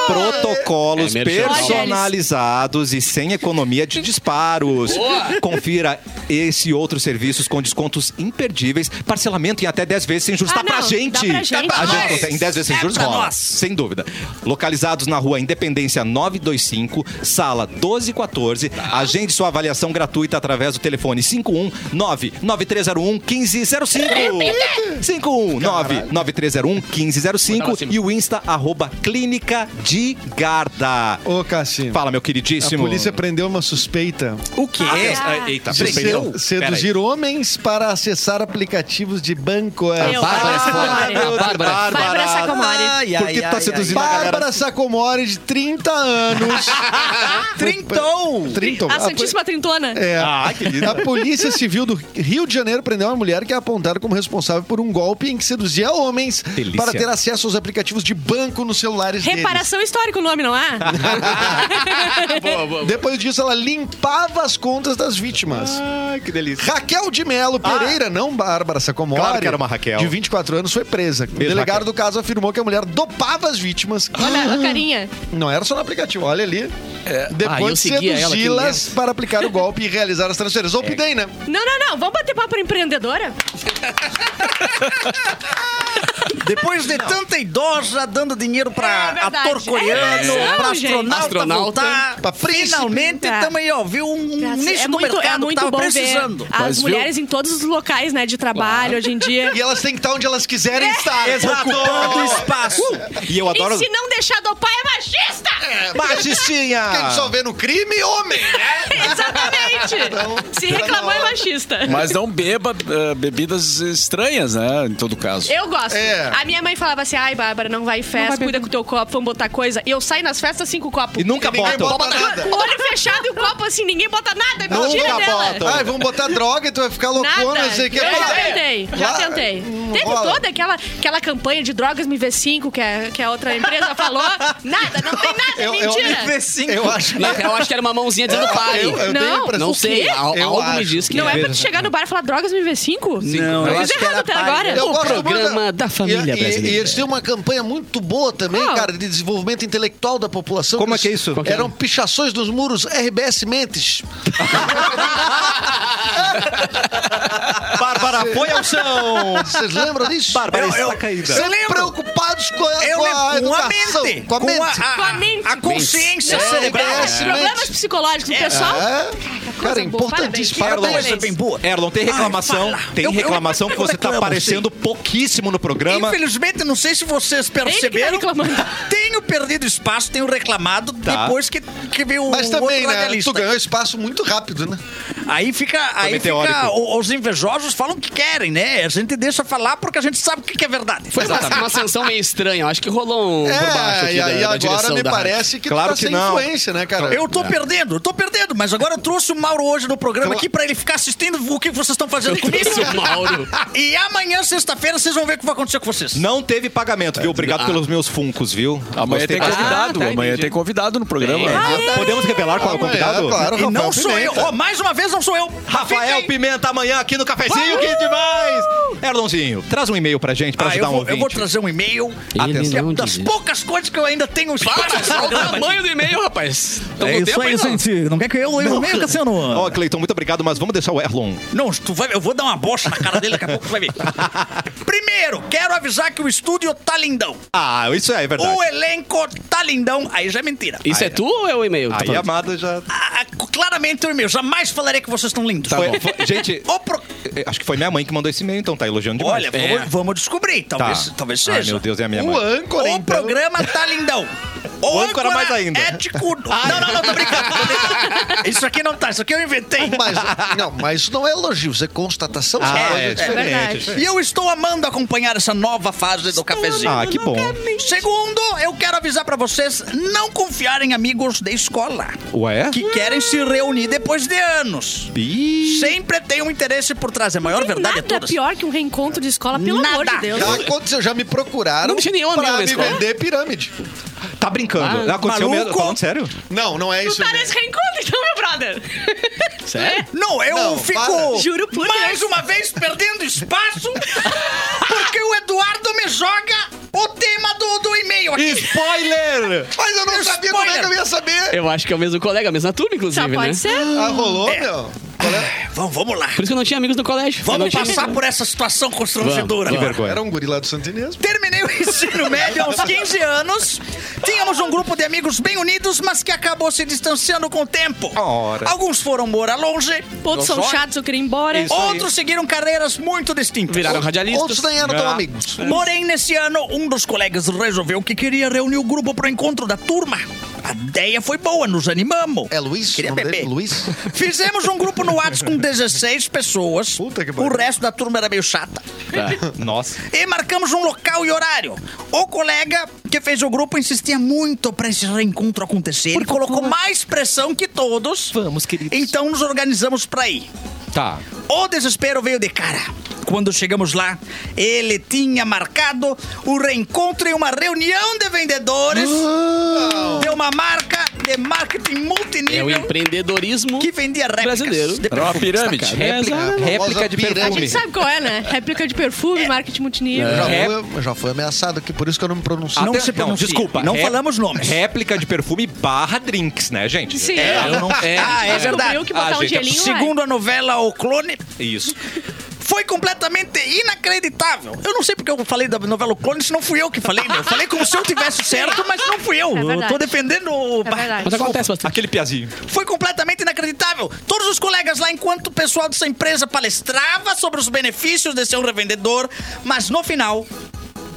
Speaker 1: Protocolos
Speaker 3: É, merchan.
Speaker 1: personalizados e sem economia de disparos. Confira esse e outros serviços com descontos imperdíveis, parcelamento em até 10 vezes sem juros.
Speaker 5: Ah,
Speaker 1: tá pra
Speaker 5: não,
Speaker 1: gente!
Speaker 5: dá pra gente.
Speaker 1: A
Speaker 5: Dá pra
Speaker 1: gente
Speaker 5: nós.
Speaker 1: consegue. Em 10 vezes sem
Speaker 5: É
Speaker 1: juros
Speaker 5: pra
Speaker 1: rola.
Speaker 5: nós.
Speaker 1: Sem dúvida. Localizados na rua Independência 925, sala 1214. Agende sua avaliação gratuita através do telefone 519 9301 1505. 519 9301 1505 e o Insta arroba Clínica de
Speaker 3: é.
Speaker 1: Garda.
Speaker 4: Ô, Cassino.
Speaker 1: Fala, meu
Speaker 4: A
Speaker 1: queridíssimo.
Speaker 4: polícia prendeu uma suspeita
Speaker 1: O quê? Ah,
Speaker 3: Tá
Speaker 1: Eita,
Speaker 4: de
Speaker 1: prendeu?
Speaker 4: sedu- seduzir homens para acessar aplicativos de banco. É.
Speaker 5: Meu, Bárbara
Speaker 4: Ah,
Speaker 5: Sacomori.
Speaker 4: meu Deus.
Speaker 5: Bárbara. Bárbara Sacomori. Ai,
Speaker 4: Por que
Speaker 5: ai,
Speaker 4: tá
Speaker 5: ai,
Speaker 4: seduzindo
Speaker 5: ai.
Speaker 4: a
Speaker 5: Bárbara
Speaker 4: Bárbara Sacomori de 30 anos. Trintou! Trintou.
Speaker 5: A Santíssima Trintona.
Speaker 4: É.
Speaker 1: Ah, que lindo.
Speaker 4: A Polícia Civil do Rio de Janeiro prendeu uma mulher que é apontada como responsável por um golpe em que seduzia homens
Speaker 1: Delícia.
Speaker 4: para ter acesso aos aplicativos de banco nos celulares deles.
Speaker 5: Reparação histórica o nome, não há?
Speaker 4: Depois disso, ela limpava as contas das vítimas.
Speaker 1: Ai, que delícia.
Speaker 4: Raquel de Melo Pereira, não Bárbara Sacomori,
Speaker 1: Ah. Claro que era uma Raquel.
Speaker 4: de 24 anos, foi presa. o
Speaker 1: Beijo,
Speaker 4: delegado
Speaker 1: Raquel.
Speaker 4: do caso afirmou que a mulher dopava as vítimas.
Speaker 5: Olha a carinha.
Speaker 4: Não era só no aplicativo, olha ali.
Speaker 1: É.
Speaker 3: Ah, eu
Speaker 4: Depois de
Speaker 3: seguia ela, que
Speaker 1: né?
Speaker 4: seduzi-las para aplicar o golpe e realizar as transferências.
Speaker 1: É.
Speaker 4: Opidei, né?
Speaker 5: Não, não, não. Vamos bater papo pra empreendedora?
Speaker 7: Depois de tanta idosa dando dinheiro pra
Speaker 5: É verdade.
Speaker 7: ator coreano,
Speaker 5: É razão,
Speaker 7: pra
Speaker 5: gente.
Speaker 7: astronauta,
Speaker 3: Astronauta.
Speaker 7: voltar,
Speaker 4: Pra príncipe.
Speaker 7: finalmente
Speaker 5: Tá.
Speaker 7: também, ó, viu um, um
Speaker 5: Graças-
Speaker 7: nicho do mercado que tava precisando.
Speaker 5: é ver as
Speaker 6: Mas viu?
Speaker 5: mulheres em todos os locais, né, de trabalho hoje em dia.
Speaker 4: E elas têm que estar onde elas quiserem estar. Uh!
Speaker 7: Ocupando espaço.
Speaker 1: E eu adoro.
Speaker 5: E se não deixar dopar é machista!
Speaker 1: Batistinha!
Speaker 4: Quem só vê no crime, homem, né?
Speaker 5: Exatamente! se reclamar é machista.
Speaker 6: Mas não beba eh, bebidas estranhas, né? Em todo caso.
Speaker 5: Eu gosto.
Speaker 4: É.
Speaker 5: A minha mãe falava assim: ai, Bárbara, não vai em festa, cuida com o teu copo, vamos botar coisa. E eu saio nas festas assim com o copo.
Speaker 1: E nunca
Speaker 4: E ninguém
Speaker 1: botam.
Speaker 4: bota nada.
Speaker 5: Olho fechado e o copo assim, ninguém bota nada. É mentira
Speaker 1: Nunca
Speaker 5: dela.
Speaker 1: botam.
Speaker 4: Ai, vamos botar droga e tu vai ficar loucona,
Speaker 5: Nada. é
Speaker 4: não sei o que. é
Speaker 5: eu já
Speaker 4: Fala-
Speaker 5: tentei, já
Speaker 4: Lá-
Speaker 5: tentei.
Speaker 4: Hum,
Speaker 5: Teve
Speaker 4: rola.
Speaker 5: toda aquela, aquela campanha de drogas me V5 que a, que a outra empresa falou. Nada, não tem nada,
Speaker 4: Eu- eu-
Speaker 5: mentira.
Speaker 7: F5.
Speaker 4: Eu acho assim que...
Speaker 3: Na real, acho que era uma mãozinha dizendo pare.
Speaker 4: Eu, eu
Speaker 5: Não,
Speaker 4: tenho a impressão-
Speaker 3: não sei,
Speaker 5: quê?
Speaker 3: al-
Speaker 4: Eu
Speaker 3: algo me
Speaker 4: acho
Speaker 3: diz que...
Speaker 5: Não é pra tu chegar no bar e falar drogas me V5?
Speaker 7: Não,
Speaker 5: eu
Speaker 7: eu
Speaker 5: fiz
Speaker 7: acho que
Speaker 5: errado
Speaker 7: era
Speaker 5: até
Speaker 7: pai.
Speaker 5: agora.
Speaker 4: Eu
Speaker 3: O
Speaker 4: gosto muito
Speaker 3: programa da família
Speaker 4: e, e-
Speaker 3: brasileira.
Speaker 4: E eles têm uma campanha muito boa também,
Speaker 5: Qual?
Speaker 4: cara, de desenvolvimento intelectual da população.
Speaker 1: Como é
Speaker 4: Eles-
Speaker 1: que é isso? Qual que é?
Speaker 4: Eram pichações dos muros RBS Mentes.
Speaker 1: Bárbara foi ao chão!
Speaker 4: Vocês lembram disso?
Speaker 1: Bárbara
Speaker 7: Eu- eu-
Speaker 1: está caída.
Speaker 7: eu
Speaker 4: Sempre
Speaker 7: lembro.
Speaker 4: preocupados com a,
Speaker 7: Eu
Speaker 4: com a
Speaker 7: lembro, com a
Speaker 4: educação.
Speaker 7: mente.
Speaker 4: Com a mente.
Speaker 5: Com a mente.
Speaker 7: a consciência
Speaker 5: Não,
Speaker 7: cerebral. assim,
Speaker 4: é.
Speaker 5: Problemas psicolológicos, pessoal.
Speaker 4: É. Cara,
Speaker 5: boa.
Speaker 4: é importantíssimo.
Speaker 5: Parabéns.
Speaker 4: Parabéns.
Speaker 7: Coisa bem boa.
Speaker 1: Erlon, tem reclamação.
Speaker 7: Ai, fala.
Speaker 1: tem
Speaker 7: Eu- eu-
Speaker 1: reclamação que
Speaker 7: eu
Speaker 1: você tá
Speaker 7: reclamo,
Speaker 1: aparecendo pouquíssimo no programa.
Speaker 7: Infelizmente, não sei se vocês
Speaker 5: Ele que tá
Speaker 7: perceberam.
Speaker 5: reclamando.
Speaker 7: tenho perdido espaço, tenho reclamado
Speaker 1: Tá.
Speaker 7: depois que, que veio
Speaker 11: Um
Speaker 7: o
Speaker 4: Mas também,
Speaker 7: outro
Speaker 4: né?
Speaker 7: radialista.
Speaker 4: Tu ganhou espaço muito rápido, né?
Speaker 7: Aí fica, aí
Speaker 1: meteórico.
Speaker 7: fica o- os invejosos falam o que querem, né? A gente deixa falar porque a gente sabe o que que é verdade.
Speaker 3: Foi uma, uma ascensão meio estranha. Acho que rolou um por baixo aqui
Speaker 4: É, e,
Speaker 3: da,
Speaker 4: aí
Speaker 3: da
Speaker 4: agora
Speaker 3: direção
Speaker 4: me
Speaker 3: da rádio.
Speaker 4: parece que
Speaker 1: Claro
Speaker 4: tu tá
Speaker 1: que
Speaker 4: sem
Speaker 1: não.
Speaker 4: influência, né, cara?
Speaker 7: Eu tô perdendo, eu tô perdendo, mas agora eu trouxe o Mauro hoje no programa
Speaker 4: Cla-
Speaker 7: aqui pra ele ficar assistindo o que vocês estão fazendo
Speaker 3: Eu
Speaker 7: comigo.
Speaker 3: trouxe o Mauro.
Speaker 7: E amanhã, sexta-feira, vocês vão ver o que vai acontecer com vocês.
Speaker 1: Não teve pagamento, viu? Obrigado
Speaker 3: Ah.
Speaker 1: pelos meus funcos, viu?
Speaker 6: Amanhã
Speaker 1: Gostei
Speaker 6: tem
Speaker 1: bastante.
Speaker 6: convidado.
Speaker 3: Ah, tá,
Speaker 6: Amanhã
Speaker 3: entendi.
Speaker 6: tem convidado no programa.
Speaker 3: Tem.
Speaker 1: Podemos revelar qual é o
Speaker 4: Amanhã,
Speaker 1: convidado?
Speaker 4: claro,
Speaker 7: E
Speaker 4: Rafael
Speaker 7: não sou eu.
Speaker 4: Pimenta.
Speaker 7: Ó, mais uma vez, não sou eu.
Speaker 1: Rafael
Speaker 7: Fiquem-
Speaker 1: Pimenta amanhã aqui no cafezinho, que demais! Erlonzinho, traz um e-mail pra gente pra
Speaker 7: Ah,
Speaker 1: ajudar
Speaker 7: eu, vou,
Speaker 1: um ouvinte.
Speaker 7: eu vou trazer um e-mail.
Speaker 3: Ele
Speaker 7: É
Speaker 3: não
Speaker 7: uma das
Speaker 3: diz.
Speaker 7: poucas coisas que eu ainda tenho Então espaço
Speaker 3: Para,
Speaker 7: nesse
Speaker 3: só o
Speaker 7: programa.
Speaker 3: tamanho do e-mail, rapaz. Tô
Speaker 11: É
Speaker 3: com
Speaker 11: isso
Speaker 3: tempo
Speaker 11: aí,
Speaker 3: ainda.
Speaker 11: gente. Não quer que eu leia o meio, Cassiano?
Speaker 1: Ó, Cleiton, muito obrigado, mas vamos deixar o Erlon.
Speaker 7: Não, tu vai, eu vou dar uma bocha na cara dele daqui a pouco, tu vai ver. Primeiro, quero avisar que o estúdio tá lindão.
Speaker 1: Ah, isso é, é verdade.
Speaker 7: O elenco tá lindão. Aí já é mentira.
Speaker 3: Isso é tu ou é o e-mail?
Speaker 1: Aí a amada já.
Speaker 7: Ah, ah, claramente o e-mail. Jamais falarei que vocês estão lindos.
Speaker 1: Foi- foi- gente,
Speaker 7: O pro-
Speaker 1: eh, acho que foi minha mãe que mandou esse e-mail, então tá elogiando demais.
Speaker 7: Oh! Olha, vamos, vamos descobrir. Talvez,
Speaker 1: Tá.
Speaker 7: talvez
Speaker 1: Ai,
Speaker 7: seja.
Speaker 1: meu Deus, é a minha
Speaker 4: O
Speaker 1: mãe.
Speaker 4: âncora,
Speaker 7: o
Speaker 4: então.
Speaker 7: programa tá lindão.
Speaker 1: O âncora mais ainda. Ah,
Speaker 7: ético
Speaker 12: Não, não, não, tô brincando. tô brincando. Isso aqui não tá, isso aqui eu inventei.
Speaker 4: Mas, não, mas isso não é elogio, isso é constatação.
Speaker 12: Ah,
Speaker 4: Isso
Speaker 12: é,
Speaker 4: coisa
Speaker 12: é
Speaker 4: diferente.
Speaker 12: verdade.
Speaker 4: diferente.
Speaker 11: E eu estou amando acompanhar essa nova fase do cafezinho.
Speaker 1: Ah, que bom.
Speaker 11: Segundo, eu quero avisar pra vocês não confiarem em amigos de escola
Speaker 1: Ué?
Speaker 11: que querem se reunir depois de anos.
Speaker 1: Ih.
Speaker 11: Sempre tem um interesse por trás. É a maior verdade de
Speaker 5: Nada é
Speaker 11: todas.
Speaker 5: pior que um reencontro de escola, pelo
Speaker 11: Nada.
Speaker 5: amor de Deus.
Speaker 4: Já aconteceu, já me procuraram
Speaker 3: Não tinha nenhum amigo
Speaker 4: pra
Speaker 3: na
Speaker 4: me
Speaker 3: escola.
Speaker 4: vender pirâmide.
Speaker 1: Tá brincando.
Speaker 3: Ah,
Speaker 1: Aconteceu
Speaker 11: maluco.
Speaker 1: mesmo? tá Falando sério?
Speaker 4: Não, não é
Speaker 5: Tu
Speaker 4: isso.
Speaker 5: tá
Speaker 4: mesmo.
Speaker 5: nesse reencontro então, meu brother?
Speaker 3: Sério?
Speaker 11: Não, eu
Speaker 4: Não,
Speaker 11: fico
Speaker 4: para.
Speaker 5: Juro por
Speaker 11: mais
Speaker 5: Deus.
Speaker 11: uma vez perdendo espaço porque o Eduardo me joga o tema do, do e-mail aqui.
Speaker 1: Spoiler!
Speaker 4: Mas eu não sabia como é que eu ia saber.
Speaker 3: Eu acho que é o mesmo colega, a mesma turma,
Speaker 5: Só
Speaker 3: inclusive,
Speaker 5: pode
Speaker 3: né?
Speaker 5: ser.
Speaker 4: Ah, rolou, meu. Qual é?
Speaker 11: Vamos, vamos lá.
Speaker 3: Por isso que eu não tinha amigos no colégio. Eu não
Speaker 11: Vamos
Speaker 3: tinha-
Speaker 11: passar por essa situação constrangedora.
Speaker 1: Que vergonha.
Speaker 4: Era um gorila do santinismo.
Speaker 11: Terminei o ensino médio aos 15 anos. Tínhamos um grupo de amigos bem unidos, mas que acabou se distanciando com o tempo.
Speaker 1: Ora.
Speaker 11: Alguns foram morar longe,
Speaker 5: Outros são chatos, eu queria ir embora.
Speaker 1: Isso. aí.
Speaker 11: outros seguiram carreiras muito distintas.
Speaker 3: Viraram
Speaker 4: Outros
Speaker 3: radialistas.
Speaker 4: nem eram tão
Speaker 1: Ah.
Speaker 4: amigos.
Speaker 11: Porém, nesse ano, um dos colegas resolveu que queria reunir o grupo para o encontro da turma. A ideia foi boa, nos animamos.
Speaker 4: É Luiz?
Speaker 11: Queria
Speaker 4: o nome dele?
Speaker 11: beber.
Speaker 4: Luiz?
Speaker 11: Fizemos um grupo no WhatsApp com 16 pessoas.
Speaker 4: Puta que
Speaker 11: o
Speaker 4: pariu.
Speaker 11: resto da turma era meio chata.
Speaker 1: Nossa.
Speaker 11: E marcamos um local e horário. O colega que fez o grupo insistia muito pra esse reencontro acontecer. Ele colocou mais pressão que todos.
Speaker 3: Vamos, queridos.
Speaker 11: Então nos organizamos pra ir.
Speaker 1: Tá.
Speaker 11: O desespero veio de cara. Quando chegamos lá, ele tinha marcado o reencontro em uma reunião de vendedores de uma marca de marketing
Speaker 3: É o
Speaker 11: multinível
Speaker 3: empreendedorismo.
Speaker 11: que vendia réplicas.
Speaker 3: Brasileiro.
Speaker 11: de
Speaker 6: Era É uma
Speaker 11: perfumes,
Speaker 6: pirâmide.
Speaker 11: tá, cara?
Speaker 4: Famosa
Speaker 1: Réplica de
Speaker 5: A gente
Speaker 4: pirâmide.
Speaker 1: perfume.
Speaker 5: sabe qual é, né? Réplica de perfume, marketing multinível.
Speaker 4: Já,
Speaker 1: É.
Speaker 4: fui, eu já fui ameaçado aqui, por isso que eu não me pronuncio.
Speaker 11: Não
Speaker 1: Até-
Speaker 11: se pronuncia.
Speaker 1: desculpa.
Speaker 11: Não
Speaker 1: Ré-
Speaker 11: falamos nomes.
Speaker 1: Réplica de perfume barra drinks, né, gente?
Speaker 5: Sim.
Speaker 3: Eu não- é.
Speaker 11: Ah, é
Speaker 5: Descobriu
Speaker 11: verdade.
Speaker 5: que botar
Speaker 1: Ah,
Speaker 5: um
Speaker 1: gente, é
Speaker 5: gelinho
Speaker 11: Segundo a novela O Clone,
Speaker 1: Isso.
Speaker 11: foi completamente inacreditável. Eu não sei porque eu falei da novela O Clone, se não fui eu que falei, né? Eu falei como se eu tivesse certo, mas não fui eu.
Speaker 5: É
Speaker 11: eu
Speaker 5: verdade.
Speaker 11: tô defendendo o...
Speaker 5: É verdade.
Speaker 3: Mas acontece bastante.
Speaker 1: Aquele piazinho.
Speaker 11: Foi completamente inacreditável. Todos os colegas lá, enquanto o pessoal dessa empresa palestrava sobre os benefícios de ser um revendedor, mas no final,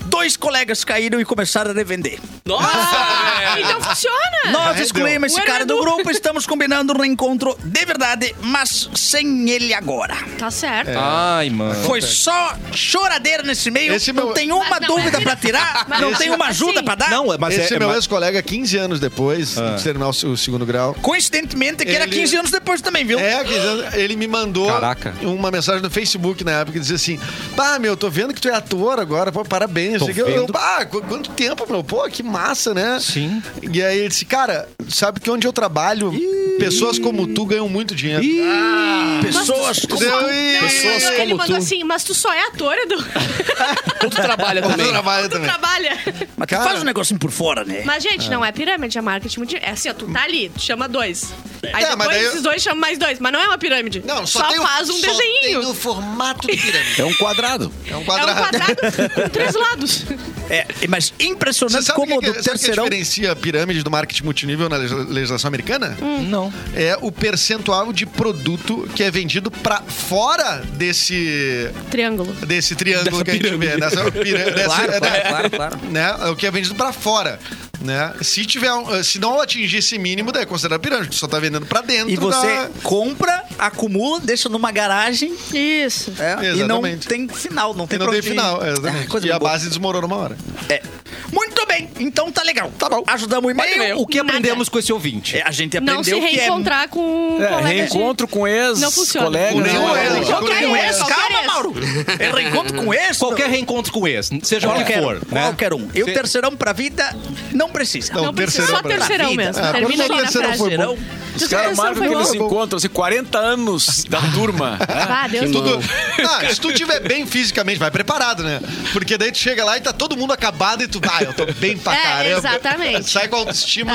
Speaker 11: dois colegas caíram e começaram a revender.
Speaker 4: Ah.
Speaker 3: Nossa!
Speaker 5: é. Então funciona.
Speaker 11: Nós excluímos esse
Speaker 5: Ué,
Speaker 11: cara do
Speaker 5: Edu.
Speaker 11: grupo, estamos combinando um reencontro de verdade, mas sem ele agora.
Speaker 5: Tá certo.
Speaker 1: Ai, mano.
Speaker 11: Foi só choradeira nesse meio.
Speaker 4: Esse
Speaker 11: não
Speaker 4: meu-
Speaker 11: tem uma
Speaker 5: Mas não,
Speaker 11: dúvida
Speaker 5: mas-
Speaker 11: pra tirar,
Speaker 5: mas
Speaker 11: não
Speaker 5: esse-
Speaker 11: tem uma ajuda
Speaker 5: assim.
Speaker 11: pra dar.
Speaker 1: Não, é- mas
Speaker 4: Esse
Speaker 1: é.
Speaker 4: meu
Speaker 1: mas-
Speaker 4: ex-colega, 15 anos depois de terminar o, se- o segundo grau,
Speaker 11: Coincidentemente, que era
Speaker 4: Ele-
Speaker 11: 15 anos depois também, viu?
Speaker 4: é, 15 anos, ele me mandou
Speaker 1: Caraca.
Speaker 4: uma mensagem no Facebook na época que dizia assim: Pá, meu, tô vendo que tu é ator agora, pô, parabéns.
Speaker 1: Tô
Speaker 4: Assim, eu, eu,
Speaker 1: vendo.
Speaker 4: "Bah, qu- quanto tempo, meu? Pô, que massa, né?
Speaker 1: Sim.
Speaker 4: E aí ele disse: Cara, sabe que onde eu trabalho, pessoas como tu ganham muito dinheiro. Ah,
Speaker 11: Pessoas com
Speaker 1: assim?
Speaker 4: Eu, e...
Speaker 3: Pessoas
Speaker 5: Ele
Speaker 3: como
Speaker 5: mandou
Speaker 3: tu.
Speaker 5: assim, mas tu só é ator, Edu.
Speaker 3: Ou tu trabalha
Speaker 4: Eu
Speaker 3: também.
Speaker 4: trabalho
Speaker 5: tu
Speaker 4: também.
Speaker 5: trabalha.
Speaker 11: Mas tu
Speaker 4: Cara.
Speaker 11: faz um negocinho por fora, né?
Speaker 5: Mas, gente, não é pirâmide, é marketing multinível. É assim, ó, tu tá ali, tu chama dois. Aí
Speaker 4: É, mas
Speaker 5: depois
Speaker 4: daí eu-
Speaker 5: esses dois chamam mais dois. Mas não é uma pirâmide.
Speaker 4: Não, só, tem o-
Speaker 5: faz um
Speaker 4: só
Speaker 5: desenho.
Speaker 4: Tem o formato de pirâmide.
Speaker 6: É um quadrado.
Speaker 4: É um
Speaker 5: É um
Speaker 4: quadrado.
Speaker 5: quadrado com três lados.
Speaker 11: É, mas
Speaker 4: Você
Speaker 11: impressionante
Speaker 4: sabe
Speaker 11: como
Speaker 4: o que, é
Speaker 11: do
Speaker 4: que, sabe o que
Speaker 11: terceirão.
Speaker 4: diferencia a pirâmide do marketing multinível na legis- legislação americana?
Speaker 1: Hum. Não.
Speaker 4: É o percentual de produto que é vendido pra fora desse
Speaker 5: Triângulo.
Speaker 4: desse triângulo
Speaker 1: Dessa
Speaker 4: que a gente vê,
Speaker 1: pirâmide.
Speaker 4: dessa pirâmide,
Speaker 11: Claro, claro, claro, claro.
Speaker 4: né? É o que é vendido pra fora, né? Se tiver, um- se não atingir esse mínimo, daí é considerado pirâmide, só tá vendendo pra dentro
Speaker 11: E você
Speaker 4: da-
Speaker 11: compra, acumula, deixa numa garagem
Speaker 5: Isso.
Speaker 11: é, e não
Speaker 4: Exatamente.
Speaker 11: tem final, não
Speaker 4: e
Speaker 11: tem
Speaker 4: não tem
Speaker 11: produto.
Speaker 4: final, exatamente.
Speaker 11: Ah, coisa
Speaker 4: e a
Speaker 11: boa.
Speaker 4: base desmoronou uma hora.
Speaker 11: É. Muito bem, então tá legal. Tá bom. Ajudamos o e-mail.
Speaker 1: O que
Speaker 5: Nada.
Speaker 1: aprendemos com esse ouvinte?
Speaker 11: É, A gente aprendeu
Speaker 5: Não se
Speaker 11: que é...
Speaker 5: reencontrar com um
Speaker 6: É,
Speaker 5: colega de-
Speaker 6: reencontro com
Speaker 5: Não funciona.
Speaker 6: ex-colegas.
Speaker 4: Com nenhum
Speaker 6: não,
Speaker 7: é.
Speaker 4: ex,
Speaker 6: não.
Speaker 4: só
Speaker 5: Qualquer
Speaker 11: Com
Speaker 5: ex,
Speaker 11: esse, calma,
Speaker 5: qualquer ex.
Speaker 11: Mauro. É reencontro com esse?
Speaker 1: Qualquer reencontro com esse, seja o que
Speaker 11: Qualquer,
Speaker 1: for, né?
Speaker 11: qualquer um. E o
Speaker 1: Cê-
Speaker 11: terceirão pra vida não precisa.
Speaker 4: Não,
Speaker 5: Não precisa,
Speaker 4: terceirão
Speaker 5: só
Speaker 4: pra-
Speaker 5: terceirão
Speaker 11: Vida.
Speaker 5: mesmo.
Speaker 4: Ah,
Speaker 5: Termina
Speaker 4: quando
Speaker 5: ali na
Speaker 4: terceirão
Speaker 5: frase.
Speaker 4: foi bom.
Speaker 11: Terceirão.
Speaker 6: Os caras
Speaker 5: Discussão
Speaker 6: marcam
Speaker 5: foi
Speaker 6: que
Speaker 5: bom.
Speaker 6: eles encontram, assim, 40 anos da turma. né?
Speaker 5: Ah, Deus.
Speaker 4: Tudo- Ah, se tu tiver bem fisicamente, vai preparado, né? Porque daí tu chega lá e tá todo mundo acabado e tu, ah, eu tô bem pra
Speaker 5: É,
Speaker 4: caramba.
Speaker 5: exatamente. Ah,
Speaker 4: Sai com a autoestima.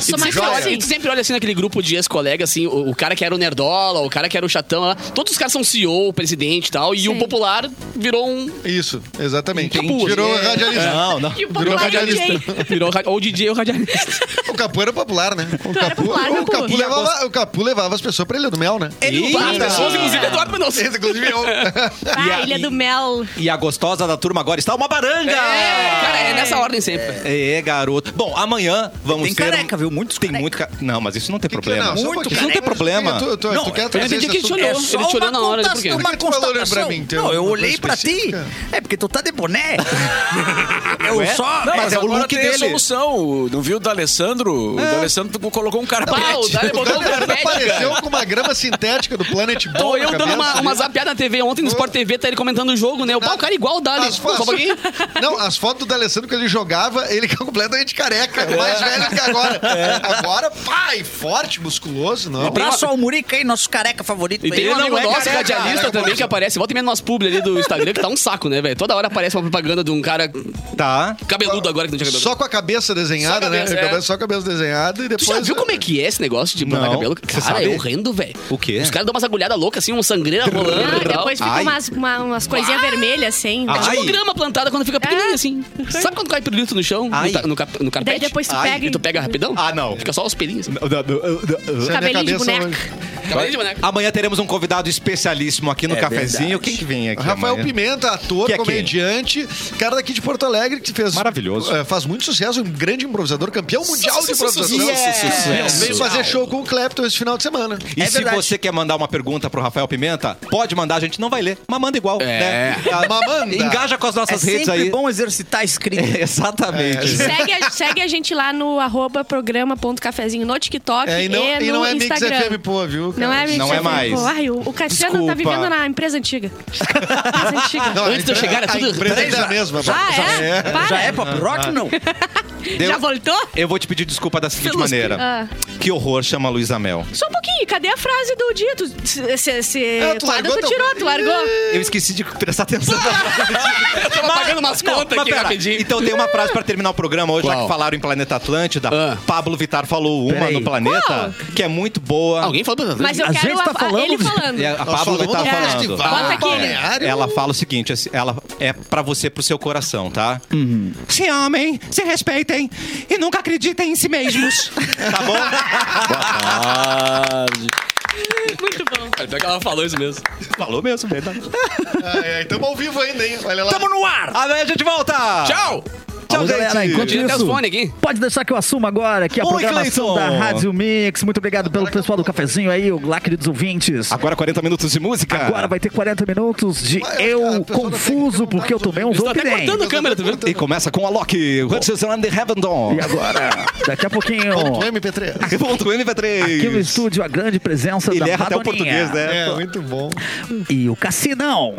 Speaker 5: sou mais
Speaker 4: joia.
Speaker 5: jovem.
Speaker 3: E tu sempre olha assim naquele grupo de ex-colega, assim, o, o cara que era o nerdola, o cara que era o chatão, lá, todos os caras são CEO, presidente e tal, e o
Speaker 5: Sim.
Speaker 3: popular virou um...
Speaker 4: Isso, exatamente.
Speaker 3: Entendi.
Speaker 4: Virou
Speaker 3: É.
Speaker 4: radialista.
Speaker 1: Não, não.
Speaker 5: E o
Speaker 4: Virou
Speaker 5: popular
Speaker 4: radialista.
Speaker 5: DJ.
Speaker 3: um Virou ra- ou DJ ou radialista.
Speaker 4: O Capu era popular, né? O
Speaker 5: era popular,
Speaker 4: o
Speaker 5: Capu.
Speaker 4: Capu
Speaker 5: E
Speaker 4: levava, o Capu levava as pessoas pra Ilha do Mel, né?
Speaker 1: Ele
Speaker 3: Várias pessoas, inclusive Eduardo Mendonça.
Speaker 4: Inclusive eu.
Speaker 5: Ah, Ilha do Mel.
Speaker 1: E a gostosa da turma agora está uma baranga!
Speaker 3: Cara, é nessa ordem sempre.
Speaker 1: É, garoto. Bom, amanhã vamos
Speaker 3: Tem
Speaker 1: ter...
Speaker 3: careca,
Speaker 1: viu? Muitos Tem muito ca- Não, mas isso não tem problema.
Speaker 4: não? Só um
Speaker 1: Muito
Speaker 4: pouquinho.
Speaker 1: isso não tem
Speaker 4: Careca.
Speaker 1: problema.
Speaker 4: Tu- tu- tu quer trazer esse assunto?
Speaker 7: É só uma constata- Uma
Speaker 4: né,
Speaker 7: constatação. não, eu olhei pra ti.
Speaker 2: É porque tu tá de boné.
Speaker 7: Eu
Speaker 6: Ué?
Speaker 7: só.
Speaker 6: Não, mas é o
Speaker 7: agora
Speaker 6: look
Speaker 7: tem a
Speaker 6: dele.
Speaker 7: solução.
Speaker 6: solução. O- Não viu o D'Alessandro?
Speaker 5: Ah.
Speaker 6: O D'Alessandro colocou um carpete.
Speaker 3: Pau, o D'Alessandro botou um carpete,
Speaker 4: Apareceu
Speaker 3: cara.
Speaker 4: com uma grama sintética do Planet Bowl
Speaker 3: Tô
Speaker 4: na
Speaker 3: eu dando
Speaker 4: cabeça
Speaker 3: uma,
Speaker 4: ali.
Speaker 3: uma zapiada na TV ontem no Sport TV, tá ele comentando o jogo, né? O pau, cara, igual o Dali.
Speaker 4: As
Speaker 3: Só um
Speaker 4: fotos,
Speaker 3: pouquinho.
Speaker 4: não, as fotos do D'Alessandro que ele jogava, ele é completamente careca, mais velho que agora. Agora, pai, forte, musculoso, não.
Speaker 7: Um abraço ao Murica aí, nosso careca favorito.
Speaker 3: E tem
Speaker 7: Ele
Speaker 3: um amigo
Speaker 7: não é
Speaker 3: nosso,
Speaker 7: careca.
Speaker 3: radialista
Speaker 7: Careca,
Speaker 3: também, que aparece, volta e meia no nosso publi ali do Instagram, que tá um saco, né, velho? Toda hora aparece uma propaganda de um cara
Speaker 1: tá.
Speaker 3: cabeludo agora que não tinha cabelo.
Speaker 4: Só com a cabeça desenhada,
Speaker 3: né, Só a cabeça,
Speaker 4: né?
Speaker 3: é.
Speaker 4: Cabeça- Só a cabeça desenhada e
Speaker 3: Tu
Speaker 4: depois.
Speaker 3: já viu como é que é esse negócio de botar
Speaker 1: Não.
Speaker 3: cabelo?
Speaker 1: Você
Speaker 3: Cara,
Speaker 1: sabe?
Speaker 3: é horrendo, velho.
Speaker 1: O quê?
Speaker 3: Os caras dão umas agulhadas loucas, assim, uma sangreira rolando
Speaker 5: Ah,
Speaker 3: e tal.
Speaker 5: depois fica
Speaker 1: Ai.
Speaker 5: umas, uma- umas coisinhas vermelhas, assim.
Speaker 3: É tipo
Speaker 1: Ai.
Speaker 3: grama plantada quando fica
Speaker 5: É.
Speaker 3: pequenininha, assim. Sabe quando cai pirulito no chão, no,
Speaker 1: Ai.
Speaker 3: ta- no, cap- no carpete?
Speaker 5: depois tu
Speaker 3: Ai.
Speaker 5: pega
Speaker 3: E
Speaker 5: e-
Speaker 3: tu pega rapidão?
Speaker 1: Ah, não.
Speaker 3: Fica só os pelinhos. assim.
Speaker 4: Isso é minha
Speaker 5: Cabelinho de
Speaker 4: cabeça
Speaker 5: boneca.
Speaker 4: hoje.
Speaker 3: Cabelinho de boneca.
Speaker 1: Amanhã teremos um convidado especialíssimo aqui no
Speaker 6: É
Speaker 1: cafezinho.
Speaker 6: verdade.
Speaker 1: Quem que vem aqui
Speaker 4: Rafael
Speaker 1: amanhã?
Speaker 4: Pimenta, ator,
Speaker 1: Que é quem?
Speaker 4: comediante, cara daqui de Porto Alegre que fez.
Speaker 1: Maravilhoso.
Speaker 4: eh, faz muito sucesso, um grande improvisador, campeão
Speaker 6: um
Speaker 4: mundial de improvisação.
Speaker 1: Sucesso.
Speaker 4: Veio fazer show com o Clapton esse final de semana.
Speaker 1: E
Speaker 7: É
Speaker 1: se
Speaker 7: verdade.
Speaker 1: você quer mandar uma pergunta pro Rafael Pimenta, pode mandar, a gente não vai ler, mas manda igual.
Speaker 3: É.
Speaker 1: Né? Ah,
Speaker 4: Mas manda.
Speaker 1: Engaja com as
Speaker 7: É
Speaker 1: nossas redes
Speaker 7: sempre
Speaker 1: aí.
Speaker 7: bom exercitar a escrita.
Speaker 11: É,
Speaker 1: Exatamente.
Speaker 5: Segue a, segue a gente lá no arroba programa.cafezinho no TikTok
Speaker 4: É,
Speaker 5: e,
Speaker 4: e não,
Speaker 5: no
Speaker 4: e não é Mix
Speaker 5: Instagram.
Speaker 4: FM, pô, viu? cara?
Speaker 5: Não é, Mix
Speaker 1: Não é
Speaker 5: FM,
Speaker 1: mais.
Speaker 5: pô. Ai, o, o Cassiano
Speaker 1: Desculpa.
Speaker 5: tá vivendo na empresa antiga. Empresa antiga.
Speaker 4: Não, a
Speaker 3: Antes de eu
Speaker 4: empre-
Speaker 3: chegar, é
Speaker 4: a
Speaker 3: tudo-
Speaker 4: empresa
Speaker 3: Peraí,
Speaker 4: ainda é a mesma.
Speaker 5: Ah, é? Para.
Speaker 7: Já é pop rock, não?
Speaker 5: Já
Speaker 1: Deu-
Speaker 5: voltou?
Speaker 1: Eu vou te pedir desculpa da seguinte
Speaker 3: Feluspe.
Speaker 1: maneira.
Speaker 5: Ah.
Speaker 1: Que horror chama a Luísa Mel.
Speaker 5: Só um pouquinho, cadê a frase do dia? Tu, se, se, se-
Speaker 4: Ah, tu
Speaker 5: quadro
Speaker 4: largou
Speaker 5: tu
Speaker 4: teu-
Speaker 5: tirou, tu largou.
Speaker 1: Eu esqueci de prestar atenção.
Speaker 3: Eu tava pagando umas
Speaker 1: Não,
Speaker 3: contas
Speaker 1: mas
Speaker 3: aqui
Speaker 1: pera,
Speaker 3: rapidinho.
Speaker 1: Então tem uma frase pra terminar o programa hoje, já
Speaker 3: Qual?
Speaker 1: que falaram em Planeta Atlântida.
Speaker 3: Ah.
Speaker 1: Pablo Vittar falou uma
Speaker 11: Peraí.
Speaker 1: no Planeta que é muito boa.
Speaker 3: Alguém falou pra
Speaker 5: Mas eu
Speaker 11: A
Speaker 5: quero
Speaker 11: gente tá
Speaker 5: a- a-
Speaker 11: falando
Speaker 5: ele
Speaker 11: de-
Speaker 5: falando. É.
Speaker 1: E a- a Pablo
Speaker 4: falamos
Speaker 1: Vittar
Speaker 4: do
Speaker 1: falando.
Speaker 4: festival
Speaker 5: Bota aqui.
Speaker 4: balneário.
Speaker 1: Ela fala o seguinte, assim, ela é pra você, pro seu coração, tá?
Speaker 4: Uhum.
Speaker 1: Se amem, se respeitem e nunca acreditem em si mesmos. tá bom?
Speaker 5: Muito bom.
Speaker 3: Pior que ela falou isso mesmo.
Speaker 1: Falou
Speaker 4: é
Speaker 1: mesmo, verdade.
Speaker 4: Ai, ai, É, tamo ao vivo ainda, hein? Olha lá.
Speaker 7: Tamo no ar!
Speaker 1: Amanhã a gente volta!
Speaker 3: Tchau!
Speaker 1: Tchau,
Speaker 11: Alô, galera,
Speaker 1: gente!
Speaker 11: enquanto
Speaker 3: Tinha até os
Speaker 11: isso,
Speaker 3: fones aqui.
Speaker 11: pode deixar que eu assumo agora que a
Speaker 1: Oi,
Speaker 11: programação
Speaker 1: Cleiton.
Speaker 11: da Rádio Mix. Muito obrigado pelo pessoal do cafezinho aí, o lá, queridos ouvintes.
Speaker 1: Agora 40 minutos de música.
Speaker 11: Agora vai ter 40 minutos de
Speaker 4: Vai, cara,
Speaker 11: eu
Speaker 4: o pessoal da
Speaker 11: confuso
Speaker 4: técnica não
Speaker 11: porque eu
Speaker 4: tá
Speaker 11: tomei um
Speaker 3: Estou até
Speaker 11: Zolpidem.
Speaker 3: cortando a câmera, tá tu viu?
Speaker 1: E começa com a Loki, What's on the Heaven Dawn.
Speaker 11: E agora, daqui a pouquinho,
Speaker 4: Ponto MP3.
Speaker 1: Ponto MV3.
Speaker 11: aqui no estúdio, a grande presença
Speaker 1: Ele
Speaker 11: da
Speaker 1: erra até o
Speaker 11: Madoninha
Speaker 1: português, né?
Speaker 4: É, muito bom.
Speaker 11: E o Cassinão.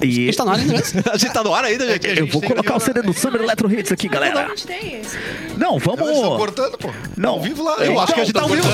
Speaker 11: E
Speaker 3: Está na hora, né?
Speaker 1: A gente tá no ar ainda, gente.
Speaker 11: É, eu vou colocar o CD do Summer Electro Hits aqui, galera.
Speaker 5: Onde tem esse?
Speaker 11: Não,
Speaker 4: Eles estão
Speaker 11: vamos...
Speaker 4: cortando, pô.
Speaker 11: Não.
Speaker 4: Ao vivo lá.
Speaker 1: Eu acho que a gente tá ao vivo.